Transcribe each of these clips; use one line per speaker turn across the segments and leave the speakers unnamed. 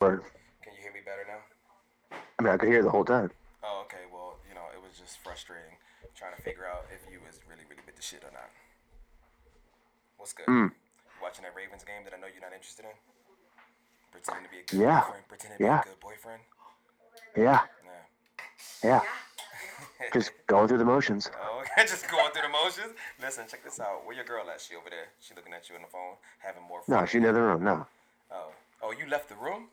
But
Can you hear me better now?
I mean, I could hear the whole time.
Oh, okay. Well, you know, it was just frustrating trying to figure out if you was really, really with the shit or not. What's good?
Mm.
You watching that Ravens game that I know you're not interested in? Pretending to be a good
Yeah.
boyfriend. Pretending to be
Yeah.
a good boyfriend.
Yeah,
Nah.
yeah. Just going through the motions.
Oh, okay. just going through the motions. Listen, check this out. Where your girl at? She over there. She looking at you on the phone, having more fun.
No, she in the other room. No.
Oh, oh, you left the room.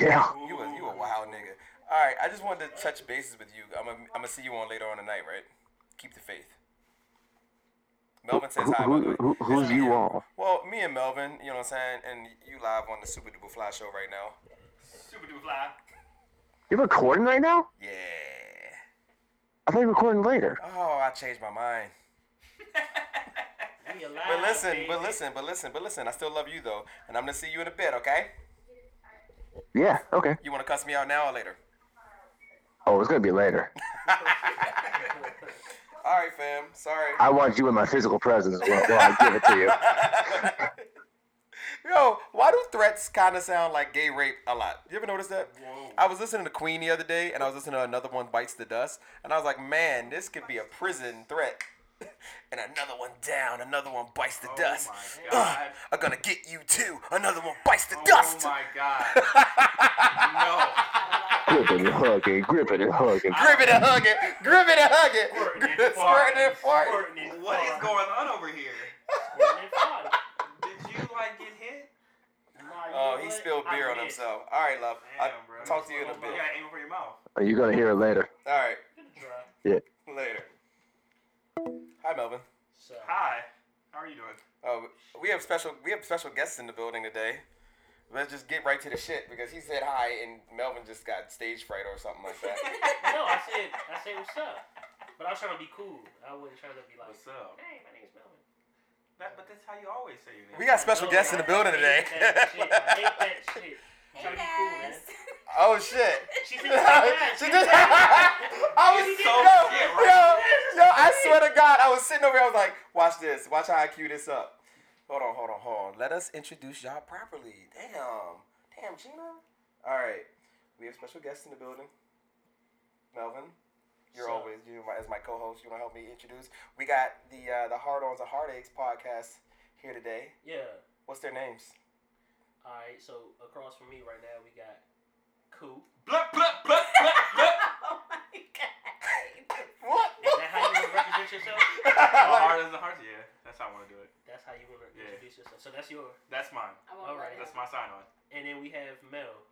Yeah.
You was you a wild nigga. All right, I just wanted to touch bases with you. I'm gonna I'm see you on later on tonight, right? Keep the faith. Melvin says
Who-
hi. by the way.
who- who- who's
It's me
you
and-
all?
Well, me and Melvin, you know what I'm saying, and you live on the Super Duper Fly show right now.
Super duper fly.
You're recording right now?
Yeah.
I thought you were recording later.
Oh, I changed my mind.
We alive.
Ah,
But listen, but
baby.
listen, but listen, but listen. I still love you though, and I'm gonna see you in a bit, okay?
Yeah. Okay.
You wanna cuss me out now or later?
Oh, it's gonna be later.
All right, fam. Sorry.
I want you in my physical presence while, while I give it to you.
Yo, why do threats kind of sound like gay rape a lot? You ever notice that? I was listening to Queen the other day, and I was listening to another one, Bites the Dust, and I was like, man, this could be a prison threat. And another one down, another one bites
Oh
the dust.
Oh my God.
Ugh, I'm gonna get you too. Another one bites the
Oh
dust.
my god. no.
Grip it and hug it. Grip it and hug it.
Grip it and hug it. Grip it and hug it.
Squirting and
Squirting and
farting.
farting.
Squirting and
What is
farting.
going on over here?
Squirting and farting.
Did you like get hit?
Nah, you
Oh,
know
he
what?
spilled
I
beer on
did.
himself. All right, love.
Damn,
I'll
bro.
talk to you in a
You
bit.
gotta aim for your mouth.
You're gonna hear it later.
All right,
Good try.
Yeah.
later. Hi, Melvin.
So,
Hi. How are you doing?
Oh, we have special we have special guests in the building today. Let's just get right to the shit because he said hi and Melvin just got stage fright or something like that.
no, I said, I said, what's up? But I was trying to be cool. I wasn't trying to be like,
What's up?
hey, my name's Melvin.
That, but that's how you always say your name.
we got special
No,
guests in
I
the building today.
hate that shit. I hate that shit. I'm
Hey
trying to be cool, man.
guys.
oh shit.
She
she
said,
just I was
She
so
did
that
yo, yo,
shit,
yo, I swear to God, I was sitting over here, I was like, watch this, watch how I cue this up. Hold on, hold on, hold on. Let us introduce y'all properly. Damn. Damn, Gina. Alright. We have special guests in the building. Melvin. You're
So-
always you my, as my co-host. You want to help me introduce? We got the uh, the Hard Ons and Heartaches podcast here today.
Yeah.
What's their names?
All right. So across from me right now, we got Coop.
Blup, blup, blup, blup, blup.
oh my god.
What?
Is that how you want to represent yourself?
How hard is the heart? Yeah, that's how I want to do it.
That's how you want to
Yeah.
introduce yourself. So that's yours.
That's mine.
I won't
Alright,
let
That's
it.
my sign on.
And then we have Mel.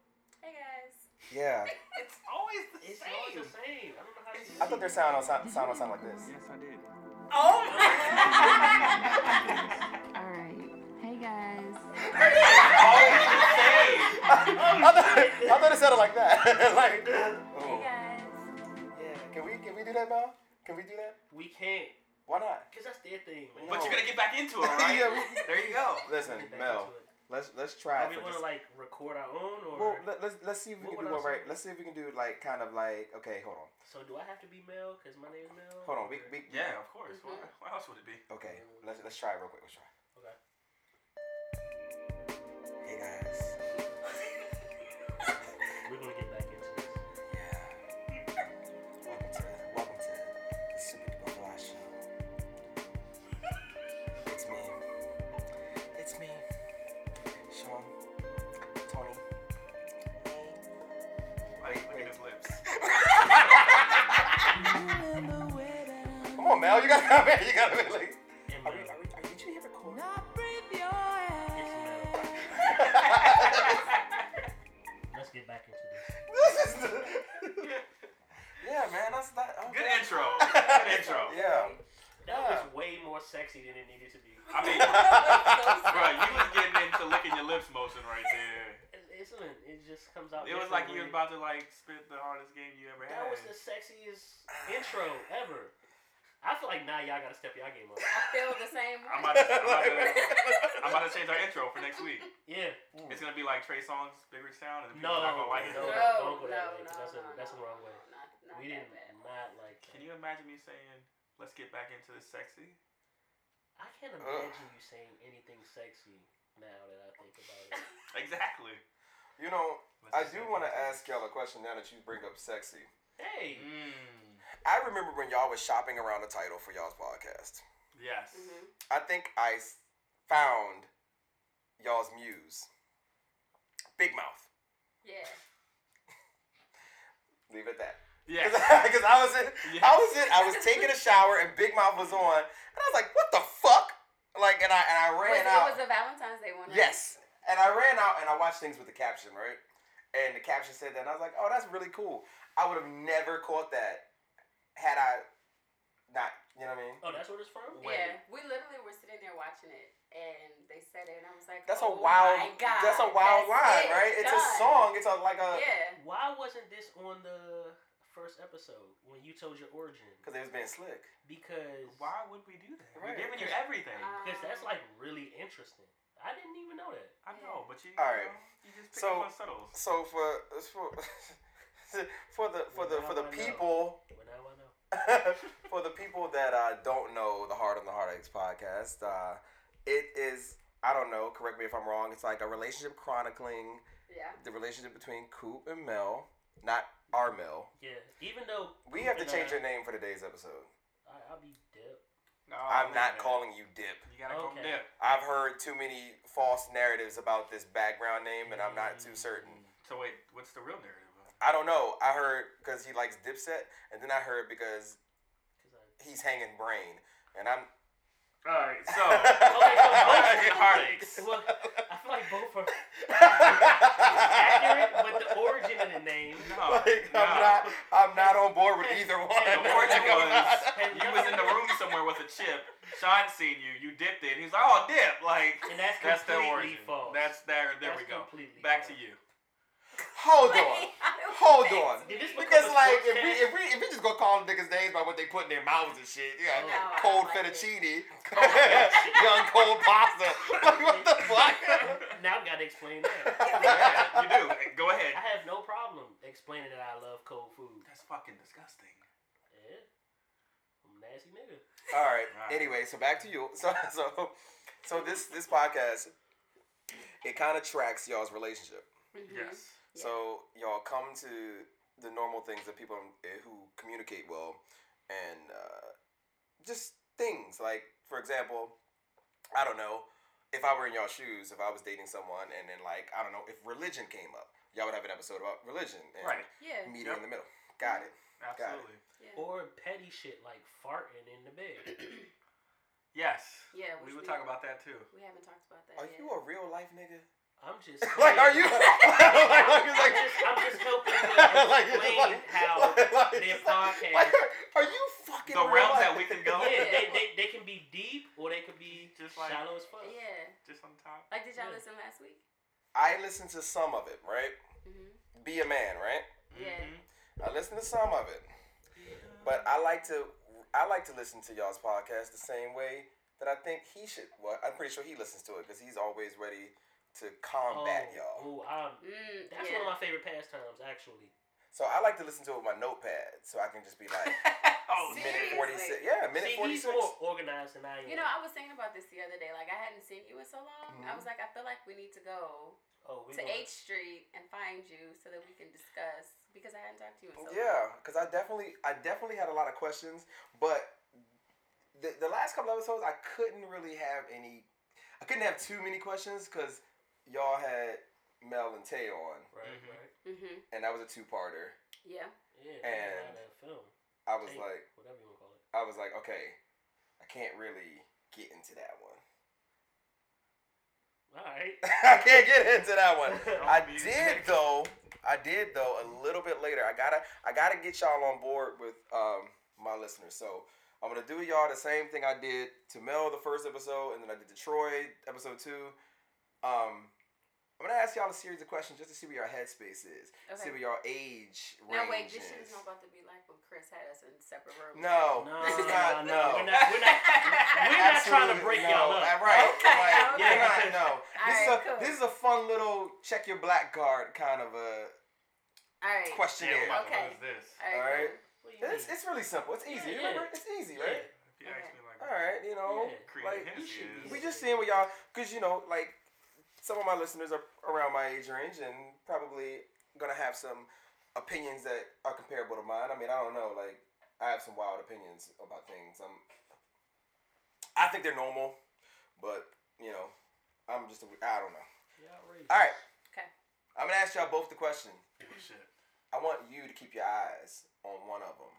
Hey guys.
yeah.
It's always the
It's all
same.
the same. I don't know how you.
I thought their sound on sound, sound on sound like this.
Yes, I did.
Oh my
All right. Hey guys.
Oh,
Always the same.
I, thought, I thought it sounded like that. like,
Hey
oh.
guys.
yeah. Can we can we do that, Mel? Can we do that?
We can't,
Why not?
cause that's their thing, man.
But you're gonna get back into it, right?
Yeah, we-
There you go.
Listen,
Get back
Mel.
into it.
Let's let's try. for
Do we want
just-
to like record our own, or
well, let, let's let's see if we
What
can
would
do
I
one right.
say?
Let's see if we can do like kind of like okay, hold on,
so do I have to be Mel? Cause my name's Mel.
hold on. We,
or-
we
Yeah, of course.
Mhm.
Mm-hmm.
Why, why else would it be?
okay. Let's let's try it real quick. Let's try.
Okay.
Hey guys.
We're gonna get back into this.
Yeah. Welcome to welcome to the Super Duper Fly Show. It's me. It's me. Sean. Tony.
Like, look at his lips.
Come on, Mel. You gotta come in. You gotta be like.
And
Are
Mel.
we, are we, are, did you hear record?
It's Mel. Let's get back into this.
this is the, yeah, man. That's that.
Good intro. Good intro.
Yeah.
That
Yeah.
was way more sexy than it needed to be.
I mean, bro, you was getting into licking your lips motion right there.
It- It's an, it just comes out.
It was like you was about
different
to like spit the hardest game you ever
when-
had.
That was the sexiest intro ever. I feel like now y'all gotta step y'all game up.
I feel the same
I'm
way.
about, to, I'm, about to, I'm about to change our intro for next week.
Yeah.
It's gonna be like Trey Songz, Bigger Sound, and people
No,
are not gonna like it.
no, don't go that way. That's a- that's the wrong way.
Not, not
We didn't
that bad.
not like.
Can
that.
you imagine me saying, "Let's get back into the sexy"?
I can't imagine you saying anything sexy now that I think about it.
Exactly.
You know,
Let's
I
just
do
make
want to
it
ask
easy.
y'all a question now that you bring up sexy.
Hey.
Mm,
I remember when y'all was shopping around the title for y'all's podcast.
yes.
Mm-hmm.
Mhm.
I think I s- found y'all's muse. Big Mouth.
Yeah.
Leave it at that.
Yes.
Because I was in, I was in, I was taking a shower and Big Mouth was on, and I was like, "What the fuck?" Like, and I and I
Was,
ran
it
out.
was the Valentine's Day one. right?
Yes. And I ran out and I watched things with the caption, right? And the caption said that, and I was like, oh, that's really cool. I would have never caught that had I not, you know what I mean?
Oh, that's where it's from?
Yeah. We literally were sitting there watching it, and they said it, and I was like,
That's a
oh
wild,
My God,
that's a wild
that's
line,
it,
right? It's
done.
a song. It's a, like a,
Yeah.
Why wasn't this on the first episode when you told your origin?
because it was being slick.
Because
Why would we do that?
Right,
We're giving you
because-
everything.
Um,
because that's like really interesting. I didn't even know that.
I know, but you.
All right.
You, know, you just pick
So-
up on subtles.
So for, for, for the, for the, for the people,
But now I know.
for the people that uh, don't know the Heart on the Heartaches podcast, uh, it is, I don't know, correct me if I'm wrong, it's like a relationship chronicling
Yeah.
the relationship between Coop and Mel, not our Mel.
Yeah. Even though
We have to
when
change
I,
your name for today's episode.
I, I'll be dead.
No,
Oh,
I'm
wait a
not
minute.
calling you Dip.
You gotta calm
Okay.
down.
I've heard too many false narratives about this background name, and I'm not
Mm.
too certain.
Mm. So wait, what's the real narrative? of it?
I don't know. I heard because he likes Dipset, and then I heard because
'Cause I,
he's hanging brain, and I'm.
All right. So.
Oh. both-
heartaches.
well, I feel like both are accurate, but the origin of the name.
No,
Like,
no.
I'm not. I'm not on board with either one.
Hey,
The origin was you was in the room somewhere with a chip. Sean seen you. You dipped it. He's like, oh, dip. Like
And that's
that's the
completely
origin.
false.
That's there. There
That's
we go.
completely
Back to
false.
you.
Hold on.
Wait, how do we
Hold
fix
on.
it?
Did this
Because
become a
like if we
sports
if we if we just gonna call them niggas names by what they put in their mouths and shit, yeah,
No,
I
cold
like it.
fettuccine, young cold pasta, like what the fuck?
now I've got to explain that.
Yeah, you do. Go ahead.
I have no problem explaining that I love cold food.
That's fucking disgusting.
Yeah. I'm a nasty nigga.
All right.
All right.
Anyway, so back to you. So so so this this podcast, it kind of tracks y'all's relationship.
Mhm.
Yes.
So y'all come to the normal things that people eh, who communicate well, and uh, just things like, for example, I don't know if I were in y'all shoes, if I was dating someone, and then like I don't know if religion came up, y'all would have an episode about religion, and
Right.
Yeah.
Meeting in
Yep.
the middle. Got it.
Absolutely.
Yeah.
Or petty shit like farting in the bed.
Yes.
Yeah,
We
which
would
we-
talk about that too.
We haven't talked about that
Are
yet.
you a real life nigga?
I'm just
like, are
saying-
you? like, like,
I'm
like,
just, I'm just helping you explain
like, like,
how
like, like,
their
just like-
podcast.
like, are you fucking
The
real
realms
life?
that we can go.
yeah, they, they, they can be deep or they could be
Just like-
shallow as fuck.
Yeah.
Just on top.
Like, did y'all
Yeah.
listen last week?
I listened to some of it, right?
Mm-hmm.
Be a man, right?
Yeah.
Mm-hmm.
I listened to some of it, but I like to I like to listen to y'all's podcast the same way that I think he should. Well, I'm pretty sure he listens to it because he's always ready to combat y'all.
Oh, um,
Mm,
that's one
yeah.
of my favorite pastimes, actually.
So I like to listen to it with my notepad, so I can just be like
Oh,
See?
minute
Seriously?
forty six. Yeah, minute
See,
forty
he's
six.
more organized than I am.
You know, I was thinking about this the other day. Like, I hadn't seen you in so long.
Mhm.
I was like, I feel like we need to go
oh, we
to
gonna-
H Street and find you so that we can discuss because I hadn't talked to you in so
Oh,
long.
Yeah, because I definitely, I definitely had a lot of questions, but the, the last couple episodes, I couldn't really have any, I couldn't have too many questions because y'all had Mel and Tay on,
Right,
Mhm.
right.
Mm-hmm.
and that was a two parter.
Yeah.
Yeah,
And-
that film.
I was
Tape,
like,
whatever you want to call it.
I was like, okay, I can't really get into that one.
All right.
I can't get into that one. I
Don't be
did
next.
though. I did though a little bit later. I gotta I gotta get y'all on board with um my listeners. So I'm gonna do y'all the same thing I did to Mel the first episode, and then I did Detroit episode two. Um, I'm gonna ask y'all a series of questions just to see where your headspace is, see
Okay.
where y'all age range
Now, wait, this
is.
shit is not about to be like when Chris had us in separate rooms.
no,
No,
this is not no.
no, We're not, we're not, we're not trying to
Absolutely
break
no.
y'all up.
Uh, Right,
Okay,
right.
okay.
We're not,
Yeah.
no. This is a
Alright, cool.
this is a fun little check your black card kind of a
All right.
Yeah,
questionnaire.
we're about
Okay.
to lose this.
All right.
All right.
cool.
What do you
It's,
mean?
it's really simple. It's easy.
Yeah,
Remember,
yeah.
it's easy, right?
If you ask me like,
All right, you know,
Yeah.
Creative
Like,
like,
you should be-
we just seeing what y'all, cause you know, like some of my listeners are around my age range, and probably gonna have some opinions that are comparable to mine. I mean, I don't know. Like, I have some wild opinions about things. I'm, I think they're normal, but you know, I'm just. A, I don't know. All right.
Okay.
I'm gonna ask y'all both the question.
Shit.
I want you to keep your eyes on one of them,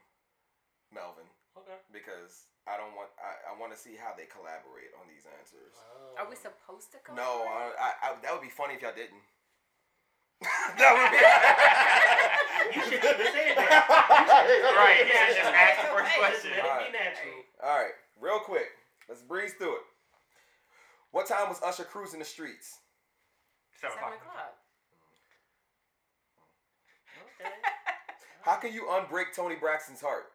Melvin,
Okay.
because I don't want. I, I want to see how they collaborate on these answers.
Are we supposed to go?
No, I, I, I, that would be funny if y'all didn't. that would be.
You should have said that.
Right, you should just ask the first
Hey, just
question.
let it
Alright.
be natural.
All right, real quick, let's breeze through it. What time was Usher cruising the streets?
Seven
Seven
o'clock.
o'clock.
Okay.
How can you unbreak Tony Braxton's heart?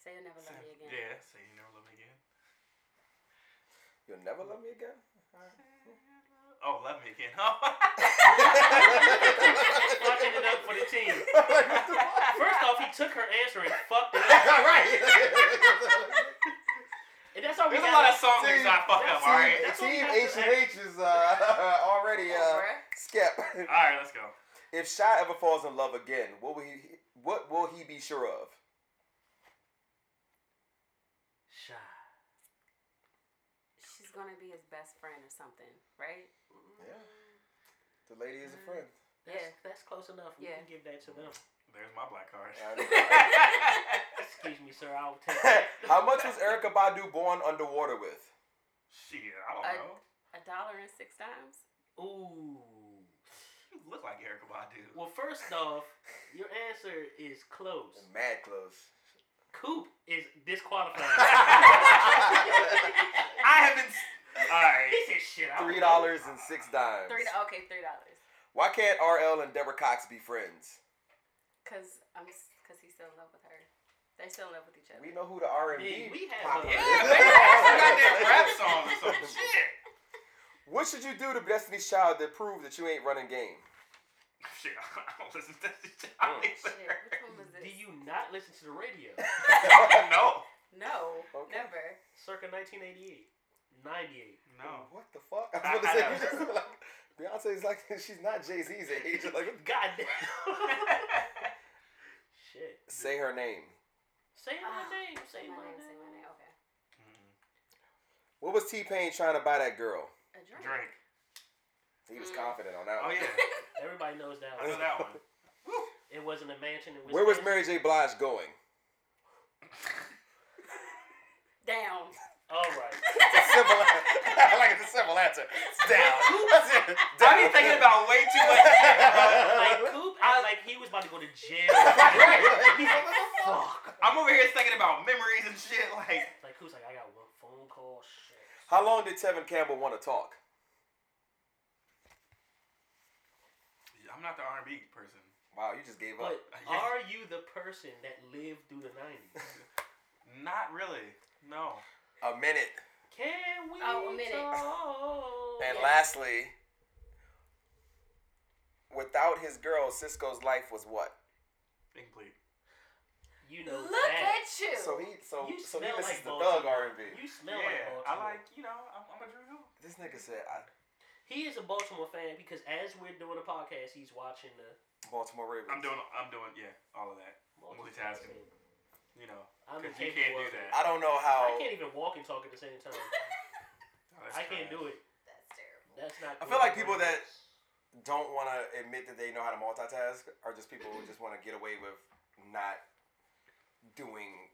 Say you'll never love me again.
Yeah, so you never love me again.
You'll never love me again.
Oh, love me again. Oh.
Fucking it up for the team. First off, he took her answer and fucked it up.
right.
And that's how we
There's a
got
lot
it.
of songs
Dude,
that I fuck up,
that's-
alright?
that's-
Team H and H is uh, already uh,
Over.
skep.
Alright, let's go.
If Shy ever falls in love again, what will he? What will he be sure of?
Shy.
She's gonna be his best friend or something, right?
Yeah. The lady is
Mm.
a friend.
That's,
Yeah.
that's close enough. We
Yeah.
can give that to them.
There's my black card.
Excuse me, sir. I'll take that.
How much was Erica Badu born underwater with?
Shit, I don't
I-
know.
A dollar and six times.
Ooh.
You look like Erica Badu.
Well, first off, your answer is close.
Mad close.
Coop is disqualified.
I haven't. Alright.
he said shit. I
Three
don't
dollars and six dimes.
Three. do- Okay, three dollars.
Why can't RL and Deborah Cox be friends?
Cause I'm. s- Cause he's still in love with her. They're still in love with each other.
We know who the R and
Yeah, we
B
have
pop is.
a-
Yeah, maybe that's a goddamn rap song or some shit.
What should you do to Destiny's Child to prove that you ain't running game?
Shit, I don't listen to this shit.
Oh,
Shit. Which one was
know.
this?
Do you not listen to the radio?
no.
No.
Okay.
Never.
Circa 1988, 98.
No.
What the fuck? I was
I-
gonna say, you
I
just like, Beyonce's like, she's not Jay Z's age. Like, what the-
God damn. Shit.
say her name.
Say my
Ah,
name. Say
Say my name. Say my
name.
name. Okay.
What was T Pain trying to buy that girl?
A drink.
Drink.
He was
Mm.
confident on that.
Oh
one.
yeah,
Everybody knows that
I know
one.
that one.
It wasn't a mansion. It was
Where was Mary J Blige going?
Down.
All right.
It's a simple. I like it's a simple answer. It's down. That's it.
I've been thinking about way too much. shit, bro.
Like Coop, I, like he was about to go to jail. Fuck.
I'm over here thinking about memories and shit. Like,
Like Coop's like, I got one phone call. Shit.
How long did Tevin Campbell want to talk?
I'm not the R&B person.
Wow, you just gave up.
But are you the person that lived through the nineties?
Not really. No.
A minute.
Can we
Oh, a minute.
talk?
And lastly, without his girl, Cisco's life was what?
Incomplete.
you know
Look
that.
at you.
So he so
You
so he
smell
listens
like
to Thug
Baltimore.
R and B.
You smell
Yeah,
like
I
Baltimore.
like you know I'm, I'm a Drew Hill.
This nigga said I,
He is a Baltimore fan because as we're doing the podcast, he's watching the
Baltimore Ravens.
I'm doing I'm doing yeah all of that.
Baltimore
Multitasking.
fan.
You know.
I'm
Because
a
you
table
can't do that.
walker.
I don't know how.
I can't even walk and talk at the same time.
Oh, that's
I can't
trash.
do it.
That's terrible.
That's
I
not. cool.
feel like people that- Don't want to admit that they know how to multitask are just people who just want to get away with not doing,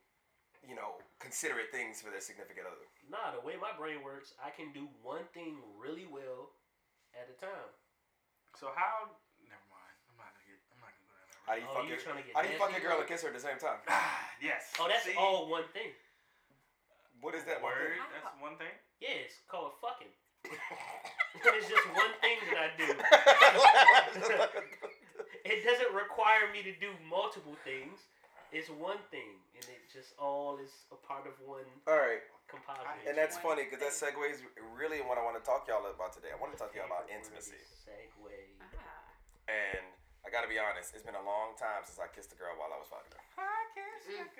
you know, considerate things for their significant other.
Nah, the way my brain works, I can do one thing really well at a time.
So how? Never mind. I'm not gonna get. I'm not gonna go down
How
that
do
road.
you
Oh,
fuck
you
your,
trying to get
how do you fuck your
nasty?
girl and kiss her at the same time?
Ah, yes.
Oh, that's
See?
all one thing.
What is that one
Word.
thing?
That's one thing.
Yeah, it's called fucking. it's just one thing that I do. It doesn't require me to do multiple things. It's one thing, and it just all is a part of one
All right,
composite.
and that's funny because that segues really in what I want to talk y'all about today. I want to talk to y'all about intimacy.
Segway.
Ah.
And I gotta be honest, it's been a long time since I kissed a girl while I was fucking her.
Mm.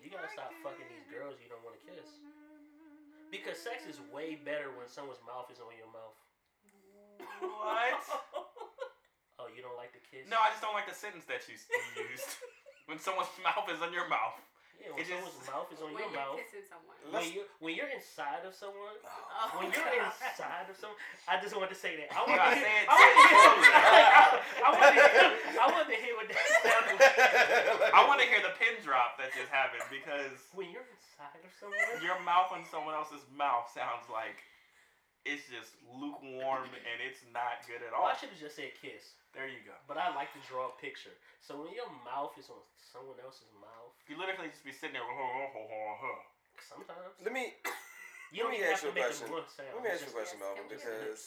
You gotta stop fucking these girls you don't want to kiss. Because sex is way better when someone's mouth is on your mouth.
What?
Oh, you don't like the kiss?
No, I just don't like the sentence that you s- you used. when someone's mouth is on your mouth.
Yeah, when
it just-
someone's mouth is on
when
your
you're
mouth.
kissing someone.
Let's-
When you when you're inside of someone,
Oh.
Oh,
when you're
God.
inside of someone, I just want to say that. I want
gotta
to
say
hear.
it.
I want to hear. I want to hear. I want to hear what that sounded like.
I want to hear the pin drop that just happened because
When you're inside of someone,
your mouth on someone else's mouth sounds like it's just lukewarm and it's not good at
oh,
all.
I should have just said kiss.
There you go.
But I like to draw a picture. So when your mouth is on someone else's mouth,
You literally just be sitting there. What
sometimes
Let me let
you don't
me
even
ask you
have to
a
make
question.
a one sound.
let me ask you a
Just-
question, Melvin,
Can we just-
because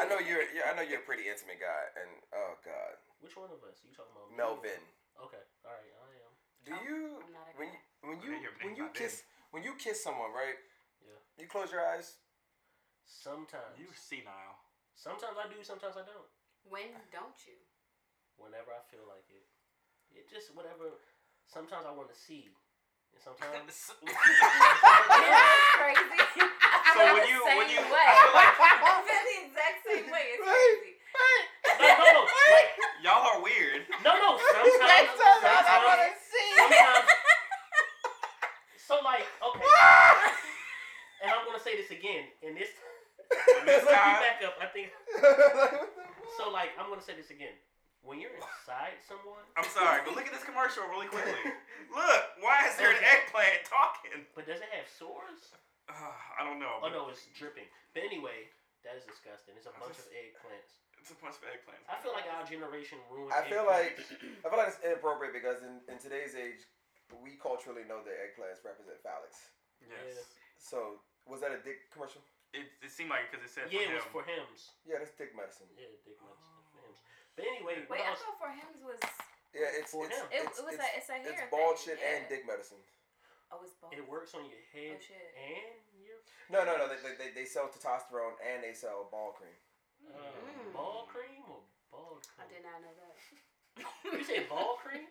I know you're, you're I know you're a pretty intimate guy, and oh god,
Which one of us? You talking about? me?
Melvin,
Okay. All right. I am.
do you
I'm not a
when
guy.
you- when you
Yeah, you're
when
big
you
by
kiss when you kiss someone, right?
Yeah.
You close your eyes.
Sometimes.
you senile.
Sometimes I do. Sometimes I don't.
When don't you?
Whenever I feel like it. It just whatever. Sometimes I want to see. And sometimes.
so
Isn't that crazy? I
So
feel
when
the
you-
same
when you-
way. I feel the exact same way. It's
Right.
crazy.
no, no, no. Like,
y'all are weird.
no, no. Sometimes.
That's
Sometimes I
sometimes,
wanna see.
sometimes. So like, okay. And I'm gonna say this again. And this.
This
Let me
time-
back up. I think.
so
So like, I'm gonna say this again. When you're inside someone,
I'm sorry, but look at this commercial really quickly. Look, why is there an eggplant talking?
but does it have sores?
Uh, I don't know.
Oh
but
no, it's dripping. But anyway, that is disgusting. It's a bunch of eggplants.
It's a bunch of eggplants.
I feel like our generation ruined.
I feel like
eggplants.
I feel like it's inappropriate because in, in today's age, we culturally know that eggplants represent phallics.
yes.
So was that a dick commercial?
It, it seemed like because it said
yeah,
for him.
it was for hymns.
Yeah, that's dick medicine.
Yeah, dick nuts and for hymns. But anyway, what
Wait, I
else?
thought for him was
Yeah, it's
For
it's,
him.
it,
it's,
it was
it's,
a it's a hair
it's bald shit
thing. yeah.
and dick medicine.
Oh, it's bald.
it works on your head
Oh, shit.
and your
No, no, no. They, they, they- they sell testosterone and they sell ball cream.
uh,
Mm.
ball cream or ball cream.
I did not know that.
You say ball cream?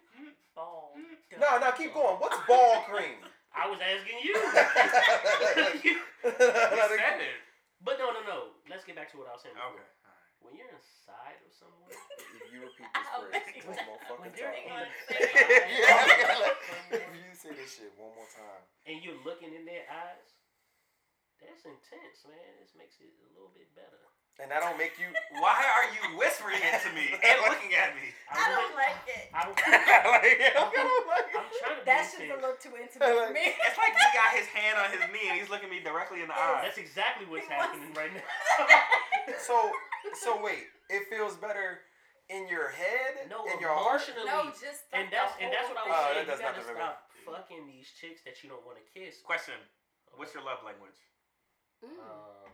bald.
No, no, keep going. What's ball cream?
I was asking you. You-
You
Another-
said it.
But no, no, no. Let's get back to what I was saying. before.
Okay.
When you're inside of someone,
If you repeat this phrase one more
When
fucking
you're
time.
inside-
If you say this shit one more time,
and you're looking in their eyes, that's intense, man. This makes it a little bit better.
and I don't make you.
Why are you whispering it to me and looking at me?
I
really-
don't like it.
I don't, I'm trying to. be
That's just a
intense.
little too intimate for me.
It's like he got his hand on his knee and he's looking me directly in the eye.
That's exactly what's
He wants-
happening right now.
So, so wait. It feels better in your head,
no,
in your heart.
emotionally,
No, just
and
like
that's and
the
that's
whole
what I
Oh, that
was saying.
does
You gotta
nothing for me.
stop fucking these chicks that you don't want to kiss.
Question: What's your love language?
thing. Mm.
Um,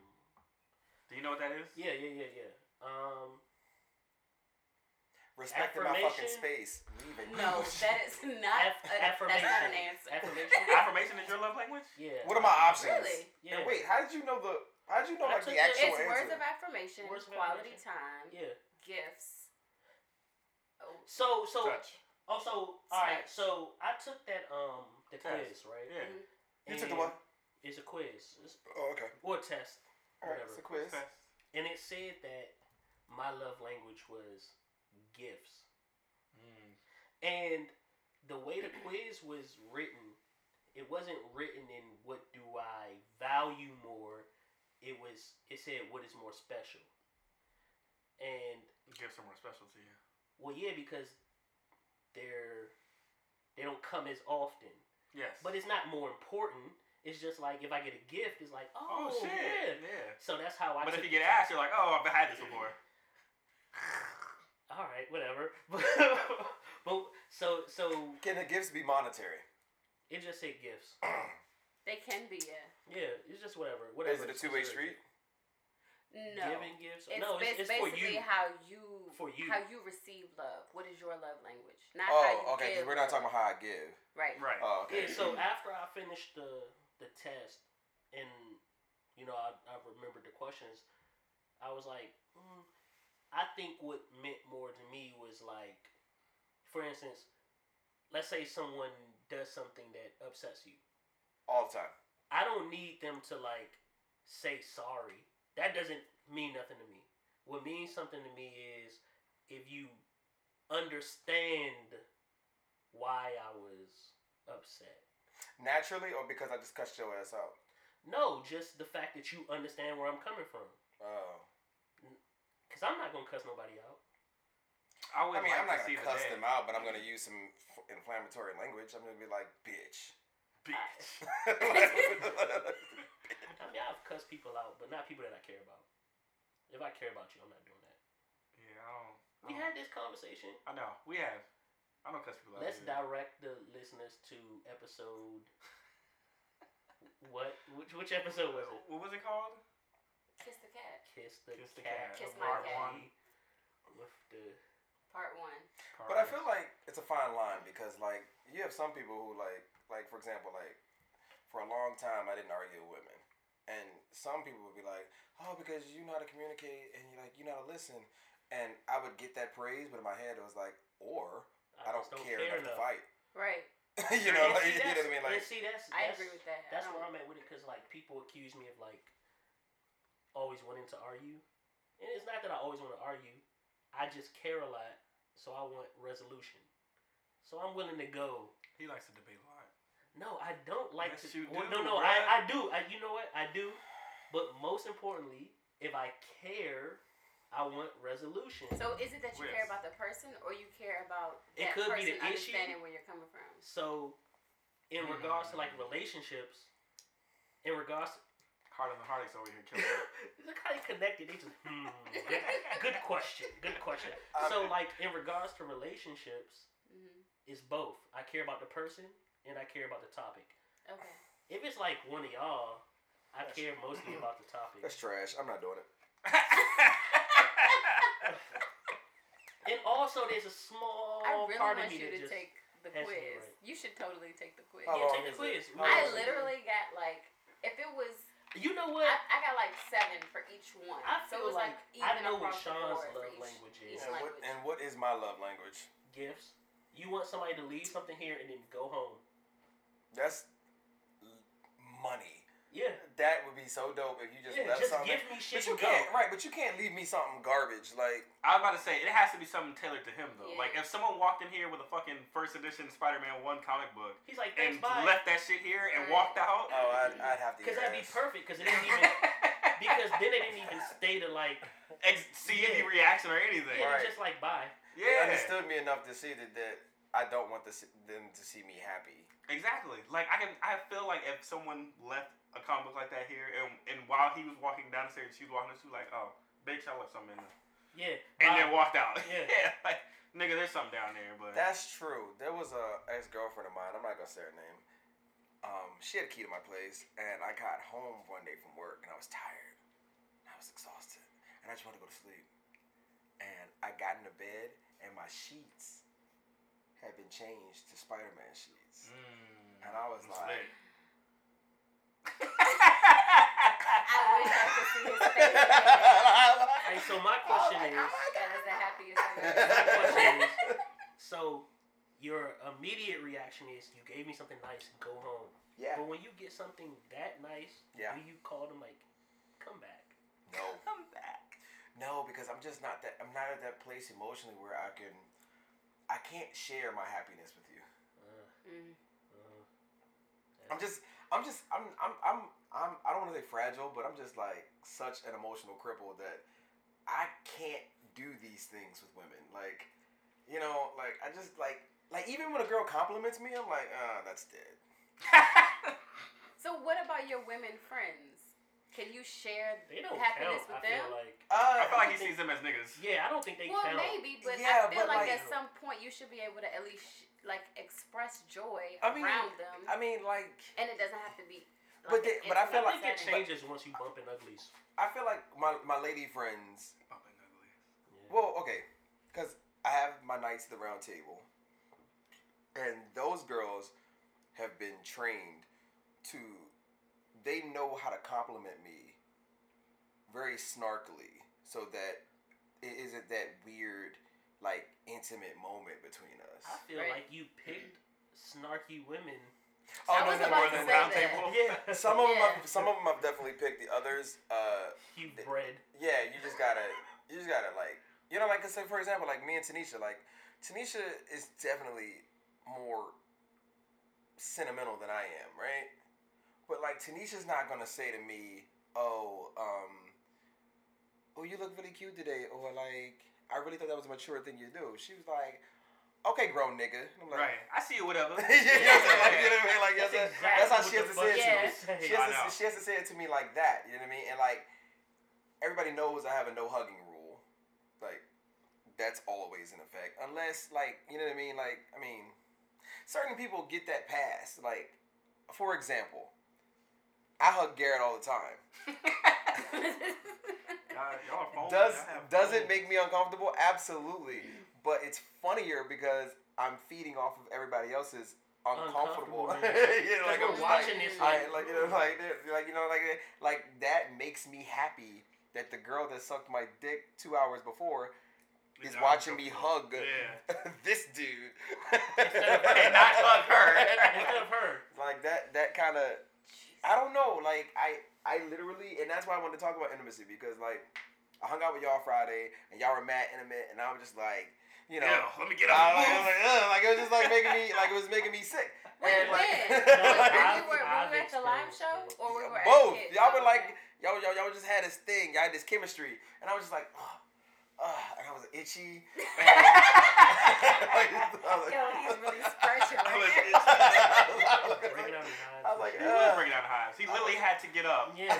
Do you know what that is?
yeah, yeah, yeah, yeah. Um,
Respecting my fucking
Affirmation?
space. Leaving.
No, that is not.
Aff-
a, That's not an
affirmation.
answer.
Affirmation.
Affirmation is your love language.
yeah.
What are my options?
Really?
And
Yeah.
wait, how did you know the? How did you know
I
like
took
the
the-
actual
It's
answer?
words of affirmation,
Words of
quality
affirmation.
time,
Yeah.
gifts. Oh,
So so
Touch.
also all right.
Touch.
So I took that um the quiz right.
Yeah.
You took the what?
And It's a quiz it's,
Oh, okay.
or a test.
All right,
Whatever.
it's a quiz.
Okay.
and it said that my love language was gifts.
Mm.
And the way the quiz was written, it wasn't written in what do I value more. It was it said what is more special. And
Give some more special to you.
well yeah, because they're they don't come as often.
Yes.
But it's not more important. It's just like if I get a gift, it's like,
oh
oh,
shit.
yeah. So that's how I
But if
took
you get asked, you're like, oh, I've had this before.
all right, whatever. But, but so so
Can the gifts be monetary?
it just said gifts.
they can be yeah.
Yeah, it's just whatever. Whatever.
Is it a
it's
two-way street?
considered.
No,
Giving gifts.
it's,
no,
it's
it's, it's for
basically
you.
how you
For you.
how you receive love. What is your love language? Not
Oh,
how you
okay.
give
Because we're not
love.
talking about how I give.
right.
Right.
Oh, okay.
Yeah. So after I finished the the test, and you know I, I remembered the questions, I was like, mm, I think what meant more to me was like, for instance, let's say someone does something that upsets you.
All the time.
I don't need them to like say sorry. That doesn't mean nothing to me. What means something to me is if you understand why I was upset.
Naturally, or because I just cussed your ass out?
No, just the fact that you understand where I'm coming from.
Oh.
Cause I'm not gonna cuss nobody out.
I
I
would
mean,
like
I'm not
to see
gonna
the
cuss
day.
them out, but I'm gonna use some f- inflammatory language. I'm gonna be like, bitch.
Bitch.
I mean, I've cussed people out, but not people that I care about. If I care about you, I'm not doing that.
Yeah, I don't.
We had this conversation.
I know. We have. I don't cuss people out.
Let's
either.
direct the listeners to episode. what? Which, which episode was it?
What was it called?
Kiss the Cat,
Kiss the,
Kiss the
cat.
Cat.
Kiss
of
my
Mark
cat.
Lee With the
Part One.
But I feel like it's a fine line because like you have some people who like like for example like for a long time I didn't argue with women. And some people would be like, "Oh, because you know how to communicate and you like you know how to listen." And I would get that praise, but in my head it was like, "Or I, don't,
just
care, enough, to fight."
Right.
you know,
And
like,
see,
you know what I
that's-
mean? Like
and see, that's,
I
that's-
agree with that. I
That's
don't-
where I'm at with it because like people accuse me of like always wanting to argue, and it's not that I always want to argue. I just care a lot, so I want resolution. So I'm willing to go.
he likes to debate a lot.
No, I don't like
Yes,
to.
you
well,
do,
no, no,
bruh.
I, I do. I, you know what? I do. But most importantly, if I care, I want resolution.
So is it that you care
Yes.
about the person, or you care about
It
that
could
person
be the issue.
understanding where you're coming from?
So, in
Hmm.
regards to like relationships, in regards
Heart of the Heartaches over here killing it.
Look how they connected. They just hmm. Good, good question. Good question. So like in regards to relationships,
hmm
it's both. I care about the person and I care about the topic.
Okay.
If it's like one of y'all, I care mostly about the topic.
that's trash. I'm not doing it.
And also, there's a small
I really
part
want
of me
you
that
to
just
take the
has to
quiz.
be right.
You should totally take the quiz.
How
Yeah,
long
take the
is
quiz.
it?
We
How long
will.
I
is it?
literally got like, if it was,
You know what?
I, I got like seven for each one.
I
so it
feel
was like,
like I
even
know what
across the
Sean's
board for
love
each-
language
each
is.
And what,
language.
and what is my love language?
Gifts. You want somebody to leave something here and then go home.
That's l- money.
Yeah.
That would be so dope if you just
yeah,
left
just
something.
give me
But
shit
you
and go.
can't, right? But you can't leave me something garbage. Like
I was about to say it has to be something tailored to him though.
Yeah.
Like if someone walked in here with a fucking first edition Spider-Man one comic book
He's like, thanks,
and
bye.
left that shit here and walked out,
Oh, I'd, I'd have to.
Mm-hmm. Because
eat
that'd be
ass.
perfect. Because it didn't even. Because then they didn't even stay to like.
Ex- see any
Yeah.
reaction or anything.
Yeah,
Right.
just like bye.
They
Yeah,
understood me enough to see that, that I don't want to see, them to see me happy.
exactly. Like I can, I feel like if someone left a comic book like that here, and and while he was walking down the stairs, she was walking, she was like, oh, bitch, I left something in there,
Yeah.
and
bye.
then walked out.
Yeah.
like nigga, there's something down there, but
That's true. There was a ex girlfriend of mine. I'm not gonna say her name. Um, she had a key to my place, and I got home one day from work, and I was tired. I was exhausted, and I just wanted to go to sleep. And I got into bed, and my sheets had been changed to Spider Man
Mm-hmm.
sheets.
Mm.
And I was
It's
like-
lit.
I wish I could see his face. Oh
Hey, so my question
I was like,
is-
"Oh my
That is the happiest I've ever
My question
been.
is, so your immediate reaction is you gave me something nice, go home.
yeah.
But when you get something that nice,
Yeah.
do you call them like, come back?
No. Come back. No, because I'm just not that. I'm not at that place emotionally where I can. I can't share my happiness with you.
Uh,
Mm.
uh,
I'm just. I'm just. I'm. I'm. I'm. I'm I don't want to say fragile, but I'm just like such an emotional cripple that I can't do these things with women. Like, you know, like I just like like even when a girl compliments me, I'm like, ah, that's dead.
So what about your women friends? Can you share
they don't
happiness
count.
with
I feel
them?
like.
Uh,
I feel like he sees them as niggas.
Yeah, I don't think they
well,
count.
maybe, but
Yeah,
I
but,
feel like,
like-
at some point you should be able to at least sh- like express joy
I mean,
around them,
I mean, like
and it doesn't have to be. Like,
But they-
an
but I
I
feel
intimate
like-
think it
setting.
changes once you bump in uglies.
I feel like my my lady friends
Bumping ugly.
Yeah.
Well, okay, because I have my knights of the round table, and those girls have been trained to. They know how to compliment me very snarkily, so that it isn't that weird, like intimate moment between us.
I feel
Right.
like you picked snarky women.
I was about
more
to
than
say
round
that.
table.
Yeah.
Some of them,
Yeah.
I've, some of them I've definitely picked. The others, uh,
you bred.
yeah, you just gotta, you just gotta like You know, like so for example, like me and Tanisha, like Tanisha is definitely more sentimental than I am, right? But like Tanisha's not gonna say to me, "Oh, um, oh, you look really cute today," or like, "I really thought that was a mature thing you do." She was like, "Okay, grown nigga." And I'm like,
Right. I see you, whatever.
you know what I'm saying? Like, you know what I mean? Like, that's,
That's
that's,
exactly
that's how
what
she has
the
to say it to me.
fuck
fuck
She
you
I
has,
know.
to, she has to say it to me like that. You know what I mean? And like everybody knows I have a no hugging rule. Like that's always in effect, unless like you know what I mean. Like I mean, certain people get that pass. Like for example, I hug Garrett all the time.
Y'all, y'all are phones.
Does
Y'all Oh, have
does it
phones.
make me uncomfortable? Absolutely. But it's funnier because I'm feeding off of everybody else's uncomfortable.
Uncomfortable,
yeah,
Like
like I'm
we're
like,
watching this.
I like you know like that- like you know like that- like that makes me happy that the girl that sucked my dick two hours before is
Y'all
watching me
uncomfortable.
hug
Yeah.
this dude
And not hug her.
instead of her.
like that that kind of I don't know like I I literally and that's why I wanted to talk about intimacy because like I hung out with y'all Friday and y'all were mad intimate and I was just like you know.
Yeah, let me get
I, like,
out of
I
the
was like, ugh, like it was just like making me like it was making me sick.
Wait,
And like,
when?
No,
Like, when
I've-
you were, when
I've
we were at the live
experienced
show,
it.
or we were
both.
at Kids?
Y'all were
Okay.
like, y'all, y'all, y'all just had this thing. Y'all had this chemistry, and I was just like, ugh, ugh, and I was itchy. And
yo, he's really splurging
I was
right
itching.
Bring it
I
out behind.
was like,
He was
ugh.
bringing out hives. He literally had to get up
Yeah.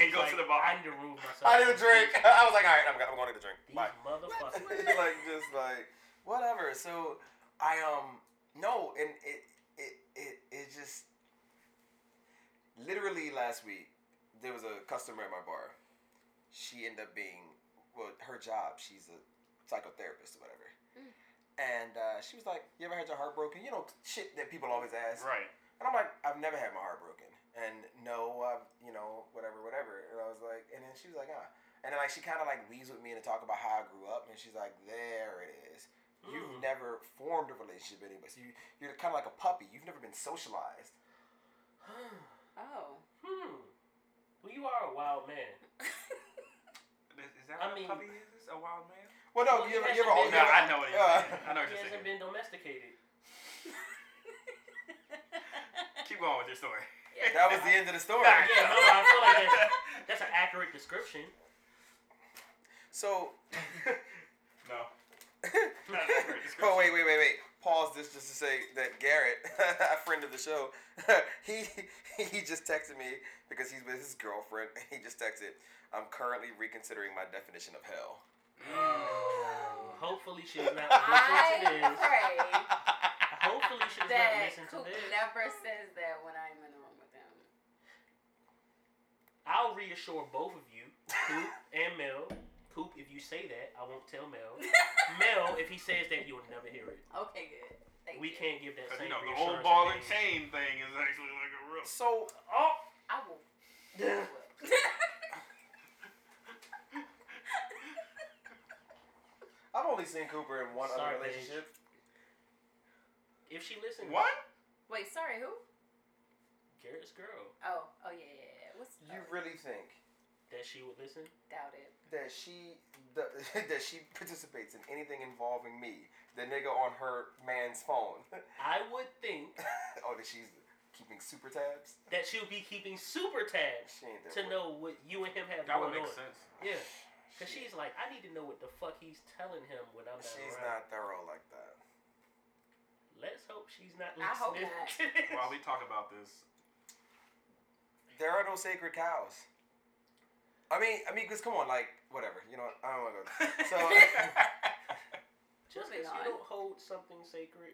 and go to the bar.
I need to remove myself.
I need a drink. I was like, all right, I'm, go- I'm going to get a drink.
These
Bye.
motherfuckers.
like just like whatever. So I um no, and it it it it just literally last week there was a customer at my bar. She ended up being well, her job. She's a psychotherapist or whatever.
Mm.
And uh, she was like, "You ever had your heart broken? You know, shit that people always ask."
Right.
And I'm like, I've never had my heart broken. And no, I've, you know, whatever, whatever. And I was like, and then she was like, ah. And then like she kind of like leaves with me to talk about how I grew up. And she's like, there it is. You've
Mm.
never formed a relationship with anybody. So you, you're kind of like a puppy. You've never been socialized.
Oh.
hmm. Well, you are a wild man.
Is, is that
I
what a
mean-
puppy is? A wild man?
Well, Oh, no,
Well,
you
you
ever, you ever,
haven't
you
No,
been-
ever
I know what he's saying. I know what
He
you're saying.
hasn't been domesticated.
Keep going with your story.
Yeah.
that was the end of the story.
Yeah, no, I feel like that's, that's an accurate description.
So,
No. Not an accurate
oh wait, wait, wait, wait. Pause this just to say that Garrett, a friend of the show, he he just texted me because he's with his girlfriend. And he just texted, "I'm currently reconsidering my definition of hell."
Mm. Hopefully she's not
I
listening to this.
pray
Hopefully she's not
that
listening to
Coop
this.
never says that when I'm in the room with him.
I'll reassure both of you, Coop and Mel. Coop, if you say that, I won't tell Mel. Mel, if he says that, you'll never hear it.
Okay, good. Thank
We
you.
can't give that
Because,
same
you know, the whole
reassurance
ball
of
and
things.
chain thing is actually like a real.
So
Oh,
I will.
I've only seen Cooper in one
Sorry,
other relationship.
if she listens,
What?
Wait, sorry, who?
Garrett's girl,
Oh, oh yeah, yeah, yeah. What's
You
oh,
really think
that she would listen?
doubt it?
that she that, that she participates in anything involving me, the nigga on her man's phone,
I would think
oh, that she's keeping super tabs?
that she'll be keeping super tabs
She ain't that
to
way.
know what you and him have
That would make
going on.
sense.
Yeah, because she's like, I need to know what the fuck he's telling him when I'm not
She's not
around.
thorough like that.
Let's hope she's not
I hope
listening.
not.
to this.
While we talk about this,
There are no sacred cows. I mean, I mean, cause come on, like whatever, you know. what, I don't want to. So- uh,
Just
Moving
because
on.
you don't hold something sacred,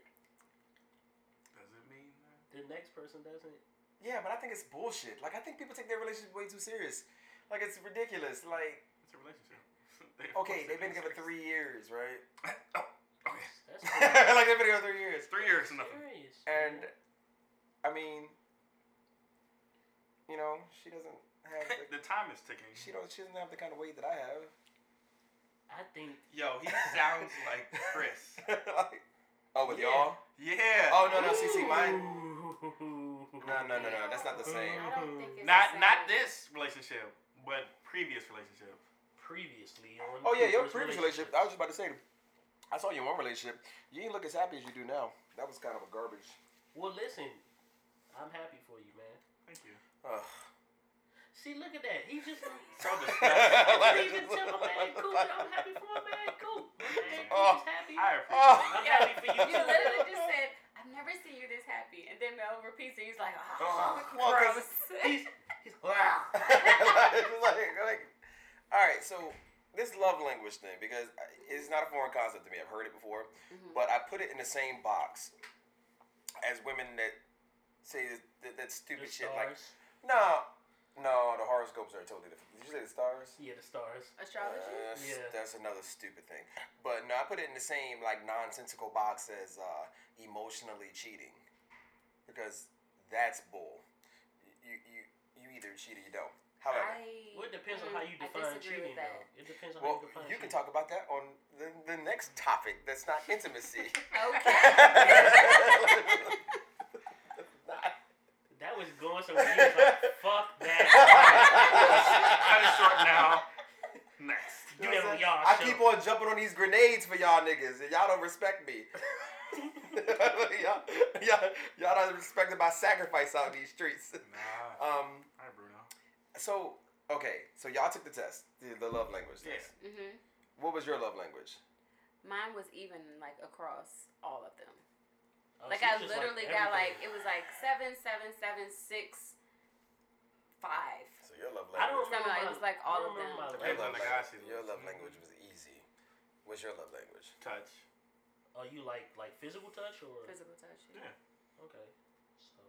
does it mean that?
the next person doesn't.
Yeah, but I think it's bullshit. Like I think people take their relationship way too serious. Like it's ridiculous. Like
It's a relationship.
okay, they've been together three years, right?
oh, okay.
That's
like they've been together three years,
Three years is nothing.
serious.
and I mean, you know, she doesn't have the,
the time is ticking.
she don't she doesn't have the kind of weight that I have.
I think
Yo, he sounds like Chris.
Like- oh, with
Yeah.
y'all?
Yeah.
Oh no no, see see mine.
Ooh.
No no no no, that's not the same.
I don't think it's the
Not
same.
not this relationship, but previous relationship.
previously on.
Oh yeah, your
the first
previous relationship. I was just about to say, I saw you in one relationship. You didn't look as happy as you do now. That was kind of a garbage.
Well, listen, I'm happy for you, man.
Thank you.
Ugh.
See, look at that. He just.
So disgusting.
He's even telling man Coop that I'm happy for him, man Coop. Man Coop is happy.
I appreciate
Oh.
it.
I'm happy for you
You
too.
literally just said, "I've never seen you this happy," and then Mel repeats it. He's like, "Oh,
Oh, well, 'cause
gross."
He's, he's wow.
It's like- like- all right, so this love language thing because it's not a foreign concept to me. I've heard it before,
Mhm.
but I put it in the same box as women that say that, that, that stupid shit.
The
Like,
stars.
no, no, the horoscopes are totally different. Did you say the stars?
Yeah, the stars.
Astrology.
Uh, that's,
Yeah.
that's another stupid thing. But no, I put it in the same like nonsensical box as uh, emotionally cheating, because that's bull. You you you either cheat or you don't. However,
I.
Well, it depends on
mm,
how you
I
define
disagree
cheating,
with that.
though. It depends on
well,
how you define
you can
cheating.
talk about that on the, the next topic. That's not intimacy.
Okay.
That was going somewhere. You was like, fuck that.
Cut it short now. Next.
Do that on y'all
I
show.
keep on jumping on these grenades for y'all niggas, and y'all don't respect me. y'all, y'all, y'all not respecting my sacrifice out in these streets.
Nah.
Um,
Hi, Bruno.
So okay, so y'all took the test, the, the love language test.
Yeah.
Mhm.
What was your love language?
Mine was even like across all of them.
Oh,
like
so
I
it's just
literally got like it was like seven, seven, seven, six, five.
So your love
I don't
Some of
remember.
it
my-
was like
I
all
don't
of
remember
them.
my
Your
Depends
love,
on
love
the
language.
guy
language,
she
your love
loves.
language was easy. What's your love language?
Touch.
Are Oh, you like like physical touch or
Physical touch.
Yeah.
okay? So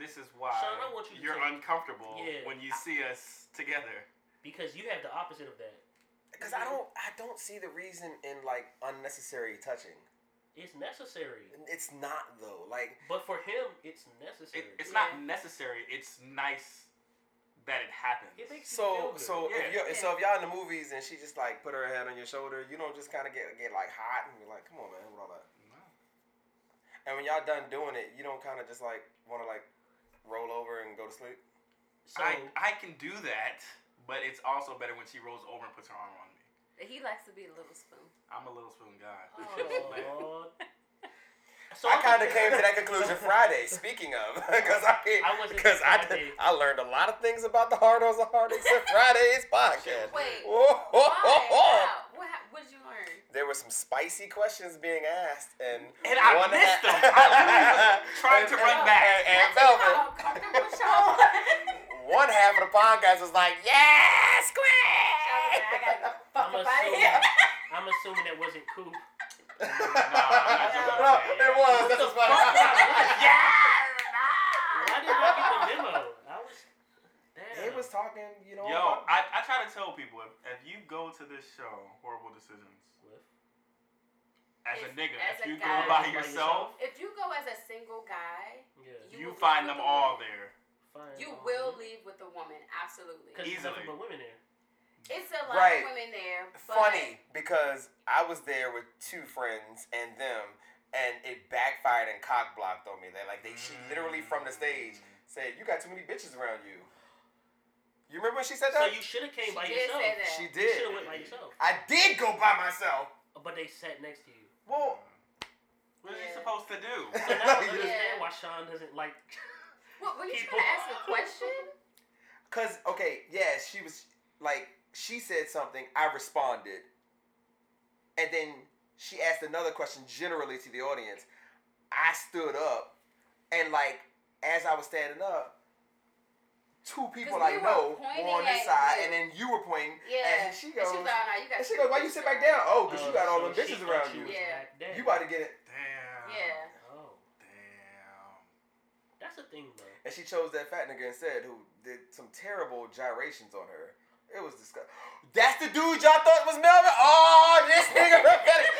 This is why
Sean, I want you to
you're
take-
uncomfortable
Yeah.
when you see us together.
because you have the opposite of that.
Because I don't, I don't see the reason in like unnecessary touching.
It's necessary,
It's not though. Like
but for him, it's
It,
necessary.
it's
Yeah.
not necessary. It's nice that it happens.
It makes-
so, so
Yeah.
if you, so if y'all in the movies and she just like put her head on your shoulder, you don't just kind of get get like hot and be like, come on, man, with all that.
No.
And when y'all done doing it, you don't kind of just like want to like roll over and go to sleep.
so
I I can do that, but it's also better when she rolls over and puts her arm on me.
He likes to be a little spoon.
I'm a little spoon guy.
Oh.
Aw. so
I kind of
think-
came to that conclusion Friday. Speaking of, because I
I wasn't
because I,
there Friday.
I learned a lot of things about the hard on Hardys at Friday's podcast.
Wait. Why?
Whoa, ho, ho, ho.
How? What? hap- What did you learn?
There were some spicy questions being asked, and
And I
one
missed
ha-
them. I really was trying to
And-
run back.
and- and
That's about
Velvet.
how comfortable Sean was.
One half of the podcast was like, "Yes,
Sean was like, I gotta go
Squid."
fuck
I'm
up outta
assuming-
here.
I'm assuming that wasn't cool.
No, it was. That's what's funny.
Why did I get the memo? I was. Damn.
They was talking, you know.
Yo,
about-
I, I try to tell people if, if you go to this show, Horrible Decisions,
With-
as a
If-
nigga,
as
if
a
you go
guy-
by
By
yourself,
yourself?
If you go as a single guy,
Yeah.
You
you
will
find
leave
them
with a
all
woman.
there.
Fine.
you
I'll
will
do it.
leave with a woman. Absolutely.
'Cause there's nothing
Easily.
but women there.
It's a lot
Right.
of women there. But
funny because I was there with two friends and them, and it backfired and cock blocked on me. They like they she literally from the stage said, "You got too many bitches around you." You remember when she said
So
that?
you should have came
She
by
did
yourself.
say that.
she
You
did.
should have went by yourself.
I did go by myself.
But they sat next to you.
Well,
What is he
Yeah.
supposed to do?
So now
Yeah.
I understand why Sean doesn't like.
What, were you
People-
trying to ask a question?
cause okay, yeah, she was like she said something. I responded, and then she asked another question generally to the audience. I stood up, and like as I was standing up, two people
'Cause
I
we were
know
pointing
were on this
at
side,
you.
and then you were pointing.
Yeah.
And she goes,
she was like, "Oh, no, you got
and she
your
goes, "Why you
bitches
sit back
around."
down? Oh, cause
Oh,
you got all
so
them
she
bitches
thought
around
you
you.
was
Yeah.
back there.
You about to get it."
Damn.
Yeah.
Oh,
Damn.
that's a thing though.
And she chose that fat nigga instead, who did some terrible gyrations on her. It was disgusting. That's the dude y'all thought was Melvin. Oh, this nigga pathetic.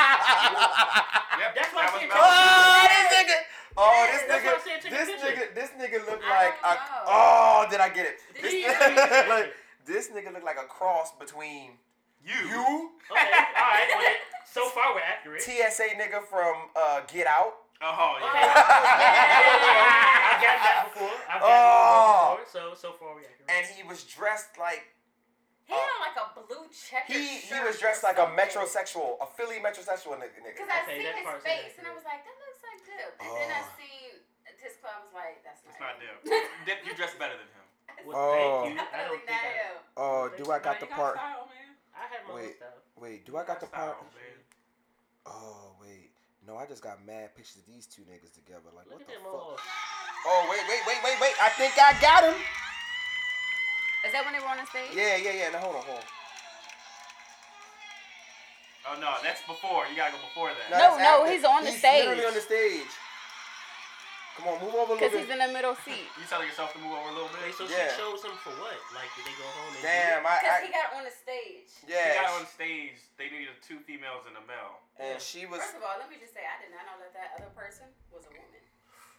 Oh!
Yep,
That's why I
that was
said-
Mel.
Oh, this nigga. Oh, this
That's why I
nigga.
said take a
This
picture.
nigga. This nigga looked
I
like a.
don't know.
Oh, did I get it?
Did
This,
you
really?
like, this nigga looked like a cross between
You.
you,
Okay, all right. Well, so far we're accurate.
TSA nigga from uh, Get Out.
Oh,
Okay. I got
yeah.
that before. I've
Oh.
got that before. So so far we're accurate.
and he was dressed like
He had on like a blue checker
Uh, He he was dressed like a metrosexual, a Philly metrosexual nigga.
Because
nigga.
I
Okay,
seen
that
his
part's
face and I
inaccurate.
was like, that looks like Dip. And then I
Oh.
seen his club. I was like, that's not.
It's not
him.
Dip. Dip, you dress better than him.
Well,
Oh.
thank you. I don't
Definitely
think I,
not him.
Oh, do I got
Nah,
the
you
part?
Style, man.
I had my own
Wait.
stuff.
Wait, do I got the part?
Style, man.
Oh wait, no, I just got mad pictures of these two niggas together. Like
Look
what the
at them
fuck?
all.
Oh wait, wait, wait, wait, wait. I think I got him.
Is that when they were on the stage?
Yeah, yeah, yeah. Now hold on, hold on.
Oh no, that's before. You gotta go before that.
No,
that's
no,
after.
he's on the
Literally
stage.
on the stage. Come on, move over a
Because
little
he's
bit.
in the middle seat.
You telling yourself to move over a little
Wait,
bit?
so
Yeah.
she shows him for what? Like, did they go home and
Damn, I.
Because he
I
got on the stage.
He
yeah,
got on stage. They needed two females and a male.
and she was.
First of all, let me just say, I did not know that that other person was a woman.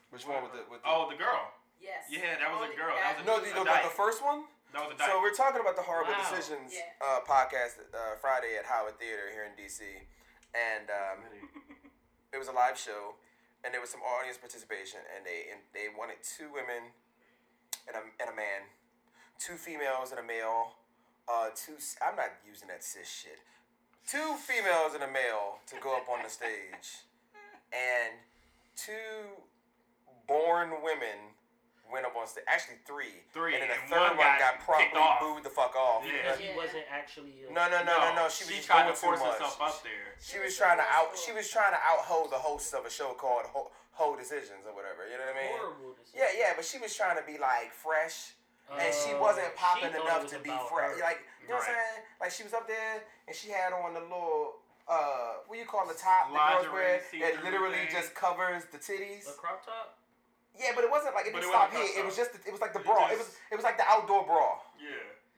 Which one with the with the?
Oh, the girl.
Yes.
Yeah, that was a
Only-
girl. That was a-
no, the, the, the first one.
That was a
So
dice.
we're talking about the horrible
Wow.
decisions
Yeah.
uh, podcast uh, Friday at Howard Theater here in DC, and um, it was a live show, and there was some audience participation, and they and they wanted two women, and a and a man, two females and a male, uh, two s- I'm not using that cis shit, two females and a male to go up on the stage, and two born women went up on stage. Actually, three.
Three,
And then the
and
third
one
one got
got
promptly
kicked off.
booed the fuck off.
Yeah.
Because he wasn't actually. A,
No, no, no, no, no. She was just
tried
doing
to force
too much.
herself up there.
She was trying to out. She was trying to out hoe the hosts of a show called Ho, Ho Decisions or whatever. You know what I mean?
Horrible decision.
Yeah, yeah. But she was trying to be like fresh, and she
Uh,
wasn't popping
she thought it
enough to
was
be
about
fresh.
her.
Like you know what I'm
Right.
saying? Like she was up there and she had on the little. Uh, what you call the top the girls
Lingerie,
wear that
see-through
literally
thing.
just covers the titties?
a crop top.
Yeah, but it wasn't like it
But
didn't
it
stop
wasn't
here.
crop
It was
top.
just the, it was like the
It
bra. It was
just-
it was like the outdoor bra.
Yeah.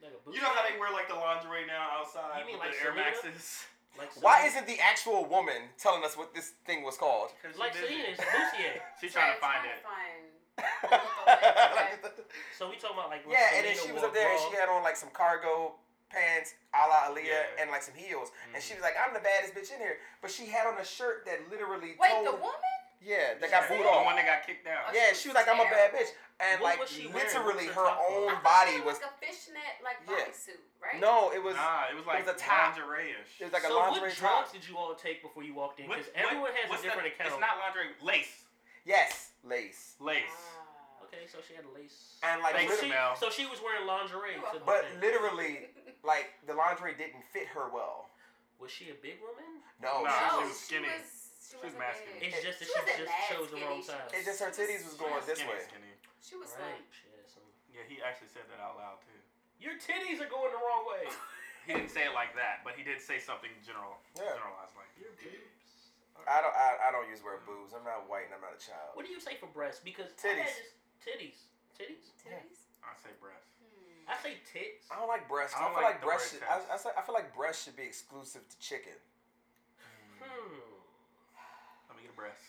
Like a boot
You know how
camp?
they wear like the lingerie now outside?
You mean
with
like
the Air
Selena?
Maxes?
Like
Why isn't the actual woman telling us what this thing was called?
Because
like Selena? It's Boussier.
She's trying to
Yeah,
find
trying
it.
to find.
So we talking about like when
yeah, and then
Selena
she was
wore
up there and
bra.
she had on like some cargo pants a la Aaliyah
Yeah.
and like some heels. And she was like, I'm the baddest bitch in here. But she had on a shirt that literally
Wait,
told
the woman?
Yeah, that
Yeah,
got booed
The one
off.
Mm. that got kicked out.
Yeah.
Yeah, she was like, I'm a bad bitch. And
What
like
was she wearing?
literally
What
her
was her top
own
I thought
body
she
was
like a fishnet like
Yeah.
bodysuit, right?
No, it was
nah, it was like
a top.
lingerie-ish.
it was like a
so
lingerie
what drugs
top.
did you all take before you walked in?
What-
Because
what-
everyone has
what's
a
the-
different account.
It's not lingerie. Lace.
Yes, lace.
Lace.
Ah.
okay, so she had a lace.
And like
Thanks,
so,
literally,
she,
Mel.
so she was wearing lingerie. To the
but
thing.
literally like the lingerie didn't fit her well.
was she a big woman?
No,
Nah,
she
no,
was
was skinny.
She was, she was
masculine.
Big.
It's just that
She was
she
a
just
mad
chose the wrong
skinny.
size.
It's just her titties was going this
skinny,
way.
Skinny.
She was
Right.
like,
She had some.
Yeah, he actually said that out loud too.
Your titties are going the wrong way.
He didn't say it like that, but he did say something general,
Yeah.
generalized like.
Your boobs.
I don't I, I don't use word boobs. I'm not white and I'm not a child.
What do you say for breasts? Because I
Titties.
had this, titties. Titties.
titties?
I say breasts.
Hmm.
I say tits.
I don't like breasts. I,
I don't
feel
like
like
the
breasts.
word
Should, I,
test.
I, say- I feel like breasts should be exclusive to chicken.
Hmm.
Mm. Let me get a breast.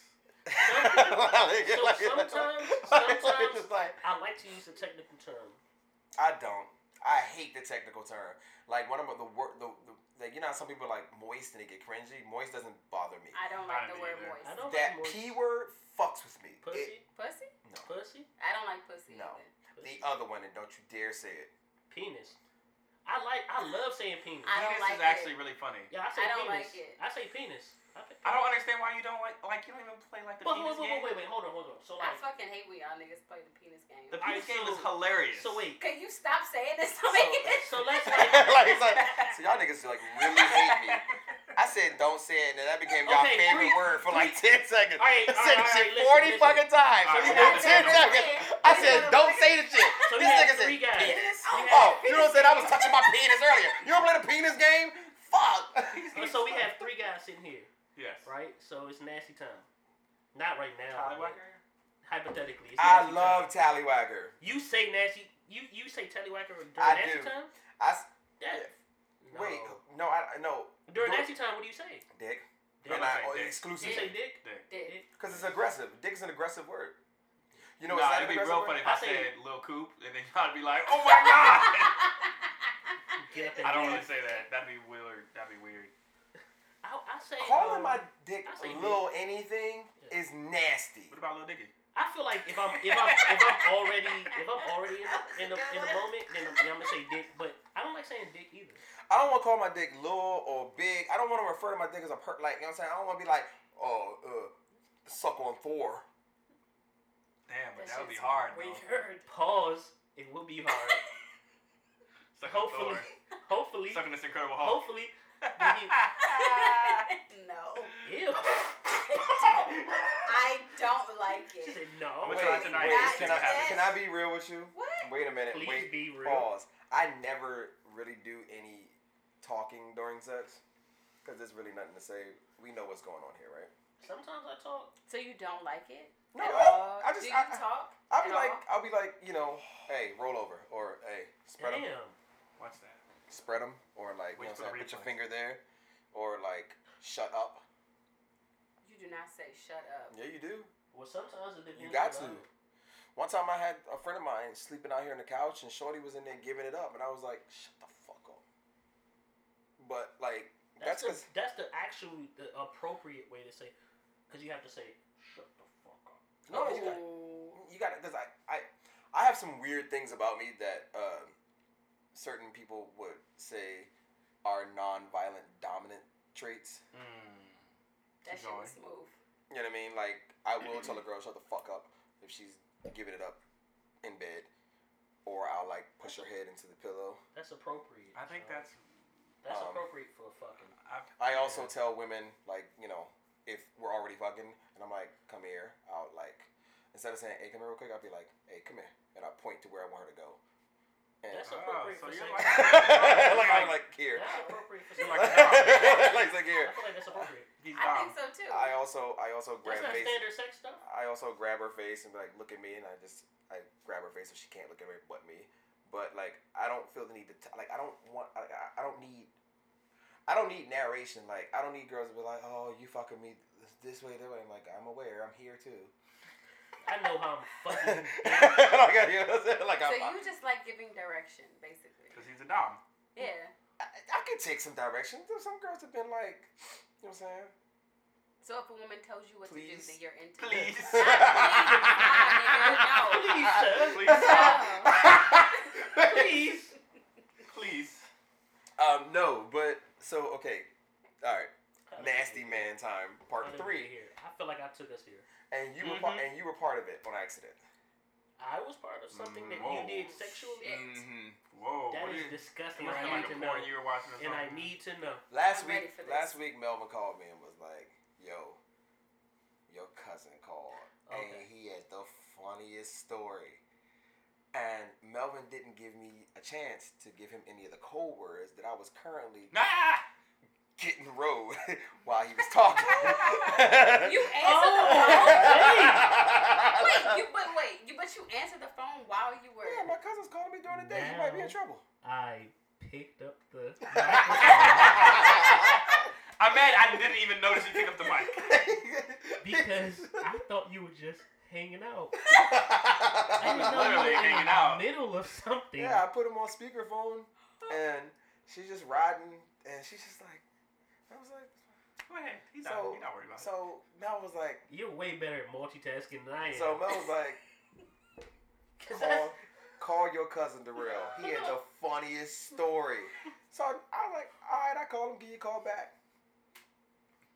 Like,
So
like-
sometimes-
like,
sometimes-
just like-
I like to use the technical term.
I don't. I hate the technical term. Like one of the word the, the like you know how some people are like moist and they get cringy. Moist doesn't bother me.
I don't
I
like the
don't
word
either.
moist.
I don't
that
like more
p word fucks with me. It-
pussy.
Pussy?
no,
Pussy.
I don't like pussy.
No.
either.
the uh, other one, and don't you dare say it.
Penis. I like. I love saying penis.
I don't
Penis
like
is
it.
actually really funny.
yeah, I say
I don't
penis.
like it.
I say penis. I, pe-
I don't understand why you don't like like you don't even play like the
But
penis
wait,
game.
wait, wait, wait, wait. Hold on, hold on. So
I
like.
fucking hate when y'all niggas play the penis game.
The
Alright,
penis game is
so-
hilarious.
So wait.
Can you stop saying this to
So-
me?
So let's
like, it's like, so y'all niggas like really hate me. I said don't say it, and that became y'all
Okay,
favorite
three-
word for
three-
like ten seconds.
All right,
I
all
said this
right, all
shit
right, listen,
forty
listen.
fucking times. So
All right,
you
now
got
listen,
ten
now
seconds. I said don't say the shit.
So
this
we had
nigga said
three guys.
penis.
We had-
Oh, you know what I'm saying? I was touching my penis earlier. You don't play the penis game? Fuck.
Uh, So we have three guys sitting here,
Yes.
right? So it's nasty time. Not right now. but
Tallywhacker?
Hypothetically, it's
I
nasty
love
Time.
Tallywhacker.
You say nasty. You you say tallywhacker during
I
nasty
do.
time.
I s-
That, no.
wait. No, I no.
During
Dur-
nasty time, what do you say?
Dick.
Dick.
And I,
I say
oh,
dick.
exclusive.
You say dick.
Dick.
Dick.
Because it's aggressive. Dick's an aggressive word. You know, it's not
nah, it'd be
an
real
aggressive
funny if
word.
I
I say-
said Lil Coop and then y'all would be like, oh my god!
Get up in
I don't
there.
want to say that. That'd be weird. That'd be weird.
I, I say.
Calling
um,
my dick
I say dick.
little anything
Yeah.
is nasty.
What about Lil Dicky?
I feel like if I'm if I'm if I'm already if I'm already in the in the, in the moment, then I'm, then I'm gonna say dick. But I don't like like saying dick either.
I don't want to call my dick little or big. I don't want to refer to my dick as a per. Like you know what I'm saying. I don't want to be like, oh, uh, suck on Thor.
Damn, but
That
that would be
shit's
hard. though.
Weird.
Pause. It will be hard.
Sucking
Hopefully. hopefully.
Thor. Sucking this Incredible Hulk.
Hopefully. Did
Uh, no,
Ew.
I don't like
She said
it.
no.
I'm gonna
Wait,
try tonight.
wait,
Let's see
can, I,
what happens.
can I be real with you?
What?
Wait a minute.
Please
wait.
be real.
Pause. I never really do any talking during sex because there's really nothing to say. We know what's going on here, right?
Sometimes I talk.
So you don't like it?
No,
At
I-
all?
I just-
Do you
I- I-
talk?
I'll be
At
like,
all?
I'll be like, you know, hey, roll over, or hey, spread them,
Damn.
Watch that.
spread them, or like, you
Wait
know, what I'm
for the
saying, put your
replay.
finger there, or like, shut up.
You do not say shut up.
Yeah, you do.
Well, sometimes it depends.
You got
on
to.
the-
One time I had a friend of mine sleeping out here on the couch, and Shorty was in there giving it up, and I was like, shut the fuck up. But like, that's
That's the,
because
that's the actual the appropriate way to say, because you have to say shut the fuck up.
no, you got, you got because I, I, I have some weird things about me that um, certain people would say are non-violent dominant traits.
Hmm.
That shit was
Going.
smooth.
You know what I mean? Like I will tell a girl shut the fuck up if she's giving it up in bed, or I'll like push her head into the pillow.
That's appropriate.
I think
so.
that's.
that's
um,
appropriate for a fucking.
I,
I also tell women like you know if we're already fucking and I'm like come here, I'll like instead of saying hey come here real quick, I'll be like hey come here and I will point to where I want her to go. And
That's
Oh,
appropriate
so
for
you're
sex.
like-
like I'm like here.
That's appropriate for
You're
sex.
like,
like, like here.
I feel like that's appropriate.
He's
I
down.
think so too.
I also I also
That's
grab
not
face.
standard sex stuff.
I also grab her face and be like look at me and I just I grab her face so she can't look at me but me. But like I don't feel the need to t- like I don't want I, I- I don't need I don't need narration. Like I don't need girls to be like oh you fucking me this way that way. I'm like I'm aware I'm here too.
I know how I'm fucking.
like, I- you know what I'm saying? Like,
so
I'm,
you just like giving direction, basically.
Because he's a dom.
Yeah.
I, I could take some direction. There's some girls have been like, you know what I'm saying?
So if a woman tells you what to do,
Please.
then you're into it.
Please.
Not please,
Please, sir.
Please stop.
Please.
Please.
um, no, but so okay, all right,
How did we
nasty
get-
man time
how
part
did we get
three,
Here, I feel like I took us here.
and you were part, and you were part of it on accident.
I was part of something that
Whoa.
you did sexually.
Shit.
Mm.
Whoa.
That
what
is
is-
disgusting.
It must
I
be
need
like a
to know,
porn you were watching or
and I
something.
need to know.
Last
I'm
week,
ready for this.
last week, Melvin called me and was like, "Yo, your cousin called, and
Okay.
he had the funniest story." And Melvin didn't give me a chance to give him any of the code words that I was currently
Nah!
getting road while he was talking.
You
Oh.
answer the phone. Wait, you but wait, you but you answered the phone while you were.
yeah, my cousin's calling me during the day. He might be in trouble.
I picked up the.
I'm mad I didn't even notice you pick up the mic.
because I thought you were just hanging out. I
was
didn't know you were
literally
in
hanging
the
out.
middle of something.
Yeah, I put him on speakerphone, and she's just riding, and she's just like, I was like,
Go ahead. He's
So-
not, he's not worried about it.
so Mel was like,
You're way better at multitasking than I am.
so Mel was like,
'Cause
call,
that's-
call your cousin Darrell. He had the funniest story. So I, I was like, all right, I called him, give you a call back.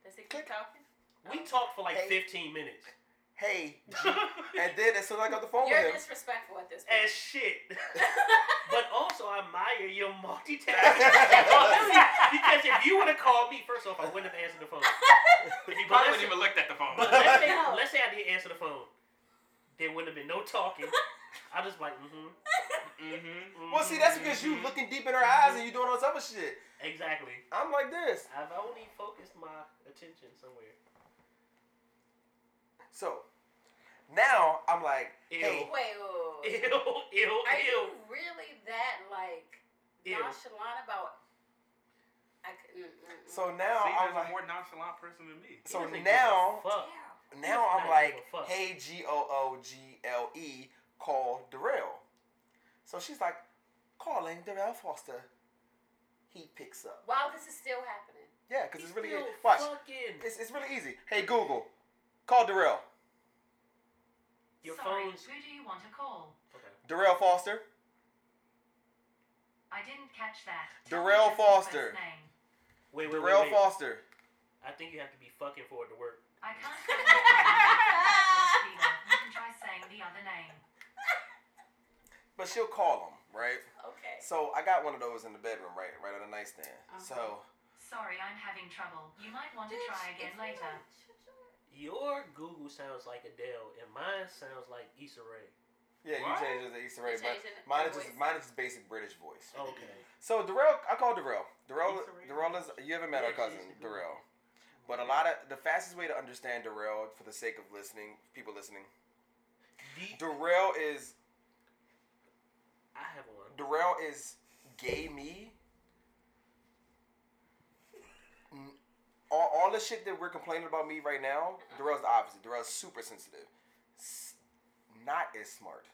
Does he keep talking? Oh.
we talked for like
Hey.
15 minutes.
Hey, and then as soon as I got the phone
You're
with him,
disrespectful at this
As
point.
shit. but also, I admire your multitasking. because if you would have called me, first off, I wouldn't have answered the phone. If
He
you
probably
listen-
wouldn't even looked at the phone. Mm-hmm.
But let's say, let's
No.
say I did answer the phone. There wouldn't have been no talking. I just like, mm-hmm.
mm-hmm.
well, see,
Mm,
that's because you looking deep in her eyes and you doing all this other shit.
Exactly.
I'm like this.
I've only focused my attention somewhere.
So now I'm like, hey,
Ew.
Wait, whoa.
Ew, ew,
Are you
ew.
really that like
Ew.
nonchalant about? I could. Mm, mm, mm.
so now
See,
I'm
there's a
like,
more nonchalant person than me.
He
so
doesn't give a
now,
Damn.
fuck.
now
Not
I'm like,
give a fuck.
hey, G O O G L E, call Darrell. So she's like, calling Darrell Foster. He picks up.
While this is still happening.
Yeah, because it's really
Still
easy. Watch,
Fucking.
it's, it's really easy. Hey Google, call Darrell.
Your
Sorry,
phone's.
who do you want to call?
Okay.
Darrell Foster.
I didn't catch that.
Darrell
Darrell
Foster.
Foster. Name.
Wait, wait, wait,
Darrell
wait.
Foster.
I think you have to be fucking for it to work.
I can't. find the name. You can try saying the other name.
But she'll call him, right?
Okay.
So I got one of those in the bedroom, right, right on the nightstand.
Uh-huh.
So
Sorry, I'm having trouble. You might want to try again later.
Your Google sounds like Adele, and mine sounds like Issa Rae.
yeah,
What?
you changed it to Issa Rae,
You
but
changed it to
mine
her
is just
voice.
mine is just basic British voice.
Okay.
So Darrell, I call Darrell. Darrell,
Issa Rae?
Darrell is you haven't met
Yeah,
our cousin
she's the girl.
Darrell, but a lot of the fastest way to understand Darrell, for the sake of listening, people listening,
The,
Darrell is
I have one.
Darrell is gay me. N- All, all the shit that we're complaining about me right now, Darrell's the opposite. Darrell's super sensitive, S- not as smart.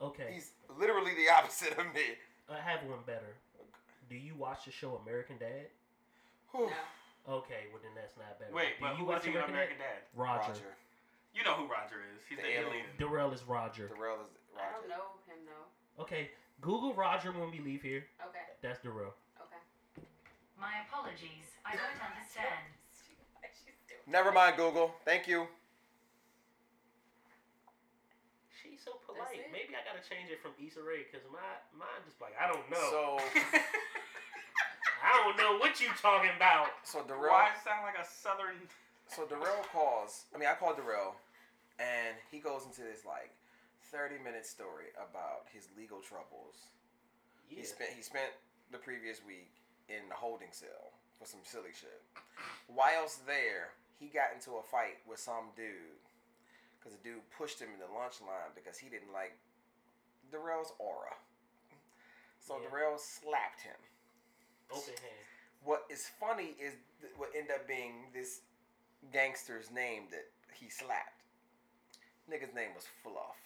Okay,
He's literally the opposite of me.
I have one better. Do you watch the show American Dad?
Whew.
Okay, well then that's not better.
Wait,
Do
but
you
who was
watch
he in
American Dad?
American Dad?
Roger.
Roger.
You know who Roger is. He's
The
the,
alien.
alien.
Darrell is Roger.
Darrell is
I don't
Roger.
know him though.
Okay, Google Roger when we leave here.
Okay.
That's Darrell.
Okay.
My apologies. I don't understand.
She's doing
Never mind, Google. Thank you.
She's so
That's
polite.
it.
Maybe I gotta change it from Issa Rae because my mine just like I don't know.
So,
I don't know what you talking about.
so Darrell.
Why does it sound like a southern?
So Darrell calls. I mean, I called Darrell, and he goes into this like thirty-minute story about his legal troubles. He spent he spent the previous week in the holding cell for some silly shit. Whilst there, he got into a fight with some dude because the dude pushed him in the lunch line because he didn't like Darrell's aura. So
Yeah.
Darrell slapped him.
Open hand.
What is funny is th- what end up being this gangster's name that he slapped. Nigga's name was Fluff.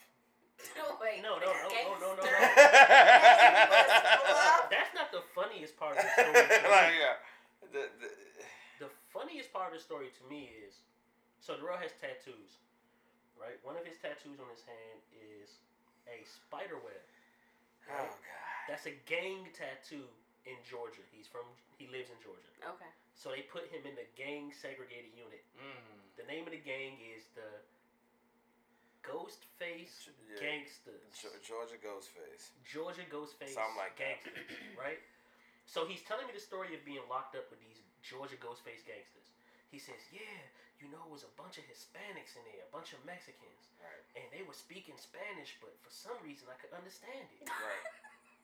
No, wait.
No, no, no, no, no, no, no.
Fluff?
That's not the funniest part of the story. to me.
like, yeah. The, the,
the funniest part of the story to me is so Darrell has tattoos, right? One of his tattoos on his hand is a spider web.
oh, God.
That's a gang tattoo in Georgia. He's from he lives in Georgia.
Okay.
So they put him in the gang segregated unit.
Mm.
The name of the gang is the Ghostface
Yeah.
Gangsters.
Ge- Georgia Ghostface.
Georgia Ghostface
Something like that.
Gangsters, right? So he's telling me the story of being locked up with these Georgia Ghostface gangsters. He says, "Yeah, you know, it was a bunch of Hispanics in there, a bunch of Mexicans,
Right.
and they were speaking Spanish, but for some reason I could understand it."
Right.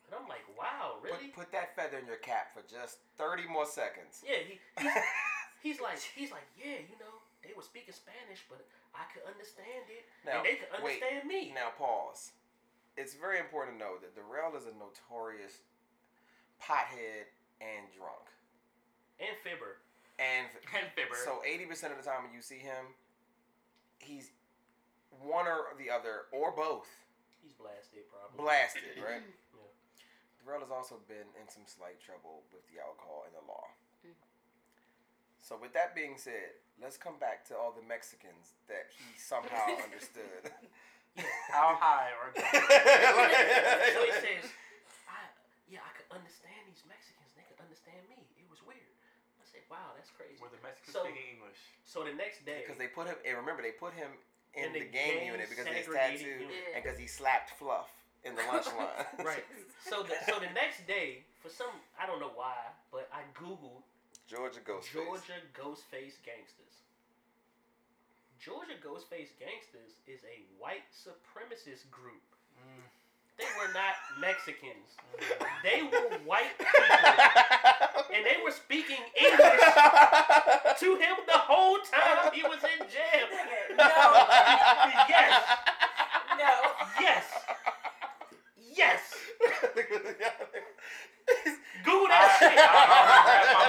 And I'm like, "Wow, really?"
Put, put that feather in your cap for just 30 more seconds.
yeah, he, he's, he's like, he's like, "Yeah, you know, they were speaking Spanish, but I could understand it,
Now,
and they could
wait.
understand me."
now, pause. It's very important to know that Darrell is a notorious pothead and drunk.
And Fibber,
And
And Fibber.
so 80% of the time when you see him, he's one or the other, or both,
he's blasted probably.
blasted, right?
Yeah.
Darrell has also been in some slight trouble with the alcohol and the law.
Mm.
So, with that being said, let's come back to all the Mexicans that he somehow understood.
How high are
so he
Like-
says, I, yeah, I could understand these Mexicans. They could understand me. It was weird. I said, wow, that's crazy.
Were the Mexicans
So-
speaking English?
So the next day,
Because they put him, and remember, they put him in,
In
the,
the
game,
gang
unit because of his
segregated
tattoo
unit.
and because he slapped Fluff in the lunch line.
right. So the so the next day, for some I don't know why, but I googled
Georgia Ghostface.
Georgia Ghostface Gangsters. Georgia Ghostface Gangsters is a white supremacist group. They were not Mexicans. they were white people, and they were speaking English to him the whole time he was in jail. Yes,
No.
yes, yes. Google
I-
that shit.
I- I-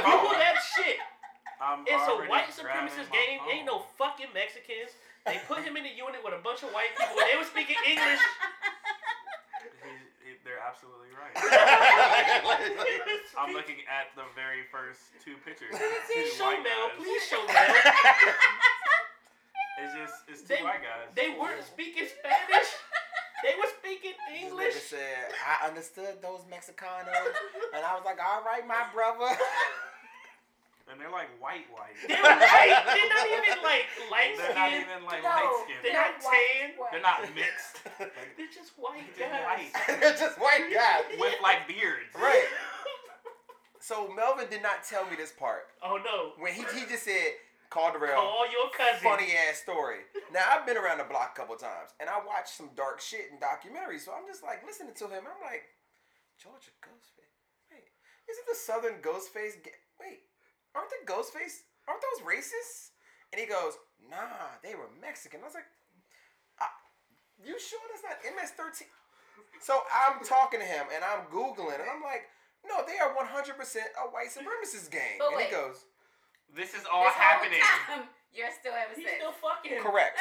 I-
Google that shit.
I'm
It's a
already
white
grabbing
supremacist
my
game. Ain't no
phone.
fucking Mexicans. They put him in a unit with a bunch of white people. and They were speaking English.
He- he- they're absolutely right. I'm looking at the very first two pictures. Two
show
white
mail,
guys.
please show mail.
It's just it's two
They-
white guys.
They weren't speaking Spanish. They were speaking
This nigga
English.
said, I understood those Mexicanos. and I was like, all right, my brother.
And they're like white white.
They're light. They're not even like light
They're not
skinned.
even like
No,
light
They're
skinned.
not tan.
They're not mixed.
They're just white
They're
guys.
white.
Just white guys.
With like beards.
Right. So Melvin did not tell me this part.
Oh no.
When he, he just said, call Darrell.
Call your cousin.
funny ass story. Now I've been around the block a couple times, and I watched some dark shit and documentaries. So I'm just like listening to him. I'm like, Georgia Ghostface. Wait, isn't the Southern Ghostface? Ga- Wait, aren't the Ghostface? Aren't those racist? And he goes, Nah, they were Mexican. I was like, I, You sure that's not MS-13? So I'm talking to him, and I'm googling, and I'm like, No, they are 100% a white supremacist gang.
But
and
wait.
he goes,
This is
This
all
whole
happening.
time, you're still having
He's
sex.
still fucking
Correct.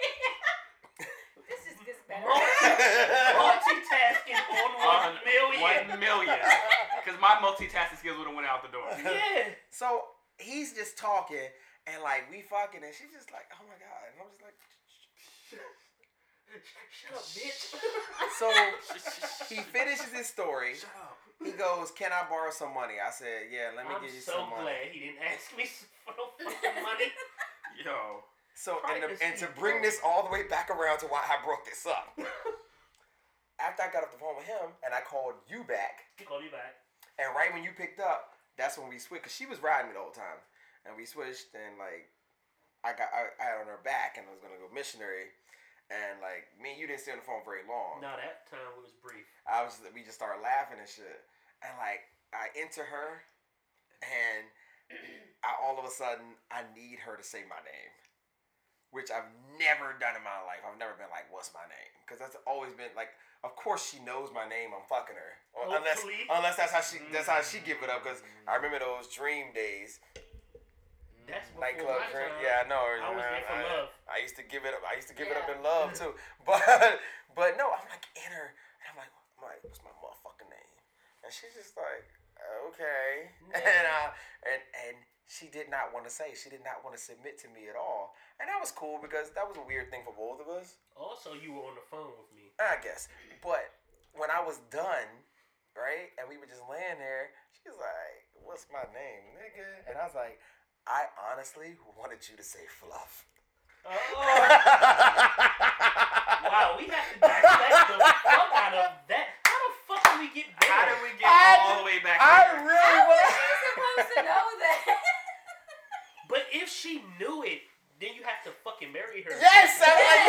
this is just better.
multitasking on
On
one million.
One million. Because my multitasking skills would have went out the door.
Yeah.
So he's just talking and like we fucking and she's just like, oh my god. And I'm just like,
Shut up, bitch.
so he finishes his story.
Shut up.
He goes, Can I borrow some money? I said, Yeah, let me
I'm
give you
so
some money.
glad he didn't ask me for no fucking money.
Yo.
So and, to- and to
Privacy,
bring
bro.
this all the way back around to why I broke this up. After I got off the phone with him and I called you back,
Call me back.
and right when you picked up, that's when we switched. Cause she was riding me the whole time, and we switched, and like I got I, I had on her back, and I was gonna go missionary, and like me and you didn't stay on the phone very long.
No, that time was brief.
I was we just started laughing and shit. And like I enter her and I all of a sudden I need her to say my name. Which I've never done in my life. I've never been like, what's my name? Because that's always been like of course she knows my name, I'm fucking her. Or
Oh,
Unless
Hopefully.
unless that's how she that's how
Mm.
she give it up because
Mm-hmm.
I remember those dream days.
That's before
Like club
my
dream.
time.
Yeah, I know. uh,
I was there for love.
I used to give it up. I used to give it up
Yeah.
in love too. But but no, I'm like in her, and I'm like, I'm like, what's my motherfucking name? And she's just like, okay, and uh, and and she did not want to say. She did not want to submit to me at all, and that was cool because that was a weird thing for both of us,
Also, you were on the phone with me.
I guess. But when I was done, right, and we were just laying there, she's like, what's my name, nigga? And I was like, I honestly wanted you to say fluff.
Oh. Wow, we have to dissect the fuck out of that. How the fuck do we get there?
How did we get
I-
all the way back
I
there?
really
How was
was.
she supposed to know that?
But if she knew it, then you have to fucking marry her.
Yes, I was like,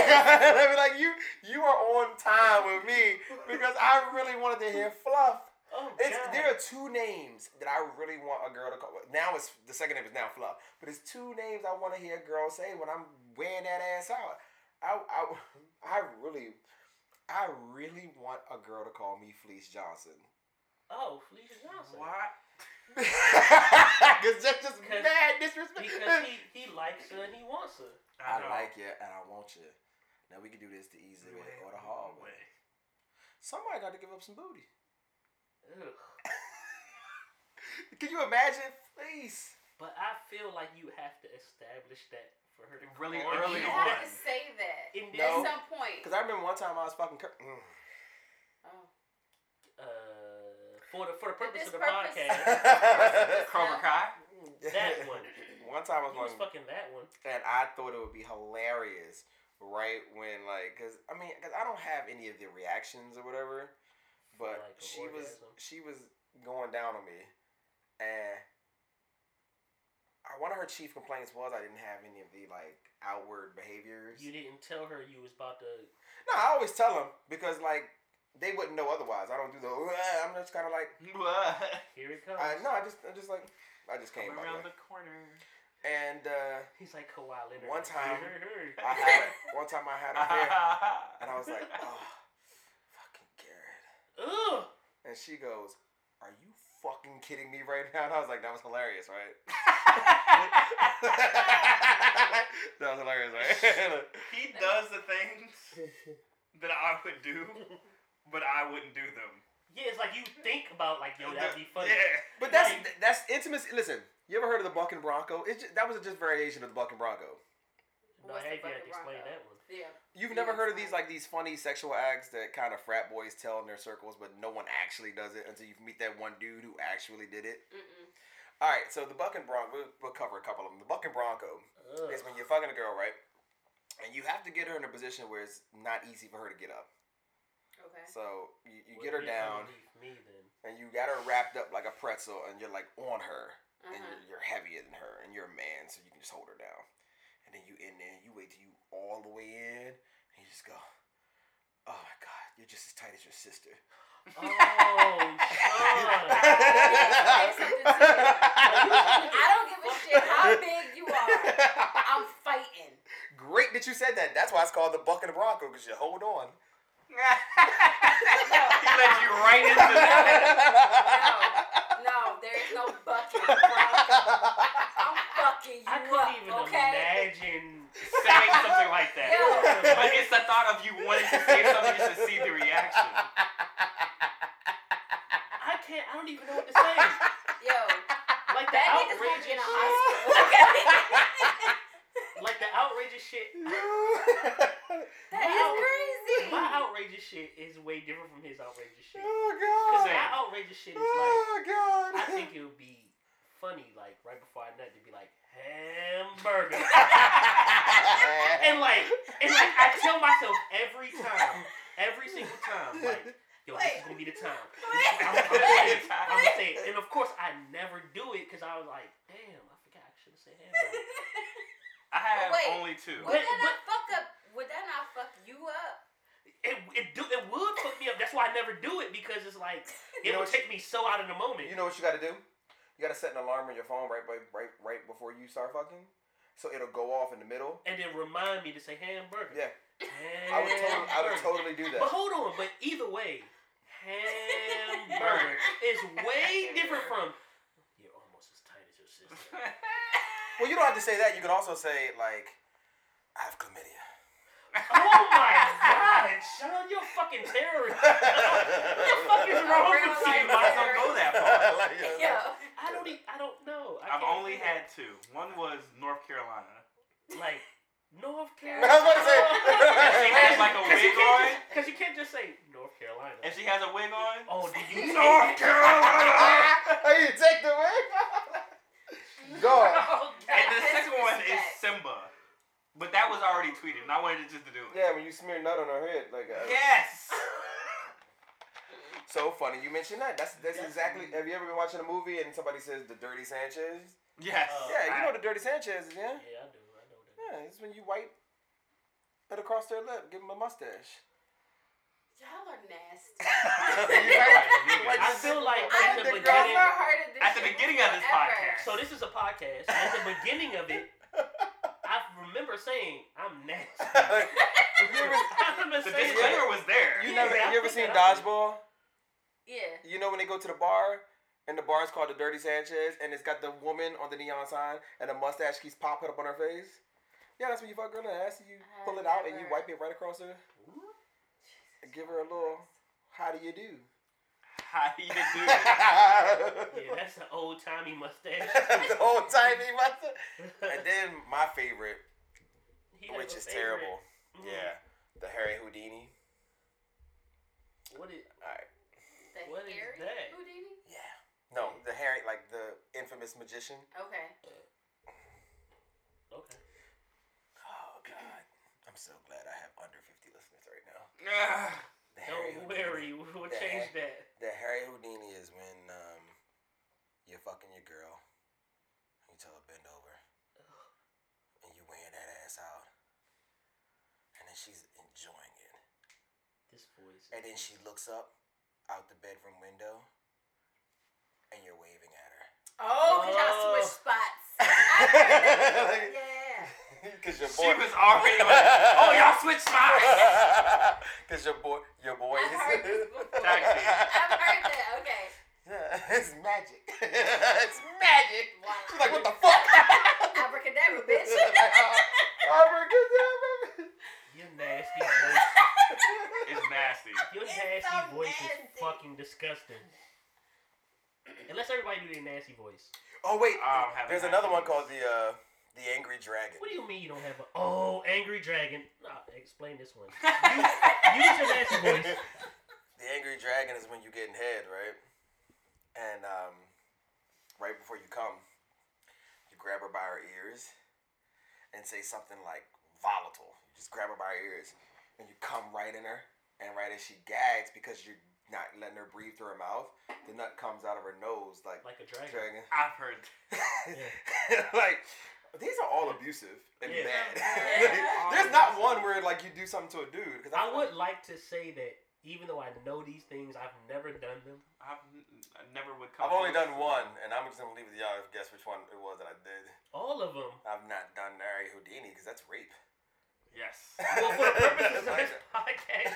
I was like you, you are on time with me because I really wanted to hear fluff.
Oh,
It's,
God.
there are two names that I really want a girl to call. Now it's the second name is now fluff, but it's two names I want to hear a girl say when I'm wearing that ass out. I, I, I really, I really want a girl to call me Fleece Johnson.
Oh, Felicia Johnson.
Why?
Cause that's just
Because-
mad disrespect.
Because he, he likes her and he wants her.
I
know.
like you and I want you. Now we can do this the easy way or the hard way. Somebody got to give up some booty.
Ugh.
Can you imagine? Please.
But I feel like you have to establish that for her to
Really
call
early
you.
you
on.
have to say that
And
at
No.
then,
some point.
Because I remember one time I was fucking. Cur- mm.
Oh.
uh, for the for the purpose
this
of the
purpose-
podcast,
Cobra Kai?
that one.
One time I was
He was
fucking,
fucking that one.
and I thought it would be hilarious, right? When like, cause I mean, cause I don't have any of the reactions or whatever, but
Like a
she was
orgasm.
she was going down on me, and I one of her chief complaints was I didn't have any of the like outward behaviors.
You didn't tell her you was about to.
No, I always tell them because like they wouldn't know otherwise. I don't do the. "Ugh," I'm just kind of like
What?
Here it comes.
I, no. I just I just like I just came
Come
by the
around
way.
the corner.
And uh,
He's like Kawhi Leonard.
One time-
Hey, hey, hey.
I had it. one time I had her hair and I was like, oh, fucking Garrett.
Ugh.
And she goes, are you fucking kidding me right now? And I was like, that was hilarious, right? that was hilarious, right?
he does the things that I would do, but I wouldn't do them.
Yeah, it's like you think about like, yo, that'd be funny.
Yeah.
but that's that's intimacy. Listen, you ever heard of the Buck and Bronco? It's just, that was just variation of the Buck and Bronco.
No,
What's the
hey, you had to
fucking
explain
Bronco?
that one.
Yeah.
You've never heard of these like these funny sexual acts that kind of frat boys tell in their circles, but no one actually does it until you meet that one dude who actually did it.
Mm-mm.
All right, so the buck and bronco, we'll, we'll cover a couple of them. The buck and bronco
Ugh.
is when you're fucking a girl, right? And you have to get her in a position where it's not easy for her to get up.
Okay.
So you, you
Would
get her
be
down
underneath Me then.
and you got her wrapped up like a pretzel, and you're like on her, and
Uh-huh.
you're, you're heavier than her, and you're a man, so you can just hold her down. And then you in there, you wait till you all the way in, and you just go, "Oh my god, you're just as tight as your sister."
Oh, Sean.
I don't give a shit how big you are. I'm fighting.
Great that you said that. That's why it's called the buck and the bronco, because you hold on.
he led you right into that.
No, no, there is no bucket. Bronco. I'm fucking
I
you up,
couldn't even
okay?
imagine.
saying something like that.
Yo.
But it's the thought of you wanting to say something just to see the reaction.
I can't. I don't even know what to say.
Yo,
Like the
that nigga's gonna
outrageous
be in a
shit.
hospital. Okay?
Like the outrageous shit.
That is crazy.
My outrageous shit is way different from his outrageous shit.
oh
Cause
god.
my
Same.
outrageous shit is like,
Oh god.
I think it would be funny, like right before I nut, to be like hamburger, and like, and like I tell myself every time, every single time, like, yo, this is gonna be the time. I'm, I'm, gonna say it. I'm gonna say it. and of course I never do it because I was like, damn, I forgot I should have said hamburger.
I have
Wait.
only two.
Would that not fuck up? Would that not fuck you up?
It it do it would fuck me up. That's why I never do it because it's like
You
it
know
would
what-
take me so out of the moment.
You know what you gotta do? You gotta set an alarm on your phone right right right, right before you start fucking. So it'll go off in the middle.
and then remind me to say hamburger.
Yeah. I would totally I would totally do that.
But hold on, but either way, hamburger is way different from you're almost as tight as your sister.
Well you don't have to say that, you can also say like I have chlamydia.
Oh my god, Sean, you're a fucking terrorist. what the fuck is wrong with
See, you
you?
might as well go that far.
Yo,
I don't even, I don't know. I
I've
can't
only
do it.
had two. One was North Carolina.
like North
I
Carolina.
was about to say
She has like a
Cause you
wig
can't
on.
just- Cause you can't just say North Carolina.
If she has a wig on.
oh, do you
North Carolina!
Hey, you take the wig? Dog.
And the second one is Simba. But that was already tweeted, and I wanted to just to do it.
Yeah, when you smear nut on her head, like uh,
Yes!
so funny you mentioned that. That's that's
That's-
exactly have you ever been watching a movie and somebody says the dirty Sanchez?
Yes.
Oh,
Yeah, you know
I-
the dirty Sanchez, yeah?
Yeah, I do. I know that.
Yeah, it's when you wipe it across their lip, give them a mustache.
y'all are nasty.
I feel like
I've
at
I've
the
never
been
beginning.
heard of this.
At the
shit
beginning of this
forever.
podcast.
So this is a podcast. At the beginning of it, I remember saying I'm nasty.
you ever,
I remember
The
saying
disclaimer was there.
you
Yeah,
never,
I
you ever
think
seen
that I did.
Dodgeball?
Yeah.
You know when they go to the bar and the bar is called the Dirty Sanchez and it's got the woman on the neon sign and the mustache keeps popping up on her face? Yeah, that's when you fuck her in the ass and you pull it out and you
Never.
wipe it right across her and give her a little, how do you do?
How do you do it?
Yeah,
the
that's an old timey mustache.
whole time he must And then my favorite,
He has
which
a
is
favorite.
terrible.
Mhm.
Yeah, the Harry Houdini.
Mm-hmm. What is?
All right.
The
What is
Harry
that?
Houdini?
Yeah. No, the Harry, like the infamous magician.
Okay.
Okay.
Oh God, I'm so glad I have under 50 listeners right now.
Ugh.
The
Don't
Houdini-
worry, we'll change that.
The Harry Houdini is when um, you're fucking your girl, and you tell her bend over, and you weighing that ass out, and then she's enjoying it.
This voice.
And then she looks up out the bedroom window and you're waving at her.
Oh,
Oh.
because y'all switch spots. I heard that.
Like-
yeah.
Cause your
She was already like, oh, y'all switched spots!
Cause your boy your boy
I've heard this before.
Taxi.
I've heard that. Okay.
Yeah, it's magic. it's magic.
Wow.
She's like, what the fuck? Oh
Abracadabra, bitch.
Abracadabra.
Your nasty voice.
It's nasty.
Your
It's
nasty
so
voice is
nasty.
fucking disgusting. Unless everybody do their nasty voice.
Oh wait,
I don't have a
there's
nice
another one called
voice.
the uh, The Angry Dragon.
What do you mean you don't have a oh angry dragon? Nah, explain this one. Use your nasty voice.
The Angry Dragon is when you get in head, right? And um, right before you come, you grab her by her ears and say something like volatile. You just grab her by her ears and you come right in her. And right as she gags because you're not letting her breathe through her mouth, the nut comes out of her nose like,
Like a dragon.
dragon.
I've heard.
like these are all abusive and
Yeah.
bad.
Yeah.
There's not one where like you do something to a dude because
I would like to say that even though I know these things, I've never done them.
I've n- I never would come.
I've only
close.
done one, and I'm just gonna leave it to y'all to guess which one it was that I did.
All of them.
I've not done Mary Houdini because that's rape.
Yes. Oh,
Well, for the purposes of
Like-
this podcast,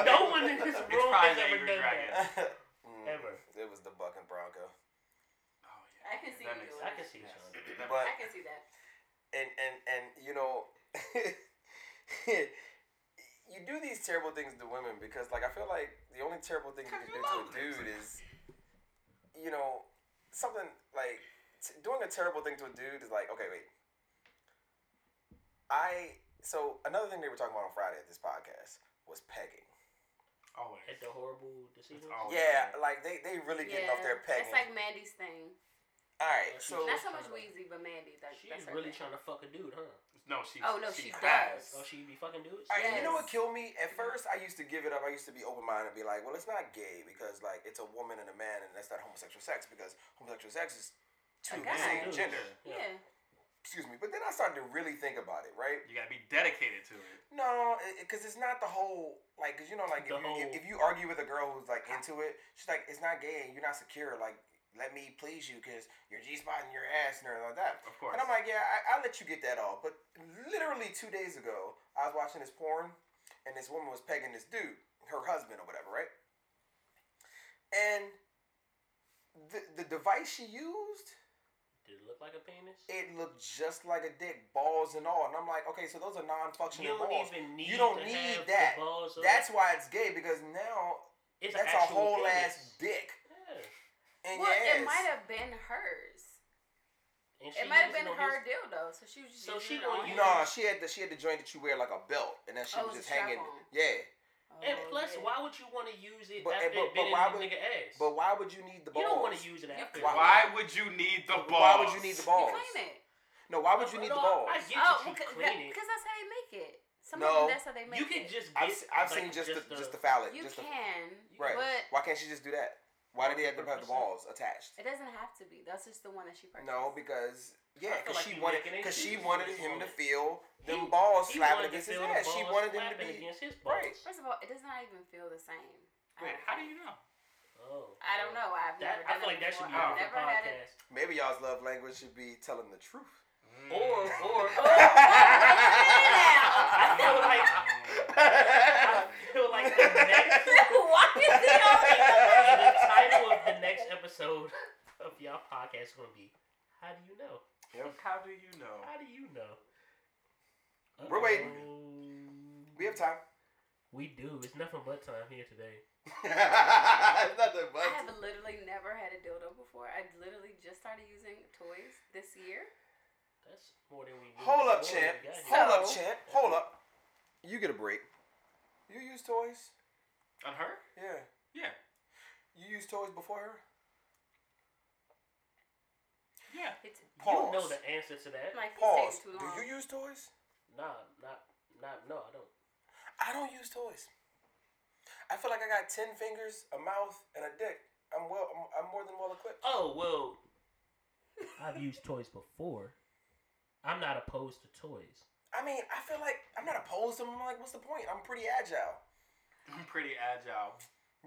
like-
no one in this
It's
room
probably
has
the
ever
angry
done
dragon.
that.
Mm,
Ever.
It was the buck and Bronco,
Oh,
I can see
That
you
makes
I
doing that.
can see
Yes.
Sean.
That-
but
I can see that.
and and and you know you do these terrible things to women because like i feel like the only terrible thing you can do to a dude is you know something like t- doing a terrible thing to a dude is like okay wait i so another thing they were talking about on friday at this podcast was pegging
always.
At the horrible decision.
It's always-
yeah like they, they really getting off their pegging
That's like Mandy's thing.
all right so
Not so much Wheezy, but Mandy. That,
She's
that's her
really
thing.
trying to fuck a dude, huh?
No, she.
Oh, no, she
has.
does.
Oh, she be fucking dudes.
All right, You know what
Yes. Mm-hmm.
killed me? At first, I used to give it up. I used to be open minded and be like, well, it's not gay because, like, it's a woman and a man, and that's not homosexual sex because homosexual sex is two
A
of
guy.
the same
Dudes.
gender.
Yeah.
Yeah.
Excuse me. But then I started to really think about it, right?
You gotta be dedicated to it.
No, because it's not the whole, like, because you know, like, if you,
The whole-
if, if you argue with a girl who's, like, into it, she's like, it's not gay and you're not secure. Like, let me please you because your G spot and your ass and everything like that.
Of course.
And I'm like, yeah, I, I let you get that off. But literally two days ago, I was watching this porn, and this woman was pegging this dude, her husband or whatever, right? And the the device she used,
Did it look like a penis?
it looked just like a dick, balls and all. And I'm like, okay, so those are
You
non-functional
don't
balls.
even need.
You don't
to
need
have the
that.
balls of-
That's why it's gay because now
It's an
that's a
actual
whole
penis.
ass dick.
Yeah.
And
Well,
yes,
it might have been hers.
And she
It might have
using
been
on
her
his-
dildo, so she was just.
So she
using it
gonna
on
use-
him.
No, she had the she had the joint that you wear like a belt, and then she
Oh,
was
it was
just
a
hanging.
strap-on.
Yeah,
And
Oh,
plus,
yeah.
why would you want to use it
But-
after
but-
it
but
been
why
in
would-
the nigga ass?
but why would you need the balls?
you don't want to use it after.
Why-
Why would you need the
Why
balls?
Why would you need the balls?
You claim it.
No, why would you need the
No,
balls?
I, I get
Oh,
that you
because
clean it.
that's how they make it. Some
No.
of them, that's how they make
You
it.
can just. Get,
I've, se- I've
like,
seen just, the, just the phallic.
You
just the,
can,
right.
but
Why can't she just do that? Why do they have to have the
100%.
balls attached?
it doesn't have to be. That's just the one that she purchased.
No, because yeah,
I feel
because
like
she
you
wanted
making it
because she
easy
wanted
for this
him to
woman.
feel them
He-
balls
he
slapping
wanted to
against his
feel the
ass. She
balls
wanted him to
slapping
be.
against his balls.
Right.
First of all, it does not even feel the same. I
Wait,
don't
how do
know.
you know?
Oh,
I don't know. I've
That,
never.
I
done
feel
it
like that should be
before.
our
I've
off the
never had it.
podcast.
Maybe y'all's love language should be telling the truth.
Mm. Or, or,
Oh,
I feel
Why
like, Mm. I feel like the next,
is he on
the title of the next episode of y'all podcast gonna be, how do you know?
How do you know?
How do you know?
We're waiting.
Uh-oh.
We have time.
We do. It's nothing but time here today.
it's not that
I have
much.
literally never had a dildo before. I literally just started using toys this year.
That's more than we need.
Hold up,
More than
champ.
we got here.
Hold up,
So-
champ. Hold up. You get a break. You use toys?
On her?
Yeah.
Yeah.
You used toys before her?
Yeah.
It's
Pause.
You know the answer to that.
like
Pause.
it's taking too long.
Do you use toys?
Nah, not, not, no, I don't.
I don't use toys. I feel like I got ten fingers, a mouth, and a dick. I'm well. I'm, I'm more than well equipped.
Oh well, I've used toys before. I'm not opposed to toys.
I mean, I feel like I'm not opposed to them. I'm like, what's the point? I'm pretty agile.
I'm pretty agile.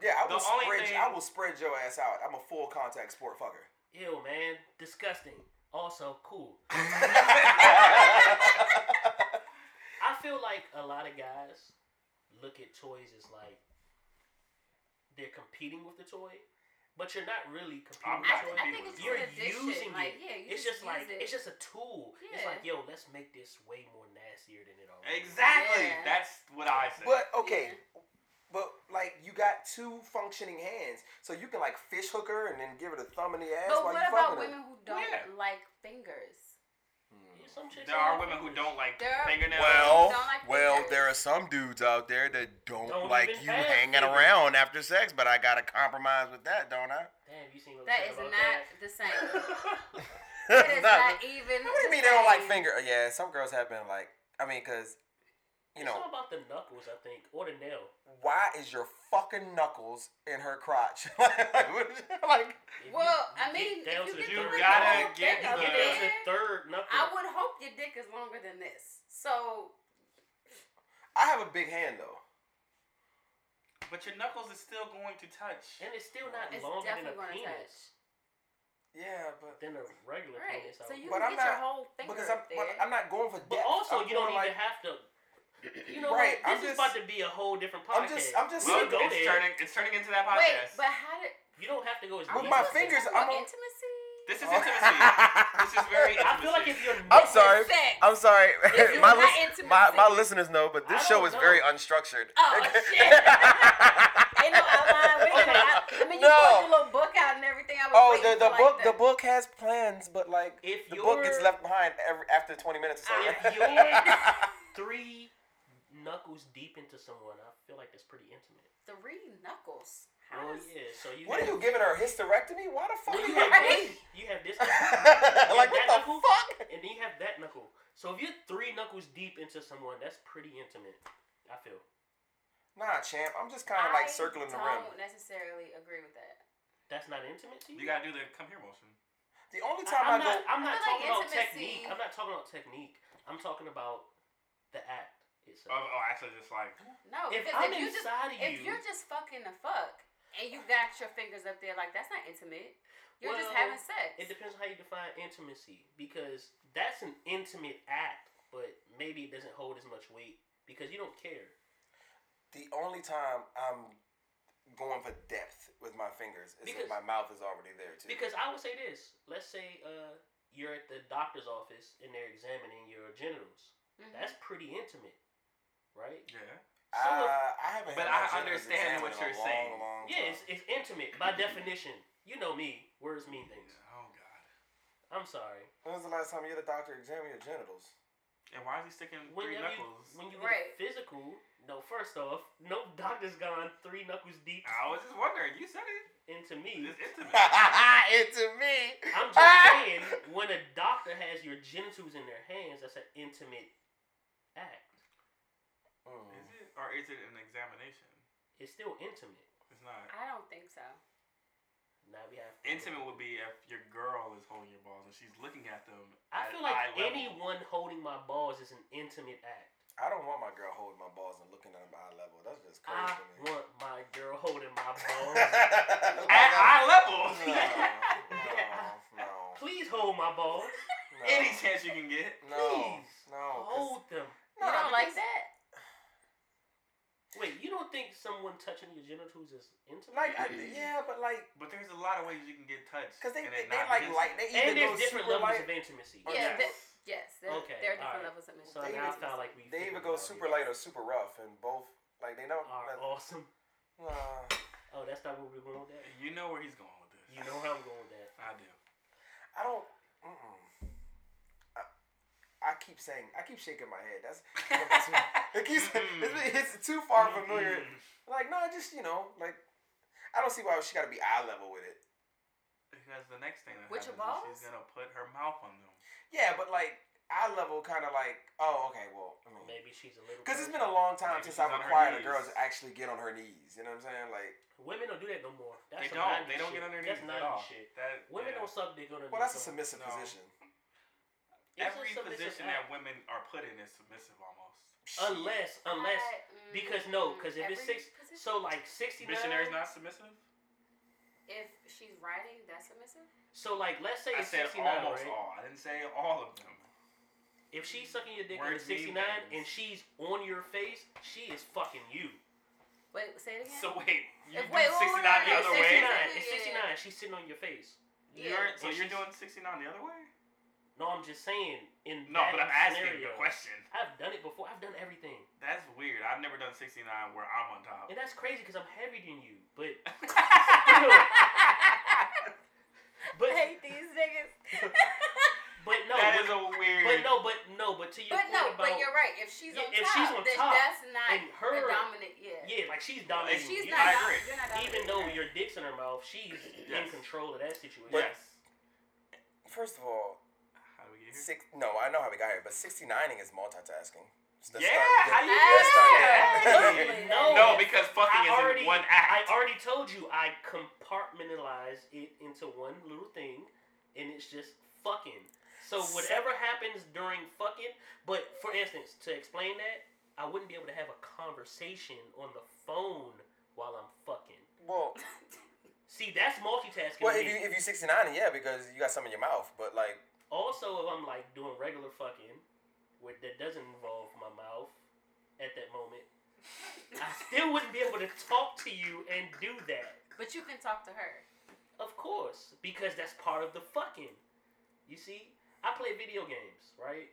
Yeah, I will
The only
spread.
thing-
I will spread your ass out. I'm a full contact sport fucker.
Ew, man, disgusting. Also cool. I feel like a lot of guys look at toys as like they're competing with the toy, but you're not really competing
I'm not
with the toy.
I, I think it's
You're
an addiction.
using
like,
it.
yeah, you
it's just,
just
like
use it.
it's just a tool. It's
Yeah.
like, yo, let's make this way more nastier than it already. is.
Exactly.
Yeah.
That's what I said.
But okay, but like you got two functioning hands, so you can like fish hook her and then give her the thumb in the ass
But
while
what
you
about
fucking her.
women who don't
Yeah.
like fingers?
Mm.
Some chicks
There are women who don't like
There are-
fingernails.
Well,
Don't like
well,
fingers.
there are some dudes out there that don't,
Don't
like
even
you
have
hanging
fingers.
around after sex, but I gotta compromise with that, don't I?
Damn, you seem
That
upset
is
about
not
that.
the same.
Not-
It is not even.
what do you
the
mean they don't like
same.
finger? uh, Yeah, some girls have been like, I mean, cause you know,
It's all about the knuckles, I think, or the nail.
why is your fucking knuckles in her crotch? like, what- like,
If
Well, I
you
mean,
get down to
if you
the
get
you
the
third
ring
gotta
on your
get
finger,
the- Yeah, there.
knuckle, get down
man,
to the third knuckle.
I would hope your dick is longer than this. So
I have a big hand though.
But your knuckles is still going to touch.
and it's still not
it's
longer than a
definitely going to
penis.
touch.
Yeah, but
Than a regular
Right.
penis. I
So
would
you
But I'm
can get your
not-
whole finger
because I'm,
up
but
there.
I'm not going for depth.
But also,
I'm
you don't
going, like,
even have to. You know,
Right,
what?
I'm
this is
just-
about to be a whole different podcast.
I'm just- I'm just-
We
Well,
can go
it's
there.
turning it's turning into that
Wait,
podcast.
but how did?
You don't have to go as
With
deep
my
as this.
fingers-
I'm
I'm on-
intimacy.
this is
Oh.
intimacy. this is very
I feel like if you're.
I'm sorry.
Sex.
I'm sorry.
This is
my,
not
lis- my,
intimacy.
my listeners know, but this
I
show
don't
is
know.
very unstructured.
Oh, shit. Ain't no outline. Wait a minute. I, I mean, you
No.
pulled your little book out and everything. I was
oh,
waiting
the, the
for,
book
like,
the book has plans, but like
If
the book gets
you're-
left behind every, after 20 minutes or
If
something.
you're three knuckles deep into someone, I feel like that's pretty intimate.
three knuckles. How
Well,
does-
Oh, yeah. So you.
what are
have,
you giving her hysterectomy? Why the fuck? are
Well,
you
you have
Right?
this. You have this.
like what
that
the
knuckle?
fuck?
And then you have that knuckle. So if you're three knuckles deep into someone, that's pretty intimate. I feel.
Nah, champ. I'm just kind of like circling the rim.
I don't necessarily agree with that.
That's not intimate to you.
you gotta do the come here motion.
The only
I-
time I,
I'm
go,
not. I'm not
I feel like
talking about
intimacy-
technique. I'm not talking about technique. I'm talking about the act
Oh,
itself.
oh actually just like
No,
if
because
I'm
if you just
inside of
if
you,
you're just fucking the fuck and you got your fingers up there, like that's not intimate. You're
Well,
just having sex.
it depends on how you define intimacy because that's an intimate act, but maybe it doesn't hold as much weight because you don't care.
the only time I'm going for depth with my fingers is
Because-
if my mouth is already there too.
Because I would say this. Let's say uh, you're at the doctor's office and they're examining your genitals.
Mhm.
That's pretty intimate, right?
Yeah.
uh, I haven't.
But
had
I
my genitals
understand
examined
what
in a
you're
long,
saying.
long
Yeah,
time.
it's, it's intimate by definition. You know me. Words mean things.
Oh god.
I'm sorry.
When was the last time you had a doctor examine your genitals?
And why is he sticking
When
three
you,
knuckles?
when you
Right.
get physical, no. First off, no doctor's gone three knuckles deep
I was just wondering. You said it.
into me.
It's intimate.
it's me.
I'm just saying, when a doctor has your genitals in their hands, that's an intimate act.
Mm.
Is it or is it an examination?
It's still intimate.
It's not.
I don't think so.
Now we have
Intimate would be if your girl is holding your balls and she's looking at them.
I
at
feel like
eye level.
anyone holding my balls is an intimate act.
I don't want my girl holding my balls and looking at them eye level. That's just crazy
I
to me.
want my girl holding my balls.
Like,
at
I-
eye level.
no, no, no,
Please hold my balls.
no.
Any chance you can get.
No,
Please
no, Oh, 'cause-
hold them.
You don't like
because-
that?
Wait, you don't think someone touching your genitals is intimate?
Like, I, yeah, but like,
But there's a lot of ways you can get touched.
cause they
and
they,
it
they
not
like
be
light. They even
and
go
there's different
super
levels
light.
of intimacy.
Oh,
Yeah,
yes.
that- yes. There,
Okay,
there are different
alright.
levels of
So
intimacy.
They
now I
even-
found like we.
They even
figured it
go
out
super
here.
light or super rough, and both like they don't.
Are awesome.
uh,
Oh, that's not where we're going with that.
You know where he's going with this.
You know how I'm going with that.
I do.
I don't. Mm-mm. I, I keep saying, I keep shaking my head. That's it keeps it's, it's too far familiar.
Mm-mm.
Like, no, just you know, like I don't see why she got to be eye level with it.
Because the next thing that
With your
happens is
balls?
she's gonna put her mouth on them.
Yeah, but like eye level, kind of like, oh, okay, well, I mean,
Maybe she's a little.
because it's been
person.
a long time
Maybe
since
she's
I've
on her
required a
knees.
girl to actually get on her knees. You know what I'm saying? Like,
Women don't do that no more. That's
They
some
don't.
90s
They don't get
shit.
underneath
That's
at all.
90s shit.
That
Women
yeah.
don't suck dick underneath.
well, that's a
someone.
submissive
No.
position.
It's
Every
a submissive
position
act.
that women are put in is submissive almost.
Unless, unless,
I-
because no,
mm,
because if it's
every
six,
position-
so like sixty
Missionary's
nine.
not submissive.
if she's writing, that's submissive.
So like, let's say
I
it's
said
sixty nine,
almost
right?
all. I didn't say all of them.
If she's sucking your dick on
Words
the sixty
mean
nine
things.
and she's on your face, she is fucking you.
Wait, say it again.
So wait, you
If-
do
wait, wait,
69
wait,
the
wait, wait,
other
wait,
way?
69.
Yeah,
It's 69.
yeah, yeah.
She's sitting on your face.
Yeah.
You're, so
And
you're
she's-
doing 69 the other way?
No, I'm just saying. In
No,
that
but I'm asking the
scenario,
question.
I've done it before. I've done everything,
That's weird. I've never done 69 where I'm on top.
and that's crazy because I'm heavier than you. But but
I hate these niggas.
But no, no,
that
but-
is a weird.
But no, but no, but to your
But
point
no,
about
but you're right. If she's
Yeah,
on
if
top,
she's on
then
top,
that's not
and her-
the dominant. Yeah.
yeah, like she's
If
dominating.
and
she's
you.
not,
I
dominant,
agree.
you're not dominant.
even though your dick's in her mouth, she's in
Yes.
control of that situation.
yes.
First of all,
How do we get here?
six. No, I know how we got here, but 69ing is multitasking. It's the
yeah.
start-
How you
Yeah,
get
yeah,
started?
yeah.
No,
No.
because fucking
I
is in
already-
one
I
act.
already told you I compartmentalize it into one little thing, and it's just fucking. So whatever happens during fucking, but for instance, to explain that, I wouldn't be able to have a conversation on the phone while I'm fucking.
well,
See, that's multitasking.
well,
to
if
me.
you if you 69, yeah, because you got something in your mouth. But like,
Also, if I'm like doing regular fucking, with that doesn't involve my mouth at that moment, I still wouldn't be able to talk to you and do that.
But you can talk to her.
Of course, because that's part of the fucking. You see, I play video games, right?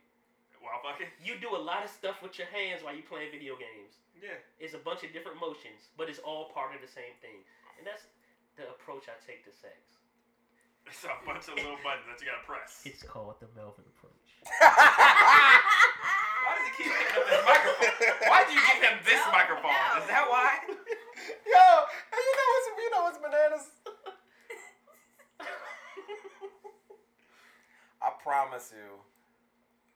While fucking.
You do a lot of stuff with your hands while you're playing video games.
Yeah.
It's a bunch of different motions, but it's all part of the same thing. And that's the approach I take to sex.
It's a bunch of little buttons that you gotta press.
It's called the Melvin approach.
Ah!
Why does he keep picking up this microphone? Why do you give him this
No,
microphone?
no.
Is that why?
yo, and you know what's you know what's bananas. I promise you,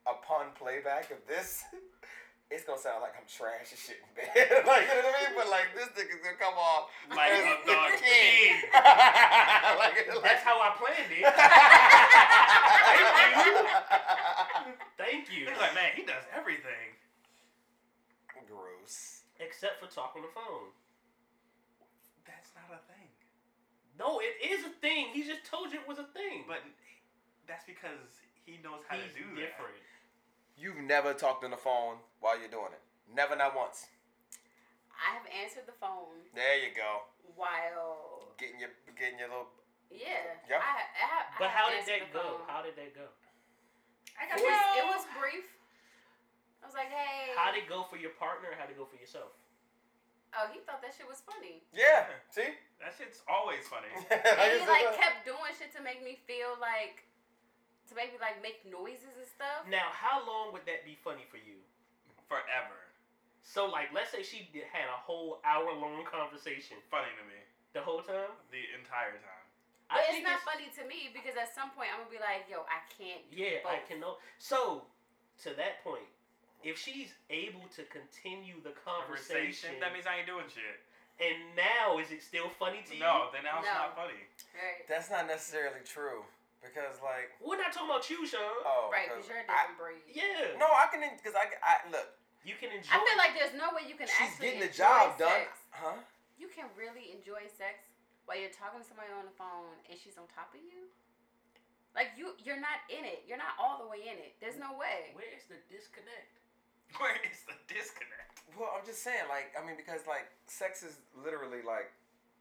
upon playback of this, it's gonna sound like I'm trash as shit in bed. like you know what I mean? But like this nigga's gonna come off
Like
as
a
the
dog
king.
king.
like,
That's how I planned it. Thank you.
He's like, man, he does everything.
Gross.
Except for talk on the phone.
That's not a thing.
No, it is a thing. He just told you it was a thing.
But that's because he knows how
he's
to do
different.
You've never talked on the phone while you're doing it. Never, not once.
I have answered the phone
There you go.
while.
Getting your, getting your little.
Yeah.
Yeah.
I, ha- I, ha- I
But
have
how did
answered
that
the
go?
phone.
How did that go?
I got it, was, it was brief. I was like, hey.
How did it go for your partner? How did it go for yourself?
Oh, he thought that shit was funny.
Yeah. See.
that. That shit's always funny.
And he like kept doing shit to make me feel like, to make me like make noises and stuff.
Now, how long would that be funny for you?
Forever.
So, like, let's say she did, had a whole hour long conversation
Funny to me.
the whole time.
The entire time.
But it's
think
not funny to me because at some point I'm gonna be like, yo, I can't. do
Yeah, I
both.
can know. So, to that point, if she's able to continue the
Conversation.
conversation,
That means I ain't doing shit.
and now is it still funny to you?
No, then now it's
No.
not funny.
Right.
That's not necessarily true because like
We're not talking about you, Sean.
oh
Right, because you're a
I,
different breed.
yeah.
no, I can because I, can- I look.
You can enjoy.
I feel like there's no way you can
She's
actually
getting the job
enjoy sex.
done, huh?
You can really enjoy sex while you're talking to somebody on the phone and she's on top of you. Like you, you're not in it. You're not all the way in it. There's no way.
Where is the disconnect?
Where is the disconnect?
Well, I'm just saying like I mean because like sex is literally like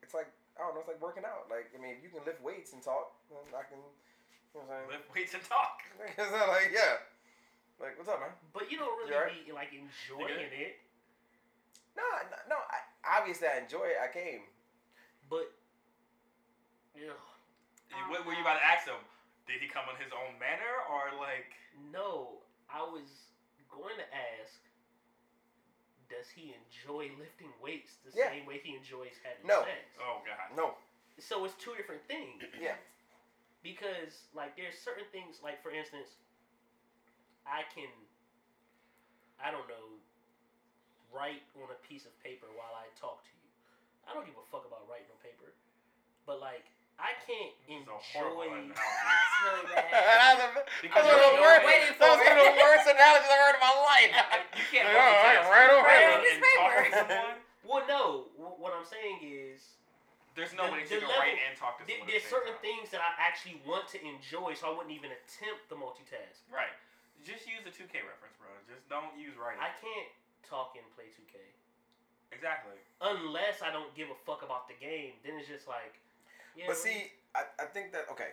it's like I don't know it's like working out. Like I mean if you can lift weights and talk, then I can. You know what I'm saying?
Lift weights and talk.
It's not like yeah. Like what's up, man?
But you don't really
You alright?
be like enjoying it.
No, no, no I, obviously I enjoy it. I came.
But yeah,
You- What were you about to ask him? Did he come in his own manner or like?
no, I was going to ask, does he enjoy lifting weights the
Yeah.
same way he enjoys having
No.
sex?
Oh god.
No,
So it's two different things
yeah,
because like there's certain things like for instance, I can, I don't know, write on a piece of paper while I talk to you. I don't give a fuck about writing on paper, but like I can't
It's a
enjoy.
horrible analogy.
It's really bad.
that's
Because
one of the worst- that was one of the
worst analogies I've heard in my life.
You can't
Yeah,
multitask.
right, right over
and
here.
talk to
Right over here.
someone.
Well, no. wh- What I'm saying is,
There's no
The-
way that
the
you can
level-
write and talk to
th-
someone. at the
there's
same
certain
time.
things that I actually want to enjoy, so I wouldn't even attempt the multitask.
Right. Just use the 2K reference, bro. Just don't use writing.
I can't talk and play 2K
Exactly.
unless I don't give a fuck about the game. Then it's just like, yeah.
But see, I, I think that okay,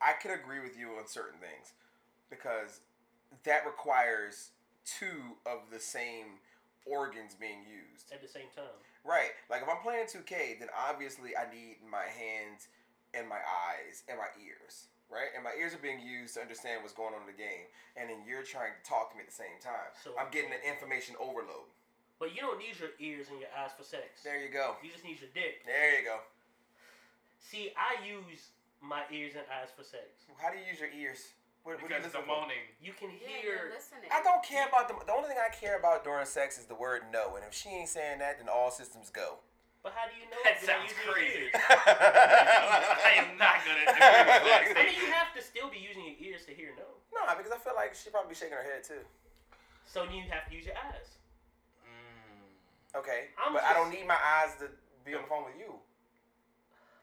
I could agree with you on certain things because that requires two of the same organs being used.
at the same time,
Right. Like if I'm playing 2K, then obviously I need my hands and my eyes and my ears. right? And my ears are being used to understand what's going on in the game. And then you're trying to talk to me at the same time.
So-
I'm getting an information overload.
But you don't need your ears and your eyes for sex.
There you go.
You just need your dick.
There you go.
See, I use my ears and eyes for sex.
How do you use your ears? What, what do you
Because
listen
the
for?
moaning.
You can
Yeah,
hear.
you're listening.
I don't care about the. The only thing I care about during sex is the word no. And if she ain't saying that, then all systems go.
But how do you know?
That
if you're not
sounds
using your
crazy.
ears?
I am not good at agree with that
I mean,
statement.
you have to still be using your ears to hear no.
Nah, because I feel like she probably be shaking her head too.
So you have to use your eyes.
mm,
Okay,
I'm
but I don't
just-
need my eyes to be on the phone with you.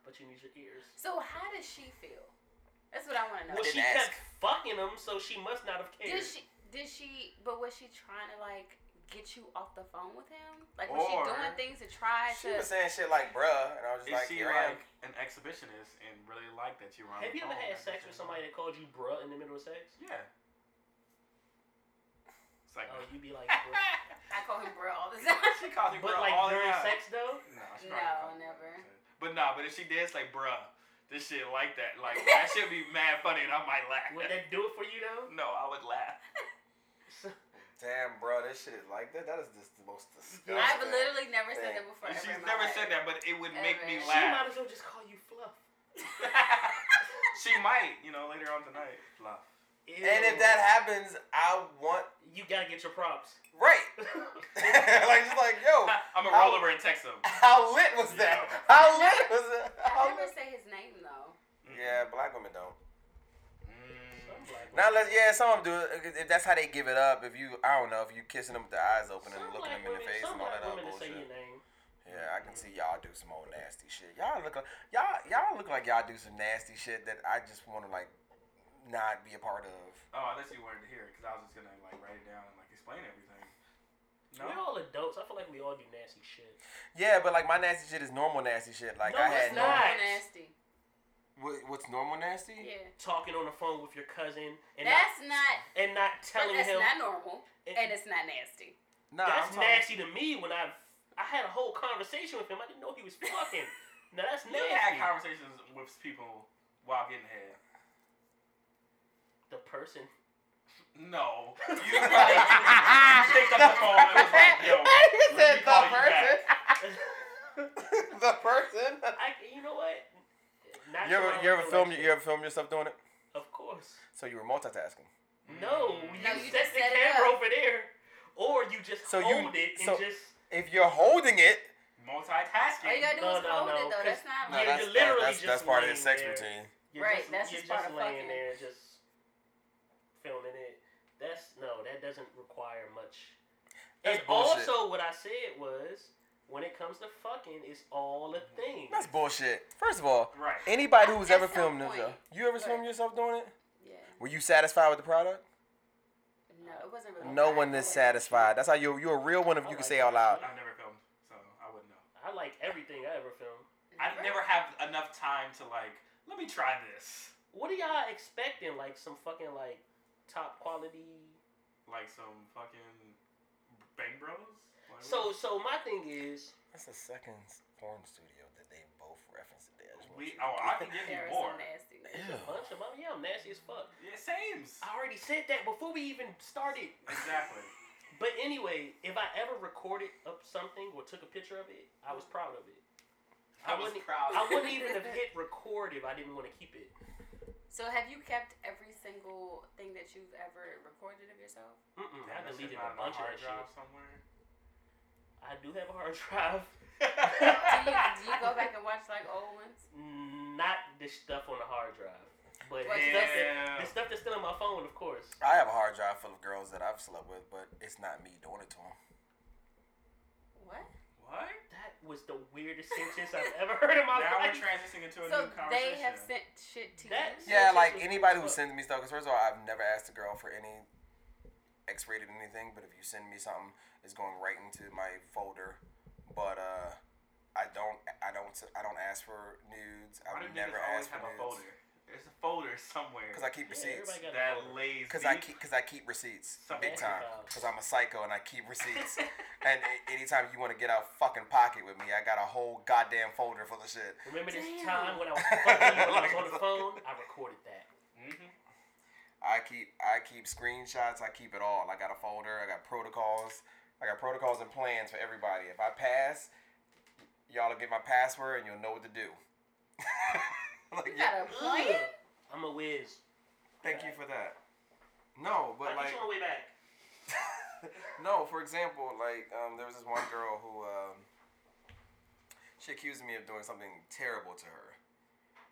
But you need your ears.
So how does she feel? That's what I want to know.
Well, she
didn't
kept fucking him, so she must not have cared.
Did she? Did she? But was she trying to like get you off the phone with him? Like was
Or-
she doing things to try
She
to?
was saying shit like "bruh," and I was just
Is
like,
she
"Here I am."
like an exhibitionist and really like that you're on
Have
the
you ever
phone
had
and
sex with
everything?
somebody that called you bruh in the middle of sex?
Yeah. It's like,
Oh, you'd be like, bruh.
I call him bro all the time.
she calls you
but
bruh
like
all the
during
time.
sex though,
No, she
No,
probably called me
never.
bruh. But no, but if she did, it's like, bruh, this shit like that. Like, that should be mad funny and I might laugh.
would that do it for you though?
No, I would laugh.
So-
Damn, bro, this shit is like that. That is just the most disgusting.
I've literally never said that
And
before. ever
She's
in my
never
life.
said that, but it would make me
Ever.
she
laugh.
might as well just call you fluff.
she might, you know, later on tonight. Laugh.
And if that happens, I want
happens, you gotta get your props.
right. like just like, yo,
I'm gonna
how-
roll over and text him.
how lit was that?
Yeah.
How lit was that?
I
How
never
lit?
say his name though.
Yeah, black women don't.
Mm.
Some black
Now let's yeah, some of them do it. If that's how they give it up, if you I don't know, if you kissing them with the eyes open and
Some
looking
black
them in the
women-
face and
some
all
black
that other
women say
bullshit.
your name.
Yeah, I can see y'all do some old nasty shit. Y'all look like y'all y'all look like y'all do some nasty shit that I just want to like not be a part of.
Oh, I thought you wanted to hear it because I was just gonna like write it down and like explain everything.
We're
No,
all adults. I feel like we all do nasty shit.
Yeah, but like my nasty shit is normal nasty shit. Like I
No, it's
had
not.
normal-
Nice.
Nasty.
What- what's normal nasty?
Yeah.
Talking on the phone with your cousin and
That's not.
not, and not telling
That's
him.
not normal,
and-
and it's not nasty.
Nah, I'm
that's
talking-
nasty to me when I I had a whole conversation with him. I didn't know he was fucking. now that's
you had
nasty.
conversations with people while getting head.
the person.
No, you probably just picked up the phone and was like, "Yo,
He
let
said
me
the
call you back."
person. the person.
I, you know what? Not
You
to
ever
my
you ever
own
film
direction.
you ever film yourself doing it?
Of course.
So you were multitasking.
No,
Mm.
you
No,
set
you just
the
set it
camera
up.
over there, or you just
So you-
hold it and
so-
just.
If you're holding it,
All you
Multitasking.
gotta do
No,
is
no,
hold
no,
it though.
'cause
That's not
no,
Yeah,
like.
that's,
you're literally
that's, that's
just
part of his
laying
sex
there.
routine.
You're
Right,
just,
that's
you're
just part
just
of
laying
fucking.
there, just filming it. That's no, that doesn't require much.
That's
and
bullshit.
also, what I said was, when it comes to fucking, it's all a
Mm-hmm.
thing.
That's bullshit. First of all,
Right.
anybody who's
At
ever
some
filmed
point.
themselves, you ever
Right.
filmed yourself doing it?
Yeah.
Were you satisfied with the product?
No, it wasn't really.
No
bad.
one is satisfied. That's how you you're a real one if
I
you can
like
say out
that
loud.
shit.
I've never filmed, so I wouldn't know.
I like everything I ever filmed.
I never have enough time to like. Let me try this.
What are y'all expecting? Like some fucking like top quality.
Like some fucking Bang Bros. Like,
So, so my thing is,
That's the second porn studio that they both referenced it. I just want
we.
you to
Oh,
get
I can give
There
you
is
more.
some nasty.
that.
it's a bunch of them. Yeah, I'm nasty as fuck.
Yeah, same's.
I already said that before we even started.
Exactly.
But anyway, if I ever recorded up something or took a picture of it, I was proud of it. I
I was
wouldn't-
proud.
I wouldn't even have hit record if I didn't want to keep it.
So have you kept every single thing that you've ever recorded of yourself?
Mm-mm,
Damn,
I
that shit's not
deleted a
on my
bunch of
hard
that
drive
shit.
somewhere.
I do have a hard drive.
Do you, do you go back and watch like old ones?
Not the stuff on the hard drive, but
What's
the, stuff that,
Yeah.
the stuff that's still on my phone, of course.
I have a hard drive full of girls that I've slept with, but it's not me doing it to them.
What?
What?
That was the weirdest sentence I've ever heard in my
Now we're
life.
transitioning into a
So
new
they
conversation.
have sent shit to
That's-
you.
Yeah,
That's
like
just-
anybody who sends me stuff. Because first of all, I've never asked a girl for any X-rated anything. But if you send me something, it's going right into my folder. But uh, I don't, I don't, I don't ask for nudes.
Why do
I've
niggas
never
always
asked for
have a
nudes.
folder? There's a folder somewhere.
Because I keep
Yeah,
receipts.
everybody got a
that
folder.
lazy.
Cause I keep, cause I keep receipts,
Some
big
nasty
time.
files.
Cause I'm a psycho and I keep receipts. and a- anytime you want to get out fucking pocket with me, I got a whole goddamn folder full of shit.
Remember this
Damn.
time when I was fucking you and I was on the phone? I recorded that.
Mm-hmm.
I keep I keep screenshots. I keep it all. I got a folder. I got protocols. I got protocols and plans for everybody. If I pass, y'all will get my password and you'll know what to do. like,
You
yeah,
got a plan?
I'm a whiz.
thank you for that. No, but
I'll
like
get you on the way back.
no, for example, like um, there was this one girl who um, she accused me of doing something terrible to her,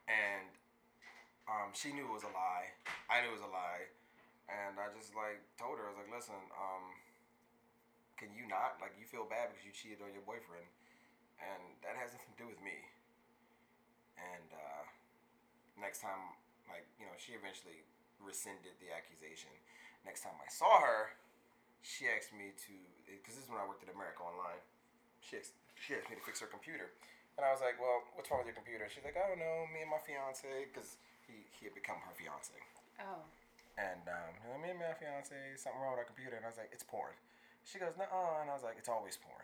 and um, she knew it was a lie. I knew it was a lie, and I just like told her I was like, listen, um, can you not like you feel bad because you cheated on your boyfriend, and that has nothing to do with me. And uh, next time, like you know, she eventually rescinded the accusation. Next time I saw her, she asked me to because this is when I worked at America Online. She asked, she asked me to fix her computer, and I was like, "Well, what's wrong with your computer?" She's like, "I don't know. Me and my fiance, because he he had become her fiance,
Oh.
and um, you know, me and my fiance, something wrong with our computer." And I was like, "It's porn." She goes, "No," and I was like, "It's always porn."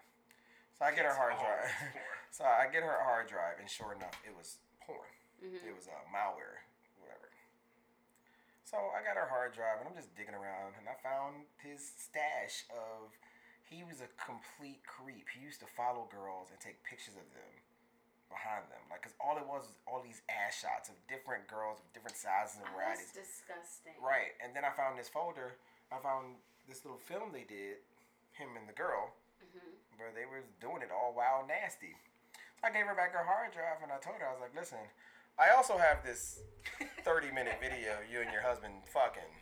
So I get her
It's
hard
always
drive.
porn.
so I get her hard drive, and sure enough, it was porn.
Mm-hmm.
It was uh, malware, whatever. So I got her hard drive, and I'm just digging around, and I found his stash of. He was a complete creep. He used to follow girls and take pictures of them behind them, like, cause all it was was all these ass shots of different girls of different sizes and
Oh,
varieties.
that's disgusting.
Right, and then I found this folder. I found this little film they did, him and the girl,
Mm-hmm.
but they was doing it all wild nasty. So I gave her back her hard drive and I told her, I was like, listen, I also have this 30 minute video of you and your husband fucking.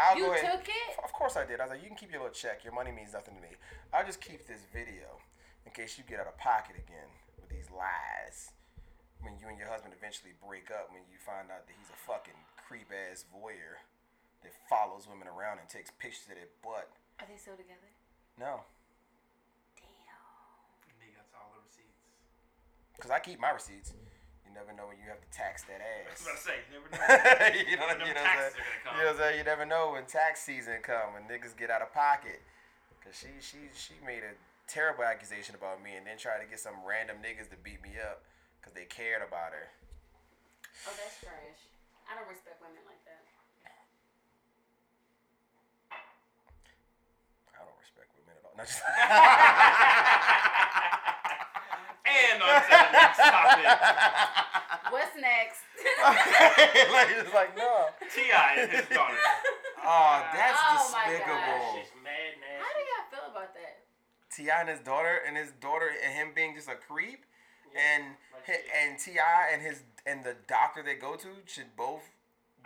I'll go
You
ahead.
took it?
Of course I did. I was like, you can keep your little check. Your money means nothing to me. I'll just keep this video in case you get out of pocket again with these lies. When you and your husband eventually break up, when you find out that he's a fucking creep ass voyeur that follows women around and takes pictures of their butt.
Are they still together?
No,
Damn.
Nigga, it's all the receipts.
Because I keep my receipts. You never know when you have to tax that
I was
ass.
about to say, you never know.
you, know,
When
you, know what
them
I'm saying?
taxes are
you know what
gonna come.
I'm saying? You never know when tax season come when niggas get out of pocket. Because she, she, she made a terrible accusation about me and then tried to get some random niggas to beat me up because they cared about her.
Oh, that's trash. I don't respect women like that.
I don't respect women at all. Not just
and on to the next topic.
What's next?
like, it's like, no.
T.I. and his daughter.
Oh, that's
Oh my
despicable.
gosh.
That's just mad
How do
nasty.
y'all feel about that?
Tiana's daughter and his daughter and him being just a creep. and
like
hi-
shit.
and Ti and his and the doctor they go to should both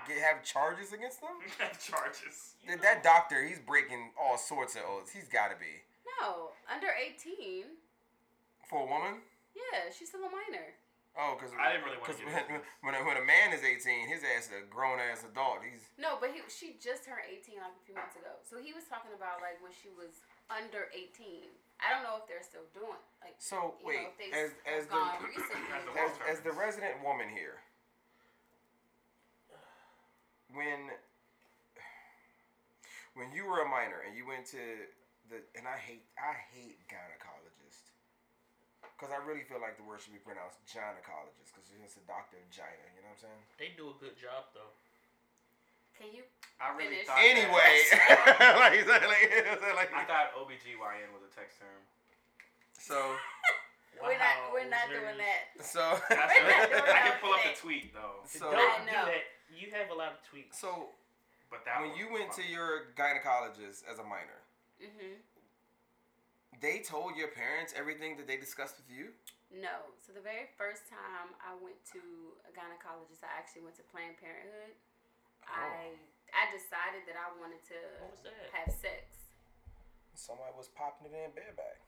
get have charges against them.
Mm-hmm. Charges.
That, that doctor, he's breaking all sorts of oaths. He's got to be
No, under 18.
for a woman.
Yeah, she's still a minor.
Oh, because
I didn't really wanna get
when,
into this.
when, a- when a man is eighteen, his ass is a grown ass adult. He's
No, but he, she just turned 18 like a few months ago. So he was talking about like when she was under 18. I don't know if they're still doing like
so
you
wait
know if they
as as the
gone recently.
as the
as, as the resident woman here. When when you were a minor and you went to the and I hate I hate gynecologist because I really feel like the word should be pronounced gynecologist because it's a doctor of gyna. You know what I'm saying?
They do a good job though.
Can you?
I really
Finish.
thought that-
Anyway, like, you said, like, you said, like,
I thought OBGYN was a text term.
so
we're not. We're not
Wowzers.
doing that.
so
That's
We're not doing
right. I
that
can pull up
today.
the tweet though.
so
Don't
I
do
know.
that. You have a lot of tweets.
so
But that
when
one
you
was
went to
fucking-
your gynecologist as a minor,
Mm-hmm.
they told your parents everything that they discussed with you.
No. So the very first time I went to a gynecologist, I actually went to Planned Parenthood. I I decided that I wanted to
Oh. What was that?
have sex.
Somebody was popping it in bed back.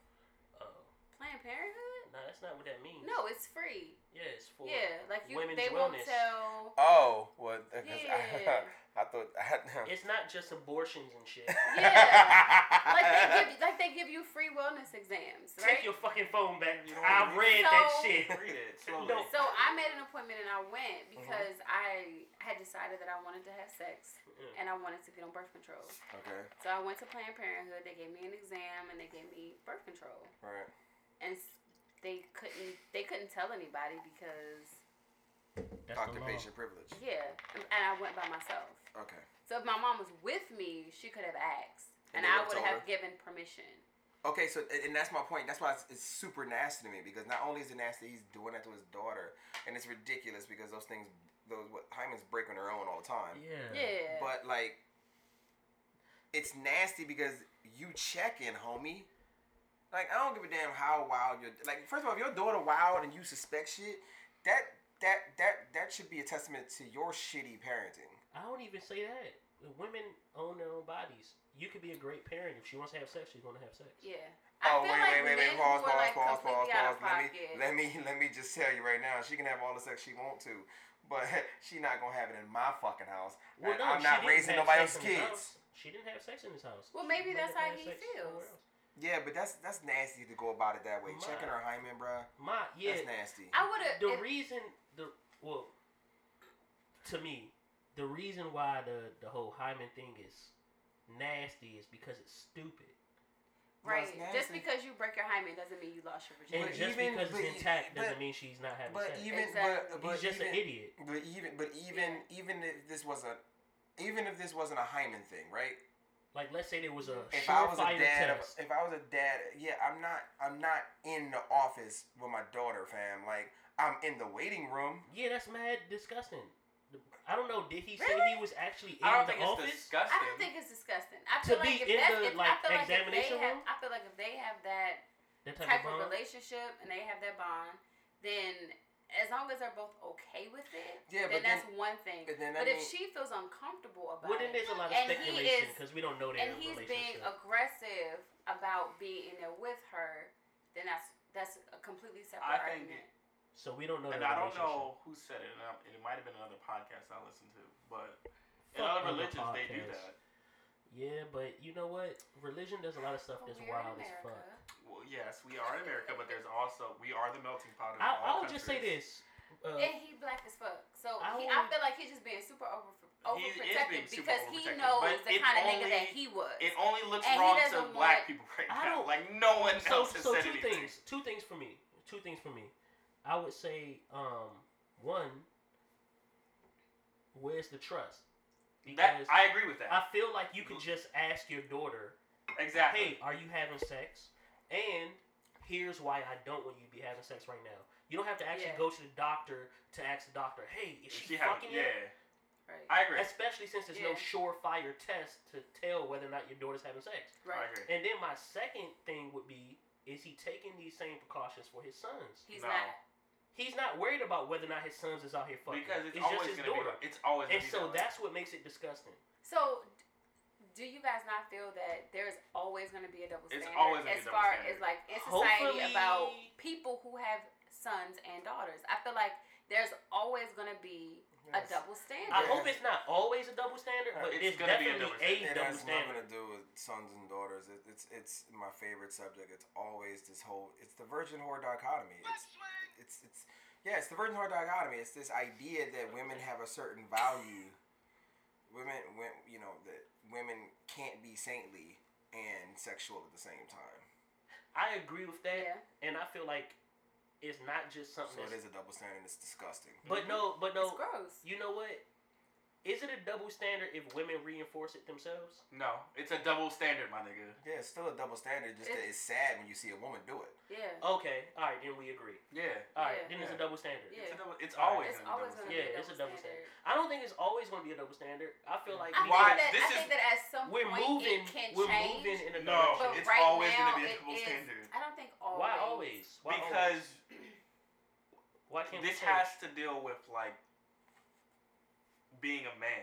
Oh,
Planned Parenthood?
no, that's not what that means.
No, it's free.
Yeah, it's for
yeah, like you,
women's
they won't
wellness.
tell.
Oh, well, because
Yeah.
I, I thought I had
It's not just abortions and shit.
Yeah. like they give you, like they give you free wellness exams, right?
Take your fucking phone back.
You don't
I
even-
read that
So-
shit.
Read it slowly.
No.
so I made an appointment and I went
Mm-hmm.
because I had decided that I wanted to have sex
Yeah.
and I wanted to get on birth control.
Okay,
So I went to Planned Parenthood. They gave me an exam and they gave me birth control,
right.
and s- they couldn't they couldn't tell anybody because
That's
Doctor
the law.
patient privilege.
Yeah, and I went by myself.
Okay.
So if my mom was with me, she could have asked,
And
and,
you
I
would've
would
told
have
her?
given permission.
Okay, so and- and that's my point. That's why it's, it's super nasty to me because not only is it nasty, he's doing that to his daughter, and it's ridiculous because those things, those what Hyman's break on her own all the time.
Yeah.
Yeah.
But like, it's nasty because you checking, homie. Like I don't give a damn how wild you're. Like first of all, if your daughter wild and you suspect shit, that that that that should be a testament to your shitty parenting.
I don't even say that. Women own their own bodies. You could be a great parent if she wants to have sex. She's gonna have sex.
yeah.
Oh wait,
I feel like
wait, wait,
men
wait! Pause,
who are,
pause,
like,
pause, pause,
completely
pause.
out of
Let me,
pocket.
let me, let me just tell you right now, she can have all the sex she want to, but she not gonna have it in my fucking house. and I'm
she
not
didn't
raising
have
nobody
sex
else's
in his
kids.
house. She didn't have sex in his house.
Well,
She
maybe that's
might have
how he
had sex
feels.
somewhere else.
Yeah, but that's that's nasty to go about it that way.
My.
Checking her hymen, bruh.
My yeah.
That's nasty.
I would have.
the reason the well to me the reason why the the whole hymen thing is nasty is because it's stupid
Right.
That's
Just
nasty.
because you break your hymen doesn't mean you lost your
and
But
virginity.
just
even-
because
but
it's intact
e-
doesn't
but-
mean she's not having
But
sex
even,
Exactly.
but, but
he's just
even,
an idiot
But even, but even, even if this was a, even if this wasn't a hymen thing, right?
like let's say there was a
if I was a
surefire
dad, of,
test
if I was a dad, yeah, I'm not, I'm not in the office with my daughter, fam. Like I'm in the waiting room.
yeah that's mad disgusting I don't know did he say he
Really?
was actually in
I don't
the
think
office
it's disgusting.
I don't think it's disgusting. I
To
feel
be
like if
in
that's,
the,
if,
like,
I feel like if they
examination
have,
room?
I feel like if they have that
that type, of
type of
bond?
relationship and they have that bond, then as long as they're both okay with it,
Yeah, but
then that's one thing.
but then I
But if
mean-
she feels uncomfortable about
well then
it,
there's a lot of
And he
speculation
is-
because we don't know their
and he's
relationship
being aggressive about being in there with her, then that's that's a completely separate
I think-
argument.
so we don't know
and
their
I don't know
relationship.
who said it, and I- and it might have been another podcast I listened to, but in
Fuck
other
other
religions they do
podcasts.
that.
yeah but you know what religion does a lot of stuff that's
We're in
wild as
America.
fuck
Well, yes, we are in America, but there's also we are the melting pot of
I,
all
I would just say
countries.
this. Uh,
and he black as fuck. So
I
I, he, I
would-
feel like he's just being super over
He is being
overprotective
super
because he
overprotective,
knows
but
the
it
kind of nigga
only-
that he was.
It only looks
And he
wrong to
doesn't
black
want-
people right
I
now.
don't-
Like no one
so,
else has
so
said
two
anything.
things. Two things for me. Two things for me. I would say, um, one, where's the trust?
That
Because
I
I,
agree with that.
feel like you could just ask your daughter,
exactly.
"Hey, are you having sex?" And here's why I don't want you to be having sex right now. You don't have to actually
Yeah.
go to the doctor to ask the doctor, "Hey, is
If
she,
she have,
fucking yet?"
yeah,
right.
I agree.
Especially since there's no
Yeah.
surefire test to tell whether or not your daughter's having sex.
I
right.
agree.
And then my second thing would be, is he taking these same precautions for his sons?
He's
No.
not.
He's not worried about whether or not his sons is out here fucking.
Because it's,
just
always
his
gonna
daughter.
be. It's always
and
gonna be.
so
that.
that's what makes it disgusting.
So, do you guys not feel that there's always going to be a double
It's
standard
always gonna be a
as
double
far
standard.
as like in society
Hopefully-
about people who have sons and daughters? I feel like there's always going to be a
Yes.
double
I
standard.
Yeah.
hope it's not always a double standard,
Uh,
but
it's
it's,
gonna be a
definitely
double
a
standard.
It
double
has
standard.
nothing to do with sons and daughters. It, it's it's my favorite subject. It's always this whole. It's the virgin whore dichotomy. It's it's it's yeah. It's the virgin whore dichotomy. It's this idea that women have a certain value. Women, when you know that women can't be saintly and sexual at the same time.
I agree with that,
Yeah.
and I feel like it's not just something.
So it
that's,
is a double standard. It's disgusting.
But no, but no.
it's gross.
You know what? Is it a double standard if women reinforce it themselves?
No, it's a double standard, my nigga.
Yeah, it's still a double standard. Just that
It's-
it's sad when you see a woman do it.
Yeah.
Okay, all right, then we agree.
Yeah.
All right,
Yeah.
then it's a
Yeah.
double standard.
Yeah.
It's, a double, it's
Alright.
always
It's
gonna
always
be
going
double
to
Yeah,
be a
it's a
double
double
standard.
I don't think it's always going to be a double standard. I feel like
I think,
Why-
that,
this
I
is-
think that at some
we're
point
moving.
it can
we're
change.
moving in a
No,
direction.
but
It's
right
always
now,
gonna be a
it
double
is-
standard.
I don't think always.
Why always? Why
because
always? why can't we
this
change?
has to deal with like being a man.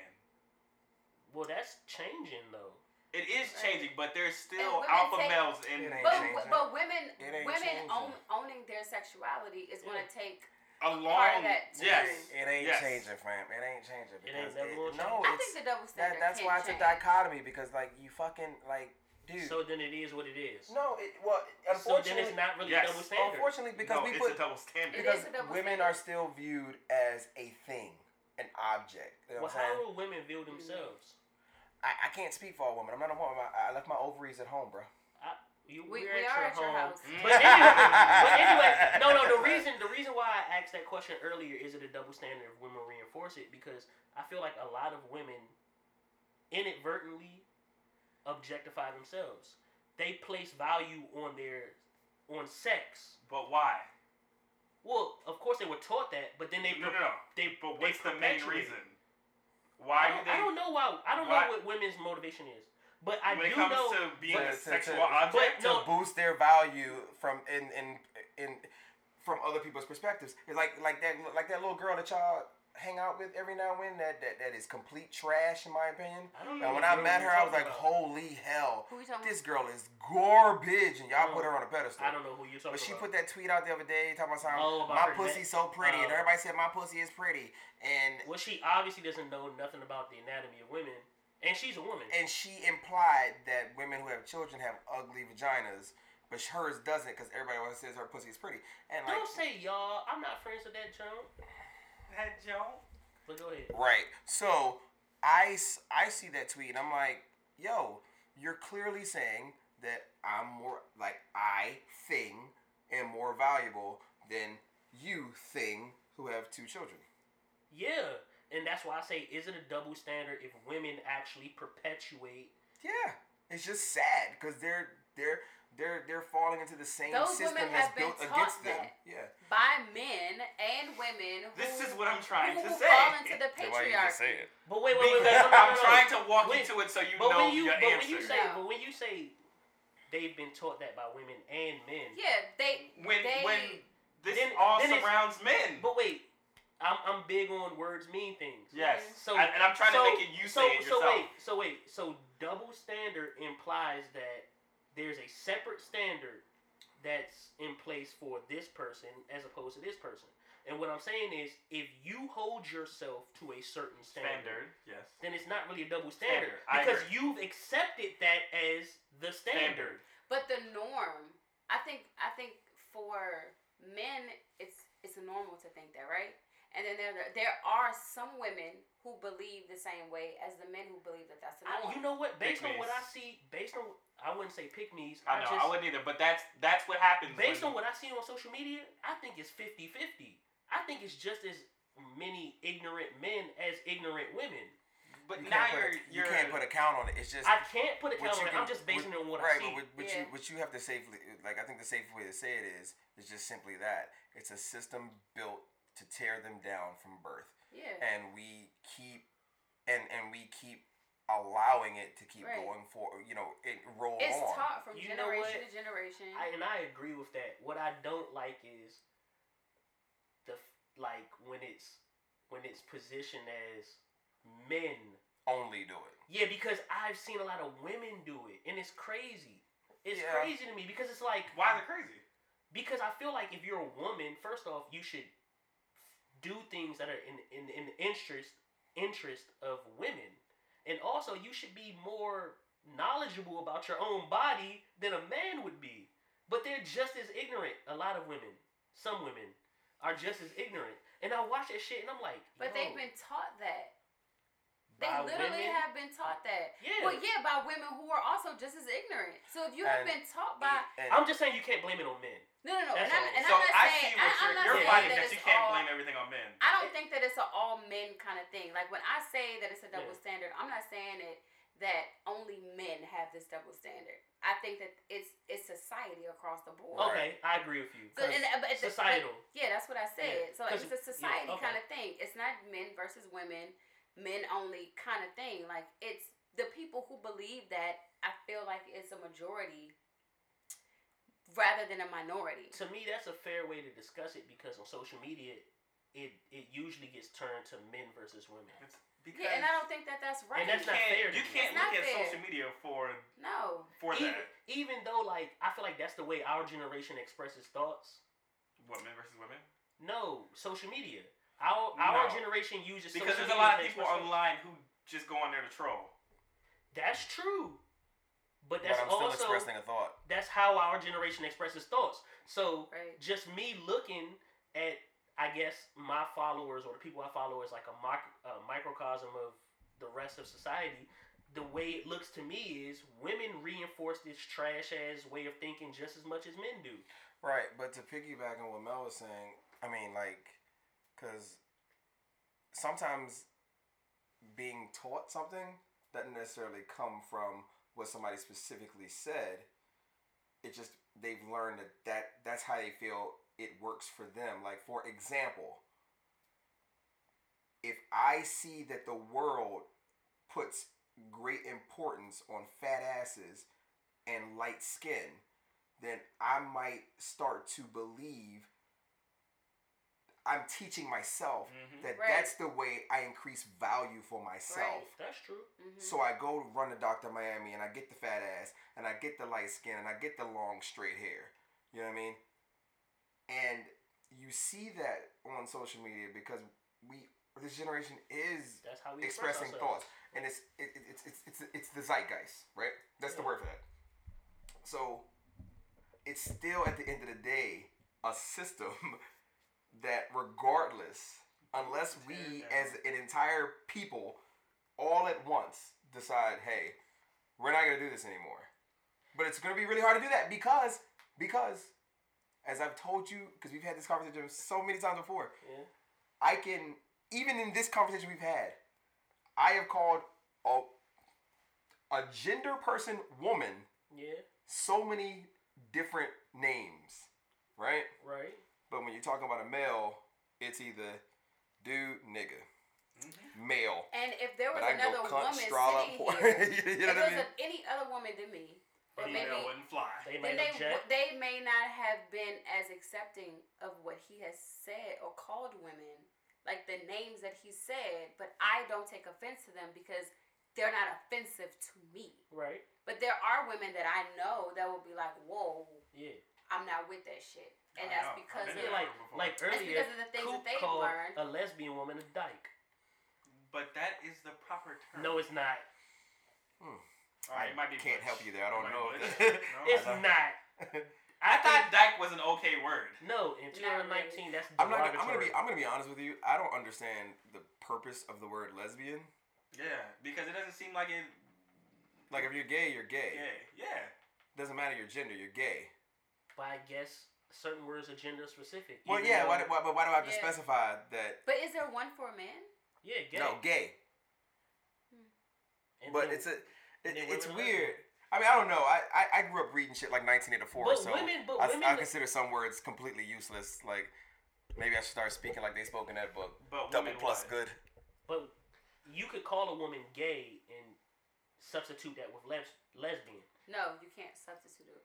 Well, that's changing though.
It is
Right.
changing, but there's still
women
alpha
take-
males in
It ain't
But,
changing.
but women
It ain't
women
changing.
own, owning their sexuality is going to take
a
part
long
of that too.
yes.
It ain't
Yes.
changing, fam. It ain't changing.
It ain't
because
never gonna
No,
change.
I
it's,
think the double
that,
standard.
that's
can
why it's
change.
a dichotomy because like you fucking like dude.
So then it is what it is.
no, it well
so
unfortunately
then it's not really
Yes.
a double standard.
unfortunately because
no,
we
it's
put
a double standard.
It is
because
a double
women
standard.
are still viewed as a thing, an object. You know
well,
what I'm saying?
how do women view themselves?
I, I can't speak for a woman. I'm not a woman. I, I left my ovaries at home, bro.
You,
We,
we're
we are at your house.
But
Mm.
anyway, but anyway, no, no. The reason, the reason why I asked that question earlier is it a double standard if women reinforce it because I feel like a lot of women inadvertently objectify themselves. They place value on their on sex.
But why?
Well, of course they were taught that, but then they
no, no, no.
they
But what's
they
the main
perpetuate it.
reason?
I
Why do
don't,
they?
I don't know why. I don't
why-
know what women's motivation is, but I
when
do
it comes
know.
to being
but-
a
to-
sexual
to-
object,
to
no.
boost their value from in in in from other people's perspectives. It's like like that like that little girl that y'all hang out with every now and then that that, that is complete trash in my opinion.
I don't know.
And when
what
I
girl
met
you're
her, I was like,
talking Mm-hmm. about.
"Holy hell,
Who we talking
this girl is garbage!" And y'all
No.
put her on a pedestal.
I don't know who you're talking
But she put
about.
that tweet out the other day talking about something.
Oh, about
my
her
pussy's
neck.
so pretty, and
Oh.
everybody said my pussy is pretty, and
Well, she obviously doesn't know nothing about the anatomy of women, and she's a woman.
and she implied that women who have children have ugly vaginas, but hers doesn't because everybody always says her pussy is pretty. And like,
Don't say y'all. I'm not friends with that junk.
that joke.
But go ahead.
right? So I s- I see that tweet, and I'm like, yo, you're clearly saying that I'm more like I thing am more valuable than you thing who have two children.
Yeah, and that's why I say, is it a double standard if women actually perpetuate?
Yeah, it's just sad because they're they're they're they're falling into the same
Those
system
women
that's
have been
built
taught
against them.
that.
Yeah,
By men and women who,
This is what I'm trying
who
to
will
say.
fall into the
Then why you just say
patriarchy.
it?
But wait, wait, wait, wait.
Because
no, no,
I'm
no, no.
trying to walk
When-
you to it so you
But
know
when you,
your
but
answer.
when you say,
No.
but when you say, they've been taught that by women and men.
Yeah, they
when
they
when this
Then-
all
then it's-
surrounds men.
But wait, I'm I'm big on words mean things.
yes.
So-
and, and I'm trying to
so-
make it you
so,
say it
so
yourself.
wait, so wait, so double standard implies that there's a separate standard that's in place for this person as opposed to this person. And what I'm saying is, if you hold yourself to a certain standard,
Standard. Yes.
then it's not really a double standard,
Standard, I
because
agree.
you've accepted that as the standard.
Standard.
But the norm, I think, I think for men, it's it's normal to think that, right? And then there there are some women who believe the same way as the men who believe that that's the
I-
norm.
you know what? Based on what I
Pick-me's.
see, based on I wouldn't say pick me's.
I know. I wouldn't either. But that's that's what happens.
Based
when-
on what I see on social media, I think it's 50 50. I think it's just as many ignorant men as ignorant women.
But
you
now
can't, put a, you
you're you're
can't put a count on it. It's just
I can't put a
what
count
you
on it.
can-
I'm just basing
what-
it on what
right,
I
but
see.
what, what you
Yeah.
what you have to safely like I think the safe way to say it is is just simply that it's a system built to tear them down from birth,
yeah,
and we keep and and we keep allowing it to keep
Right.
going for you know it roll
it's
on.
taught from
You know
generation
what?
to generation.
I, and I agree with that. What I don't like is the f- like when it's when it's positioned as men.
Only do it.
Yeah, because I've seen a lot of women do it, and it's crazy. It's
Yeah.
crazy to me because it's like
why is it crazy?
because I feel like if you're a woman, first off, you should do things that are in in, in the interest interest of women, and also you should be more knowledgeable about your own body than a man would be. But they're just as ignorant. A lot of women, some women, are just as ignorant. And I watch that shit, and I'm like,
but
yo,
they've been taught that. They
by
literally
women?
have been taught that.
Yeah.
Well, yeah, by women who are also just as ignorant. So if you have
And-
been taught by
And-
I'm just saying you can't blame it on men.
no, no, no,
That's
and I'm,
all.
and
so
I'm not
I
saying
see what
I, I'm not
you're, you're
saying
fighting
that
that
it's
you can't
all,
blame everything on men.
I don't think that it's an all men kind of thing. Like when I say that it's a double
Yeah.
standard, I'm not saying it that only men have this double standard. I think that it's it's society across the board.
Okay, I agree with you.
So, and, uh, but, but-
Societal.
yeah, that's what I
Yeah,
said. So like,
'cause-
it's a society
yeah, okay.
kind of thing. It's not men versus women, men only kind of thing. Like it's the people who believe that. I feel like it's a majority rather than a minority.
to me that's a fair way to discuss it because on social media it it usually gets turned to men versus women
It's because
Yeah, and I don't think that that's right.
And that's
you
not
can't,
fair to
You
me.
can't
It's
look
not
at
fair.
social media for
no.
for
even,
that.
even though like i feel like that's the way our generation expresses thoughts
What men versus women?
no social media our our
No.
generation uses
Because
social
there's a
media
lot
to
of people
express-
online who just go on there to troll.
that's true but
but
that's
I'm still
also
expressing a thought.
that's how our generation expresses thoughts so
Right.
just me looking at I guess my followers or the people I follow is like a mic- a microcosm of the rest of society. the way it looks to me is women reinforce this trash ass way of thinking just as much as men do.
Right, but to piggyback on what Mel was saying, I mean, like, because sometimes being taught something doesn't necessarily come from what somebody specifically said. It just they've learned that, that that's how they feel it works for them. Like, for example, if I see that the world puts great importance on fat asses and light skin, then I might start to believe I'm teaching myself
Mhm.
that
Right.
that's the way I increase value for myself.
Right.
That's true.
Mhm.
So I go run to Dr. Miami and I get the fat ass and I get the light skin and I get the long straight hair. You know what I mean? And you see that on social media because we this generation is
That's how we express
expressing
ourselves.
thoughts, and it's it, it- it's it's it's it's the zeitgeist, right? That's the
Yeah.
word for that. So it's still at the end of the day a system that, regardless, unless we as an entire people all at once decide, hey, we're not gonna do this anymore. But it's gonna be really hard to do that because because as I've told you, because we've had this conversation so many times before,
Yeah.
I can even in this conversation we've had, I have called a a gender person woman
Yeah.
so many different names, right?
Right.
But when you're talking about a male, it's either dude, nigga,
Mm-hmm.
male.
And if there was
But I can
another
go
woman
cunt,
sitting
strala, whore. you know
here,
what
if
I
there
mean?
was a, any other woman than me,
But
then
maybe
maybe
wouldn't fly.
They
then
might
they w-
object.
they may not have been as accepting of what he has said or called women, like the names that he said. But I don't take offense to them because they're not offensive to me.
right.
But there are women that I know that will be like, "Whoa,
Yeah.
I'm not with that shit," and
I
that's
know.
because
I've
of,
been there
Yeah, like
before.
like
that's
earlier,
because of the things
Coop
that they've
called
learned.
a lesbian woman a dyke.
But that is the proper term.
No, it's not.
All right, it might be
can't help
butch.
you there. I don't
It might
know.
be butch.
Oh
No,
It's
I know.
not.
I thought dyke was an okay word.
No, in
Not
2019, that's
I'm not.
derogatory.
gonna- I'm gonna be. I'm gonna be honest with you. I don't understand the purpose of the word lesbian.
Yeah, because it doesn't seem like it.
Like if you're gay, you're gay.
Yeah, yeah.
Doesn't matter your gender. You're gay.
but I guess certain words are gender specific.
Well,
even
yeah.
though-
Why, do- why, but why do I have to
Yeah.
specify that?
But is there one for a man?
yeah, gay.
No, gay.
And
But
then-
it's a. It,
and then
it's
women are
weird. I mean, I don't know. I, I, I grew up reading shit like 1984,
But
so
women- but
I,
women
I
look-
consider some words completely useless. Like maybe I should start speaking like they spoke in that book.
But
Double
women
plus
what?
good.
But you could call a woman gay and substitute that with les- lesbian.
No, you can't substitute it.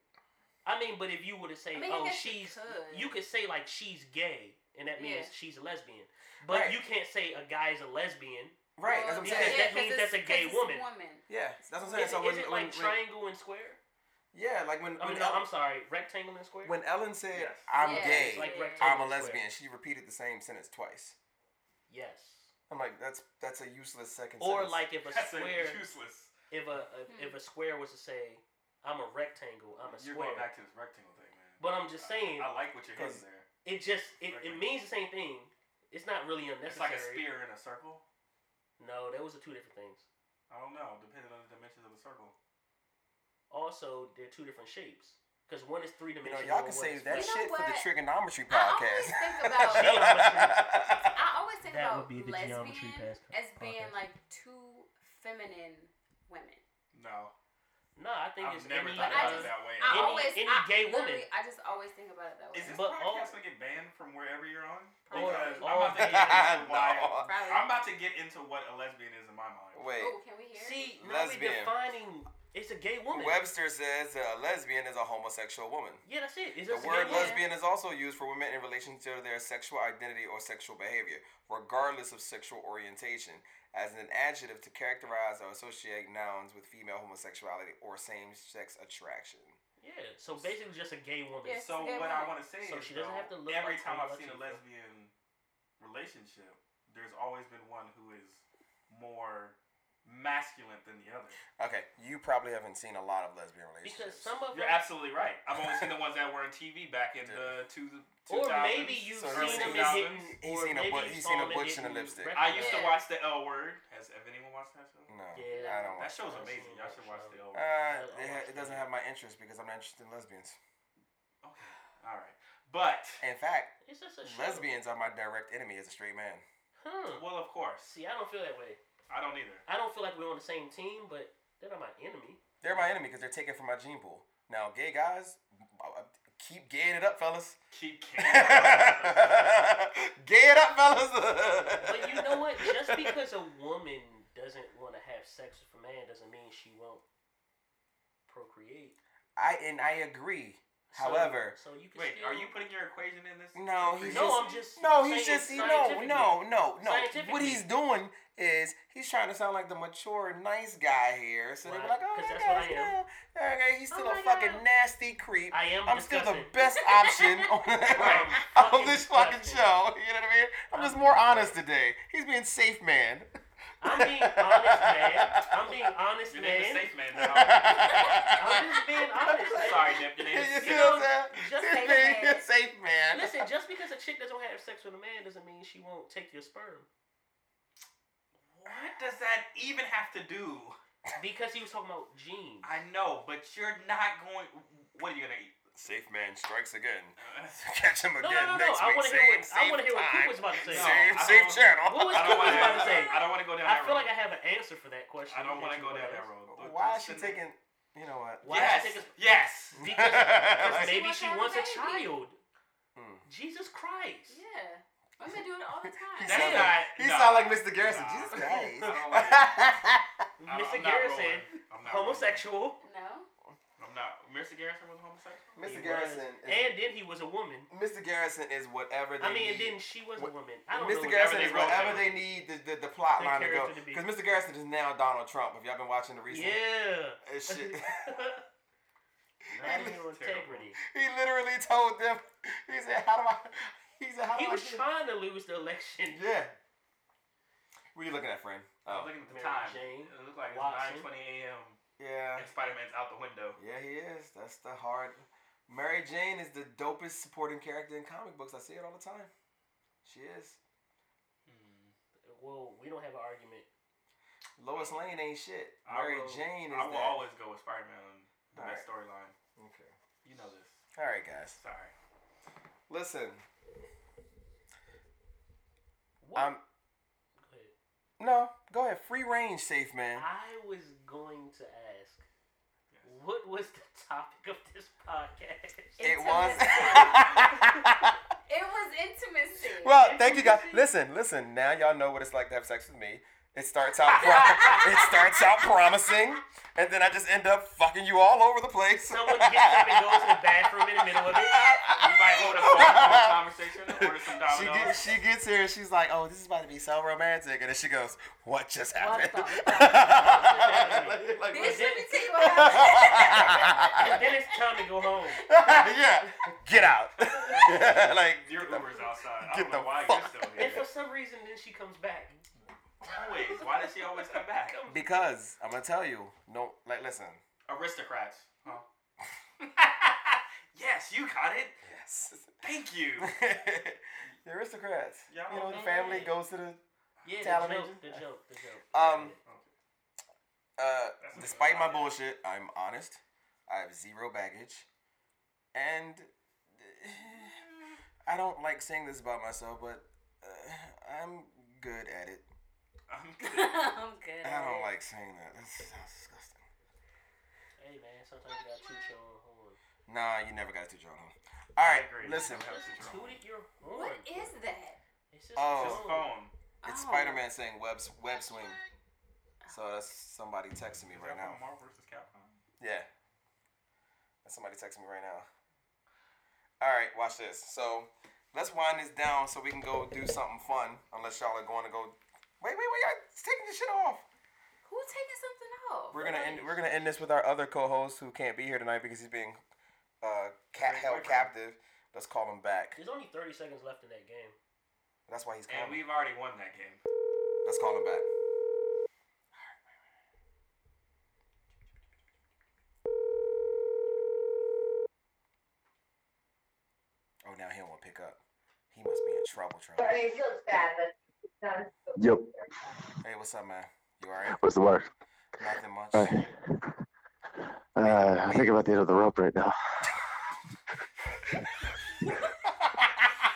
I mean, but if you were to say,
I mean, I
oh,
guess you
she's,
could.
you could say like she's gay, and that means
Yeah.
she's a lesbian. But
Right.
you can't say a guy's a lesbian.
Right. That's what I'm
Because
saying.
that
Yeah, 'cause
means
it's-
that's a gay
'cause it's
woman.
Yeah. That's what I'm saying.
Is,
so
it,
when,
is it
when,
like
when-
triangle and square?
yeah, like when
I mean,
when,
no,
El-
I'm sorry, rectangle and square.
when Ellen said
Yes.
I'm
Yeah,
gay,
it's
like
Yeah.
rectangle
I'm a
and square.
lesbian. She repeated the same sentence twice.
Yes.
I'm like, that's that's a useless second.
Or
sentence.
like if a
That's a
square,
useless.
if a, a if a square was to say, I'm a rectangle, I'm a
You're
square.
going back to this rectangle thing, man.
But I'm just saying,
I like what you're hitting
'Cause-
there.
it just it,
Rectangle.
it means the same thing. It's not really
It's like a
unnecessary.
spear in a circle.
No, those are two different things.
I don't know, depending on the dimensions of the circle.
Also, they're two different shapes because one is three
you know,
dimensional.
y'all can
one
save
is
that
You know
flat.
shit for the
what?
trigonometry
I
podcast.
always think about- I always think
That
about
would be the geometry
lesbian
past-
as being
podcast.
like two feminine women.
No,
No, I think
I've
it's
never
any,
thought
I
about it
uh,
just-
that way.
I
Any-
always
any
I,
gay woman.
literally, I just always think about it that way.
Is this
But all-
podcast gonna get banned from wherever you're on?
All-
Because I'm
all
about to
gay-
get into why.
No.
Probably.
I'm about to get into what a lesbian is in my mind.
Wait.
oh, can we hear? it?
See, now we
Lesbian.
defining it's a gay woman.
Webster says that a lesbian is a homosexual woman.
yeah, that's it. It's
The
just a
word
gay woman.
lesbian is also used for women in relation to their sexual identity or sexual behavior, regardless of sexual orientation, as an adjective to characterize or associate nouns with female homosexuality or same sex attraction.
Yeah, so basically just a gay woman.
Yes.
So
It's a gay
what I
woman.
want to say
So
is,
she doesn't
though,
have to look
every
like
time
someone
I've
else
seen a
you look
lesbian
like.
relationship, there's always been one who is more masculine than the other.
Okay, you probably haven't seen a lot of lesbian
Because
relationships.
some of
You're
them,
absolutely right. I've only seen the ones that were on TV back in the two.
or
2000s,
maybe you've
So
seen
he's
them
seen-
2000s.
in hitting,
he's
or
seen a
maybe
bu-
you
he's
saw
seen a
them in
butch and a
hitting
lipstick.
records.
I used to
Yeah.
watch the L Word, Has have anyone watched that show?
No, I
Yeah.
don't
That
watch.
show's amazing. Y'all should watch the old. one.
Uh,
I
it,
watch
ha- it doesn't have
that.
my interest because I'm not interested in lesbians.
Okay. All right. But
In fact,
It's just a show.
lesbians are my direct enemy as a straight man.
Huh.
well, of course,
See, I don't feel that way.
I don't either.
I don't feel like we're on the same team, but they're not my enemy.
They're my enemy because they're taken from my gene pool. Now, gay guys, uh, keep gaying it up, fellas.
Keep
gay
kidding.
it up, fellas.
But you know what? Just because a woman doesn't want to have sex with a man doesn't mean she won't procreate.
I and I agree.
So-
However-
so, you can
Wait,
still,
are you putting your equation in this?
No, he's
No,
just,
I'm just.
no, he's
saying
just no, no, no, no. What
Scientifically.
he's doing is he's trying to sound like the mature, nice guy here. So they're
Right,
like, oh
'cause
my
that's what
gosh,
I am.
no, okay, he's still
Oh
a
my
fucking
God.
nasty creep.
I am.
I'm still the
disgusting.
best option on,
Right.
on this fucking
Disgusting.
show. You know what I mean? I'm just
I'm
more
disgusting.
honest today. He's being safe, man.
I'm being honest, man. I'm being honest,
Your name is
man.
safe man now.
I'm just being honest. man.
Sorry, Nip. Your name
You
is
see
safe.
know,
what I'm
just
saying?
safe
He's being
man.
safe, man.
Listen, just because a chick doesn't have sex with a man doesn't mean she won't take your sperm.
What does that even have to do?
Because he was talking about genes.
I know, but you're not going. What are you gonna eat?
Safe man strikes again.
Uh,
Catch him
no, no, no. I wanna hear what- I wanna hear what Coop was about to say.
No,
Same,
I
same
don't-
channel.
What was
I don't
Coop
want to.
about to say?
I don't want to go down
I
that
feel
road.
like I have an answer for that question.
I don't want to
that
go
you
down that
asked.
road. Look,
Why is
just
she
send it.
taking? You know what?
Why
yes.
is she taking?
Yes.
Because because
Like-
maybe
wants
she
to have a
wants a
baby.
child.
Mm.
Jesus Christ.
Yeah. Women do it all the time.
He
That's
sound
not-
He
nah.
sound like Mr. Garrison.
Nah.
Jesus
I don't
Christ.
like it. I'm-
Mr.
I'm not
Garrison,
rolling. I'm not rolling.
homosexual.
No?
I'm not. Mr. Garrison was homosexual.
He
Mr.
was.
Garrison. Is,
And then he was a woman.
Mr. Garrison is whatever they
I mean, and
need.
then she was a
What-
woman. I don't know.
Mr.
what-
Garrison
they
is
wrote
whatever
down.
they need the, the, the plot
The
line to go.
character to be.
Because Mr. Garrison is now Donald Trump. If y'all been watching the recent
Yeah.
uh, shit,
Not
That is
your integrity.
he literally told them. He said, "How do I?" He said,
Oh,
"How
He
do I?"
was
get-"
trying to lose the election.
Yeah. What are you looking at, friend?
I'm
Oh,
looking at the
Mary
time.
Jane
It looks like it's
Watson.
9:20 a.m.
yeah.
and Spider-Man's out the window.
Yeah, he is. That's the hard. Mary Jane is the dopest supporting character in comic books. I see it all the time. She is.
Hmm. Well, we don't have an argument.
Lois Lane ain't shit.
I
Mary
will-
Jane is
I will
that.
always go with Spider-Man on the
All
best storyline.
Okay.
You know this.
All right, guys.
Sorry.
Listen,
What?
I'm
Go ahead.
no. Go ahead. Free range, safe man.
I was going to ask,
Yes.
what was the topic of this podcast?
It
Intimacy.
was.
It was intimacy.
well, thank you guys. Listen, listen. Now y'all know what it's like to have sex with me. It starts out. Prom- it starts out promising, and then I just end up fucking you all over the place.
Someone gets up and goes to the bathroom in the middle of it.
We might hold a phone call conversation and order some
She
dominoes.
gets, she gets here and she's like, oh, this is about to be so romantic. And then she goes, what just happened?
the
Like- like,
Bitch,
what-
let me tell you what happened.
And then it's time to go home.
yeah, get out. like,
Your Uber's outside. I
Get
don't know
the
why
fuck.
you're still here.
And for some reason, then she comes back.
Always. Why does she always come back?
Comes
because I'm going to tell you, no, like, listen.
Aristocrats. Huh? yes, you got it.
Yes.
Thank you.
the aristocrats.
Y'all
You know, the
don't-
family goes to the, uh,
Yeah, the
Television.
joke, the joke, the joke.
Um,
Okay.
uh, despite my bullshit, I'm honest. I have zero baggage. And uh, I don't like saying this about myself, but uh, I'm good at it.
I'm good.
I'm good.
I don't like saying that. That sounds disgusting.
hey man, sometimes you gotta toot your own horn.
Nah, you never got a two on him. All right,
agree.
listen.
I have
Just
to draw.
tooted your horn.
What is that?
It's just
Oh.
His phone.
It's
Oh.
Spider Man saying web web swing. So that's somebody texting me
Is
right
that from
now.
Marvel versus Capcom?
Yeah. That's somebody texting me right now. All right, watch this. So let's wind this down so we can go do something fun. Unless y'all are going to go. Wait, wait, wait! I'm taking this shit off.
Who taking something off?
We're gonna end. We're gonna end this with our other co-host who can't be here tonight because he's being uh, ca- held captive. Let's call him back.
There's only 30 seconds left in that game.
That's why he's
And
calling.
we've already won that game.
Let's call him back. Oh, now he won't pick up. He must be in trouble, trouble.
But it looks bad, but it's not as good.
Yep.
Hey, what's up, man? You alright?
What's the word?
Nothing much.
All right. Uh, I think about the end of the rope right now.
Why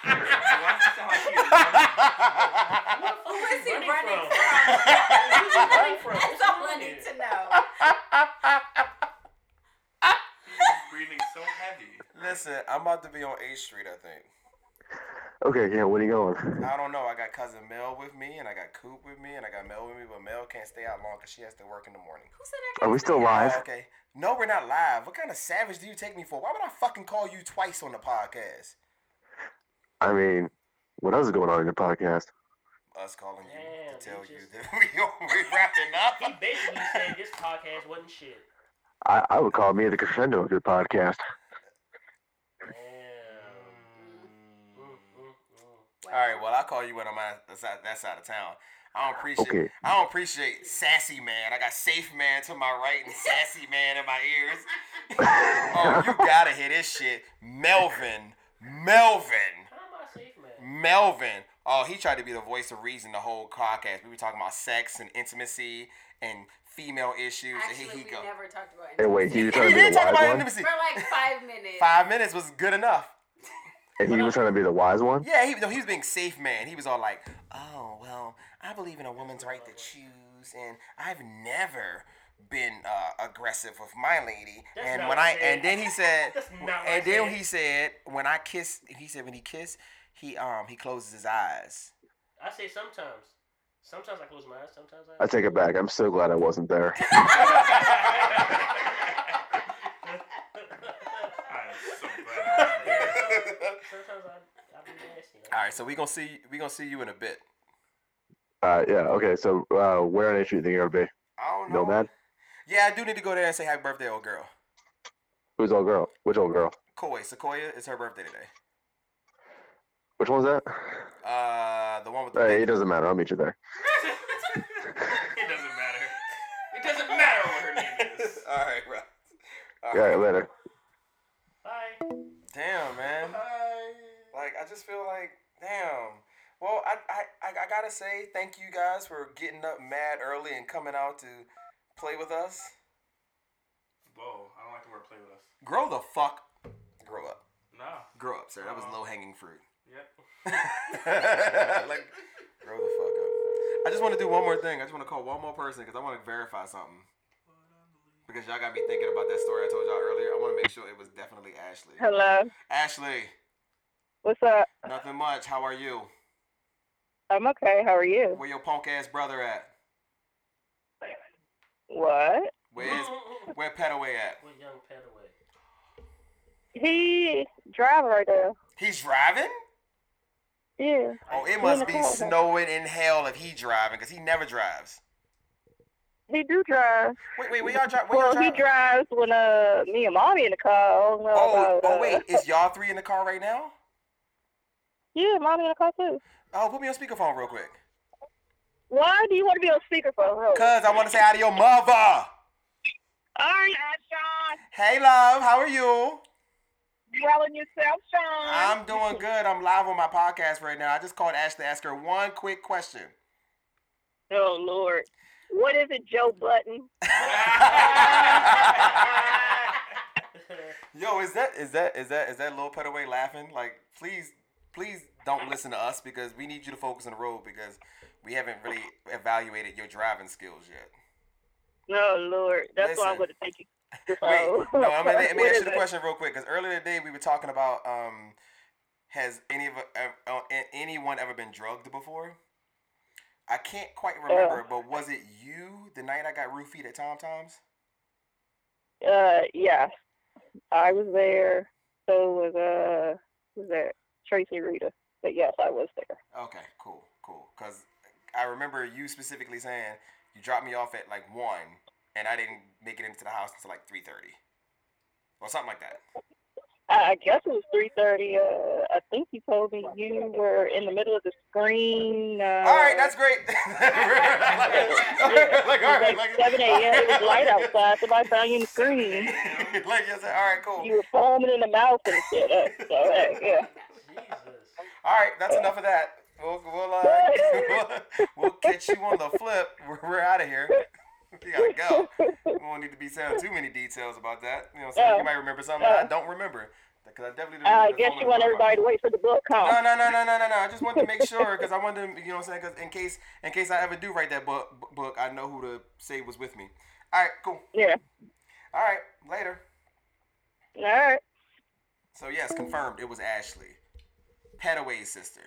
does it sound like he is running?
Who is he
Running
running
from?
from?
Who's he running from?
That's
What's
all
he
I
doing
need
here?
to know.
He's breathing so heavy.
Listen, I'm about to be on 8th Street, I think.
Okay, yeah, where are you going?
I don't know. I got cousin Mel with me, and I got Coop with me, and I got Mel with me, but Mel can't stay out long because she has to work in the morning.
Who said that?
Are we still live?
Okay. No, we're not live. What kind of savage do you take me for? Why would I fucking call you twice on the podcast?
I mean, what else is going on in your podcast?
Us calling you
Damn,
to tell
you
you
just-
that we we wrapping
He
up.
basically said this podcast wasn't shit.
I, I would call me the crescendo of your podcast.
Damn.
All
Mm, mm, mm.
right. Well, I'll call you when I'm out that side, that side of town. I don't appreciate.
Okay.
I don't appreciate sassy man. I got safe man to my right and sassy man in my ears. Oh, you gotta hear this shit, Melvin. Melvin.
How am I safe, man?
Melvin. Oh, he tried to be the voice of reason the whole podcast. We were talking about sex and intimacy and female issues. and
Actually,
here he
we
go.
never talked about
And wait,
intimacy
he was
He
trying to be
did
the
talk about
wise one,
intimacy.
for like five minutes.
Five minutes was good enough.
and he was trying to be the wise one.
Yeah, he, no, he was being safe, man. He was all like, "Oh, well, I believe in a woman's right to choose, and I've never been uh, aggressive with my lady."
That's
and
not
when I
what I
and then he said,
That's not what I
and then
said.
he said, when I kiss, he said when he kissed, he um he closes his eyes.
I say sometimes. Sometimes I close my eyes. Sometimes I.
I take it back. I'm so glad I wasn't there.
I am so glad.
Sometimes I. I be nasty.
all right, so we gonna see we gonna see you in a bit.
Uh, yeah. Okay. So uh, where on H do you think it would be?
I don't know.
Nomad.
Yeah, I do need to go there and say happy birthday, old girl.
Who's old girl? Which old girl?
Koi Sequoia, it's her birthday today.
Which one's that?
Uh, the one with the
Hey,
big-
it doesn't matter. I'll meet you there.
It doesn't matter. It doesn't matter what her name is.
All right, bro. All
All right, later.
Bye.
Damn, man. Like, I just feel like, damn. Well, I, I, I, I gotta say, thank you guys for getting up mad early and coming out to play with us.
Whoa, I don't like the word play with us.
Grow the fuck. Grow up.
No.
Grow up, sir. That was
Uh-huh.
low hanging fruit.
Yep.
like, grow the fuck up. I just want to do one more thing. I just want to call one more person because I want to verify something. Because y'all got me thinking about that story I told y'all earlier. I want to make sure it was definitely Ashley.
Hello.
Ashley,
What's up?
nothing much. How are you?
I'm okay. How are you?
Where your punk ass brother at?
What?
Where is where Petaway at?
With young Petaway.
He driving right now.
He's driving?
Yeah.
Oh, it
in
must
the
be
car.
snowing in hell if he driving, cause he never drives.
He do drive.
Wait, wait, where y'all drive? Where
Well,
y'all
he
driving?
drives when uh me and mommy in the car. I don't know
Oh,
about,
oh
uh,
wait, is y'all three in the car right now?
Yeah, mommy in the car too.
Oh, put me on speakerphone real quick.
Why do you want to be on speakerphone? Hold on.
Cause I want to say hi to your mother.
All right, Sean.
Hey, love, how are you?
Yelling yourself, Sean.
I'm doing good. I'm live on my podcast right now. I just called Ash to ask her one quick question.
Oh Lord. What is it, Joe Button?
Yo, is that is that is that is that Lil Petaway laughing? Like, please, please don't listen to us because we need you to focus on the road because we haven't really evaluated your driving skills yet.
Oh Lord. That's why I'm
Listen.
going to take you. to
Wait,
phone.
no, I'm gonna, let me
What
ask
is
you the
it?
question real quick because earlier today we were talking about um, has any of uh, uh, anyone ever been drugged before? I can't quite remember, but was it you the night I got roofied at Tom Tom's?
Uh, yeah, I was there. So was uh, was that Tracy Rita? But yes, I was there.
Okay, cool, cool. Cause I remember you specifically saying you dropped me off at like one, and I didn't make it into the house until like three thirty, or something like that.
I I guess it was three thirty. Uh, I think you told me you were in the middle of the screen. Uh,
all right, that's great. like, like, all right,
It
like,
was like seven a.m. It was light outside. Somebody found you in the screen.
like you said, all right, cool.
You were foaming in the mouth and shit. Uh, so hey, yeah.
Jesus.
All right, that's enough of that. We'll, we'll, uh, we'll, we'll catch you on the flip. We're, we're out of here. We gotta go. We don't need to be saying too many details about that. You know, so
Yeah.
you might remember something that I
Yeah.
don't remember because I definitely didn't.
I
remember the
guess
phone
you
number
want
of
everybody to wait for the book, huh?
no, no, no, no, no, no, no. I just wanted to make sure because I wanted to, you know, what I'm saying, because in case, in case I ever do write that book, book, I know who to say was with me. All right, cool.
Yeah.
All right, later.
All right.
So yes, confirmed. It was Ashley, Petaway's sister.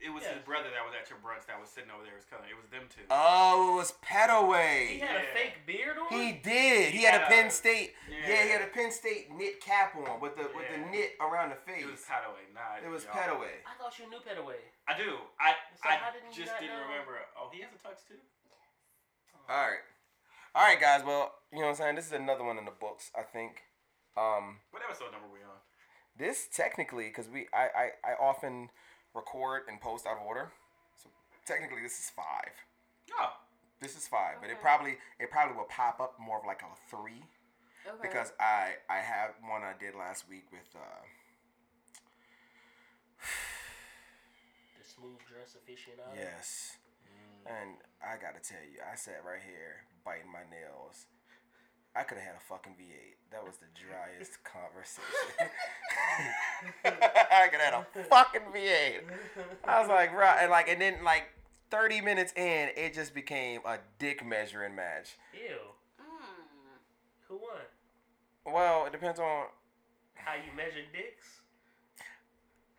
It was his brother that was at your brunch that was sitting over there. It was coming. It was them two.
Oh, it was
He
Petaway.
had a
Yeah.
fake beard on.
He did. He had a Penn State.
Yeah.
Yeah, he had a Penn State knit cap on with the with the
Yeah.
knit around the face.
it was Petaway, not
It was
y'all.
Petaway.
I thought you knew Petaway.
I do. I
So
I
how didn't you
just
not
didn't
know?
remember. Oh, he has a tux too.
All right. All right, guys. Well, you know what I'm saying? This is another one in the books, I think. Um,
What episode number we on?
This technically, because we I, I I often record and post out of order, so technically this is five.
Oh,
This is five, but it
Okay.
probably it probably will pop up more of like a three
Okay.
because I I have one I did last week with uh
The smooth dress aficionado.
yes, and I gotta tell you I sat right here biting my nails. I could have had a fucking V8. That was the driest conversation. I could have had a fucking V8. I was like, right, and like, and then like thirty minutes in, it just became a dick measuring match.
Ew.
Mm.
Who won?
Well, it depends on.
How you measure dicks?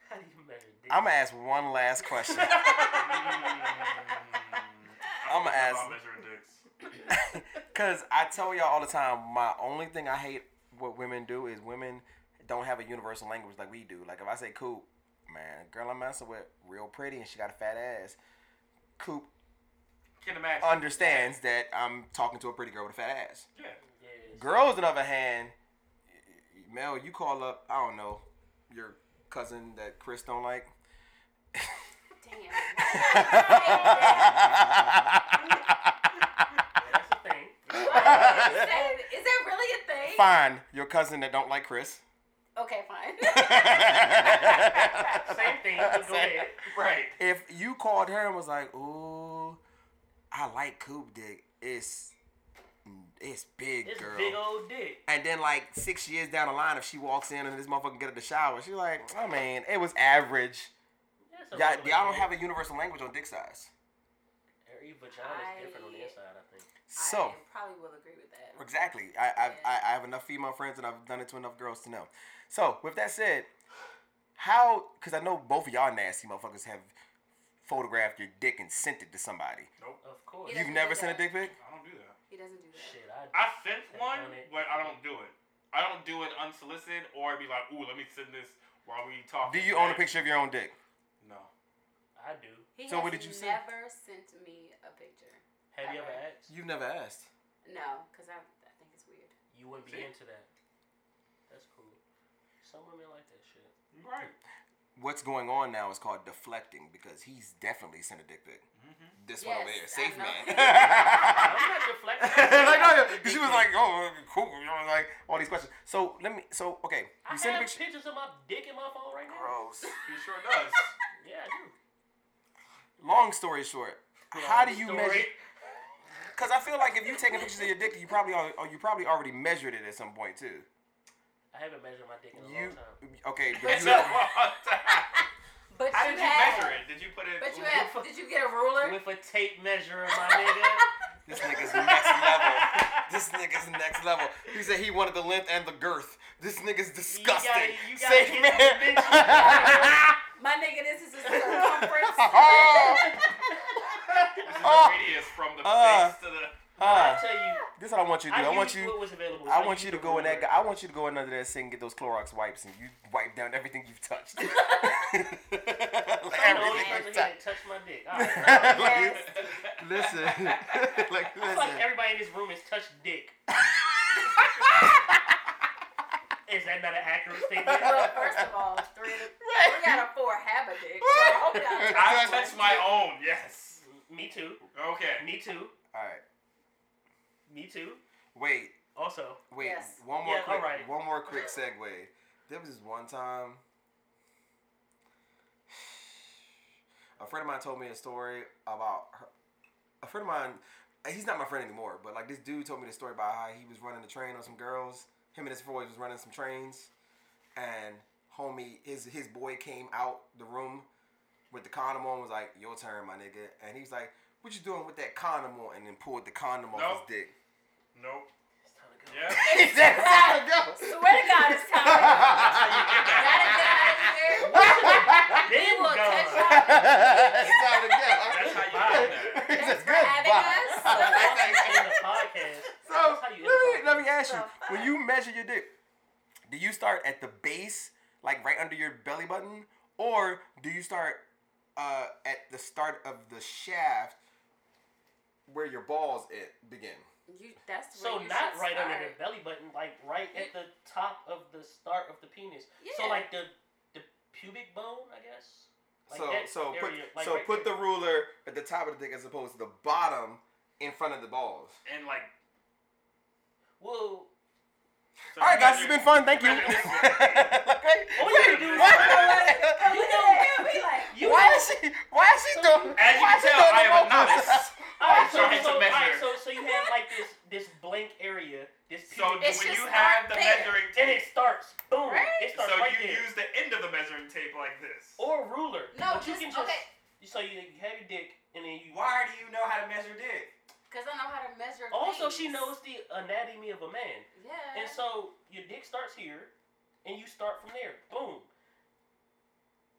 How do you measure dicks?
I'm gonna ask one last question.
Mm.
Mm.
I'ma ask-
I'm measuring dicks.
Cause I tell y'all all the time, my only thing I hate what women do is women don't have a universal language like we do. Like if I say coop, man, girl I'm messing with real pretty and she got a fat ass. Coop
Can imagine.
understands that I'm talking to a pretty girl with a fat ass.
Yeah.
Yes.
Girls, on the other hand, Mel, you call up, I don't know, your cousin that Chris don't like.
Damn.
Yeah, that's the thing.
Is that- Is that really a thing?
Fine, your cousin that don't like Chris.
Okay, fine.
Same thing. But go ahead.
Right.
if you called her and was like, "Ooh, I like Coop Dick. It's it's big,
It's
girl."
big old dick.
and then like six years down the line, if she walks in and this motherfucker get in the shower, she's like, "I mean, it was average."
That's a
Y'all,
regular
y'all don't
dick.
have a universal language on dick size.
Every vagina is different on the
I-
inside, I think.
So.
I probably will agree with that.
Exactly. I, I've,
Yeah.
I I have enough female friends and I've done it to enough girls to know. So with that said, how? Because I know both of y'all nasty motherfuckers have photographed your dick and sent it to somebody.
Nope.
Of course.
You
You've
don't
never
do
sent a
that.
dick pic.
I don't do that.
He doesn't do that.
Shit, I.
I sent
I've
one,
done it.
but I don't do it. I don't do it unsolicited or be like, ooh, let me send this while we talk.
Do you own a picture of your own dick?
No.
I do.
He
So
has
what did you say?
never sent me a picture.
Have you ever asked?
You've never asked.
No, because I, I think it's weird.
You wouldn't be
See?
into that. That's cool. Some women like that shit.
Right.
What's going on now is called deflecting because he's definitely sent a dick pic. This one over
Yes,
here,
I
safe
know.
man.
I'm not deflecting.
like, no, because she was like, oh, cool, you know, like all these questions. So let me. So okay,
I
you sent a
have
picture.
pictures of my dick in my phone right now.
Gross.
He sure does.
Yeah, I do.
Long story short, how do you
Story.
measure? Because I feel like if you taking pictures of your dick, you probably al- you probably already measured it at some point too.
I haven't measured my dick in a
You
long time.
okay? but
It's
you-
a long time.
But
How
you
did you
have,
measure it? Did you put it?
But you have. Did you get a ruler?
With a tape measure, my nigga.
this nigga's next level. This nigga's next level. He said he wanted the length and the girth. This nigga's disgusting.
you gotta
Safe
hit
man.
the bitch.
My nigga, this is a circumference.
Oh.
This is
Oh.
the radius from the
Uh.
base to the.
I
Ah,
tell you,
this is what I want you to do. I,
I,
want
used
you.
What was available.
I want you to
used the
go in that.
ruler.
I want you to go in under that sink and get those Clorox wipes, and you wipe down everything you've touched.
oh, I'm
Everything
the only person
you've touched.
here that touched my dick. All right.
listen, like
I feel
listen.
like everybody in this room has touched dick. Is that not an accurate statement?
Well, first of all, three, three out of four have a dick. So I hope y'all
I touched my own. Yes.
Me too.
Okay.
Me too.
All right,
Me too.
wait,
Also,
wait.
Yes.
One more
Yeah,
quick.
alright.
One more quick segue. There was this one time. A friend of mine told me a story about her. A friend of mine, he's not my friend anymore, but like this dude told me the story about how he was running the train on some girls. Him and his boys was running some trains, and homie, his his boy came out the room with the condom on. Was like, "Your turn, my nigga," and he was like, "What you doing with that condom on?" And then pulled the condom off
Nope.
his dick.
Nope.
It's time to go.
Yeah.
It's
That's how
time.
it goes.
Swear to God, it's time. Gotta get out of here. We will catch y'all.
That's how it
That's
goes.
how you get
It's a
Thanks for
good
having
vibe.
us.
In the podcast.
So
That's how
let
you
me,
end a
let me ask you:
So-
When you measure your dick, do you start at the base, like right under your belly button, or do you start uh, at the start of the shaft where your balls it begin?
You, that's
So
where you
not
should
right
start.
under the belly button, like right at the top of the start of the penis.
Yeah.
So like the the pubic bone, I guess. Like
so
that
so put
area, like
so
right
put
there.
the ruler at the top of the dick as opposed to the bottom in front of the balls.
And like.
Whoa.
so
All right,
you
guys,
measure-
it's been fun. Thank you.
you measure-
Okay.
All you
Wait,
do is-
what?
But
You
we
know-
there, we like,
You
why
know-
is she? Why is she doing?
As you
why
can
is she
tell,
doing
I
the
am a
vocals?
novice.
Alright, so,
So it's a
so, alright,
measure.
so so you have like this this blank area, this
So
pubic
It's
when
just
you
not
have the
fair.
measuring
and it
tape,
starts. Boom.
Right?
It
so
starts right
you
there.
use the end of the measuring tape like this.
or ruler. but
no,
you
just,
can just
okay.
so you have your dick and then you
Why do you know how to measure dick?
Because I know how to measure.
also she
things.
knows the anatomy of a man.
Yeah.
And so your dick starts here, and you start from there. Boom.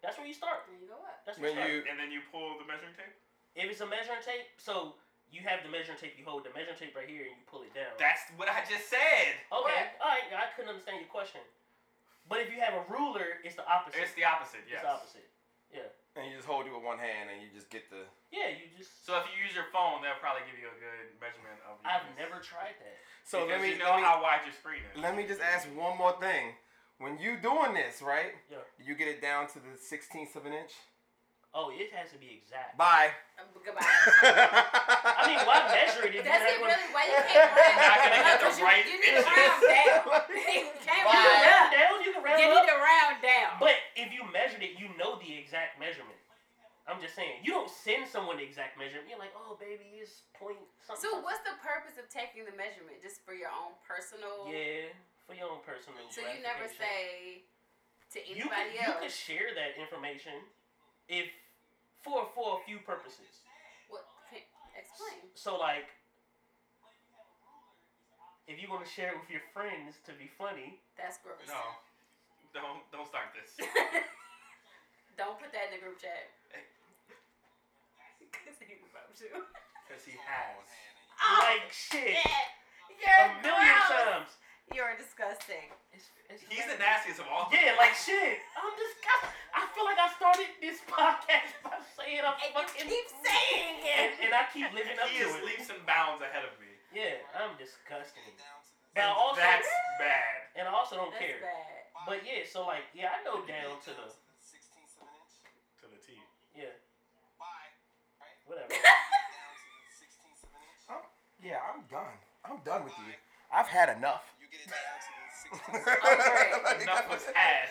That's where you start.
There you go up.
That's where
When
you
you
start.
And then you pull the measuring tape.
if it's a measuring tape, so you have the measuring tape. You hold the measuring tape right here, and you pull it down.
That's what I just said.
okay.
Right.
All right. I couldn't understand your question. But if you have a ruler, it's the opposite.
It's the opposite.
It's
Yes.
the opposite.
and you just hold it with one hand and you just get the.
Yeah. You just.
So if you use your phone, they'll probably give you a good measurement of. Your
I've
penis.
never tried that.
So
because
let me
you know
let me,
how wide your screen is.
let me just ask one more thing. When you doing this, right?
Yeah.
You get it down to the sixteenth of an inch.
Oh, it has to be exact.
Bye.
Um, goodbye.
I
I mean, why measure it? If you're
That's
not
it,
gonna-
really. Why you can't round
Not gonna get
down?
the
'Cause you-
right
You need to
inches.
round down. you can't
You can
round
round
up.
down. You can round
You
up.
need to round down.
But if you measured it, you know the exact measurement. I'm just saying, you don't send someone the exact measurement. You're like, oh, baby, it's point something.
so what's the purpose of taking the measurement? Just for your own personal.
Yeah, for your own personal.
So you never
gratification.
say to
You could,
anybody
you could
else.
share that information, if for for a few purposes.
What? can- Explain.
So like, if you want to share it with your friends to be funny,
That's gross.
No. Don't don't start this.
Don't put that in the group chat. Cause he's about to. Oh,
Because he has.
like shit,
You're
a million times.
gross. You're disgusting.
It's, it's
He's the
hilarious.
nastiest of all.
Yeah, like shit. I'm just. I, I feel like I started this podcast by saying I'm
And you
fucking.
keep saying it.
And, and I keep living up
he
to
is
it.
leaps and bounds ahead of me.
Yeah, I'm disgusting.
And
Now also,
that's bad.
and I also don't
That's
care.
bad.
But yeah, so like, yeah, I go down to the
To the T.
yeah. Whatever.
yeah, I'm done. I'm done with you. I've had enough.
Enough was had.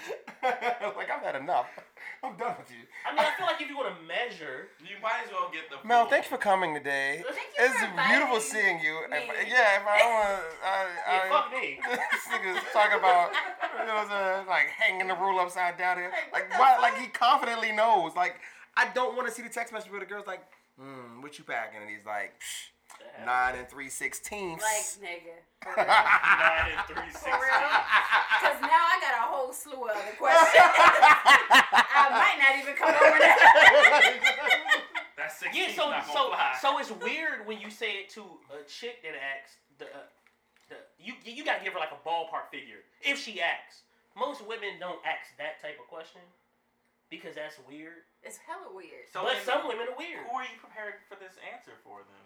like I've had enough. I'm done with you.
I mean, I feel like if you want to measure,
You might as well get the.
Mel,
full-
thanks for coming today.
Thank you
It's
for inviting
beautiful
me.
seeing you. If-
me.
yeah, if I don't want to, I,
yeah,
I,
fuck me.
this nigga's talking about you know, the, like hanging the rule upside down there. Like
Like, what the
why?
fuck?
Like he confidently knows. Like I don't want to see the text message where the girl's like, "Hmm, what you packing?" And he's like, "Psh, nine and three
Like
sixteenths.
nigga. For real.
nine and three sixty.
For real. Cause now I got a whole slew of other questions. I might not even come over there.
That's sixteen.
Yeah, so
not
so
gonna fly.
so it's weird when you say it to a chick that asks the, uh, the you you gotta give her like a ballpark figure if she asks. Most women don't ask that type of question because that's weird.
It's hella weird.
So
but
then
some women are weird.
Who are you prepared for this answer for then?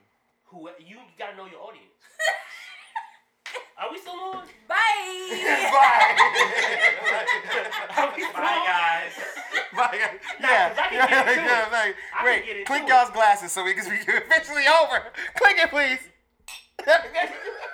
Who you gotta know your audience. Are we still on?
Bye.
Bye.
Are we still
Bye
on?
guys.
Like, yeah,
Nah, 'cause I can
yeah,
get it too.
yeah, like,
I can get
wait,
it
click
too.
y'all's glasses so we can be officially over. Click it, please.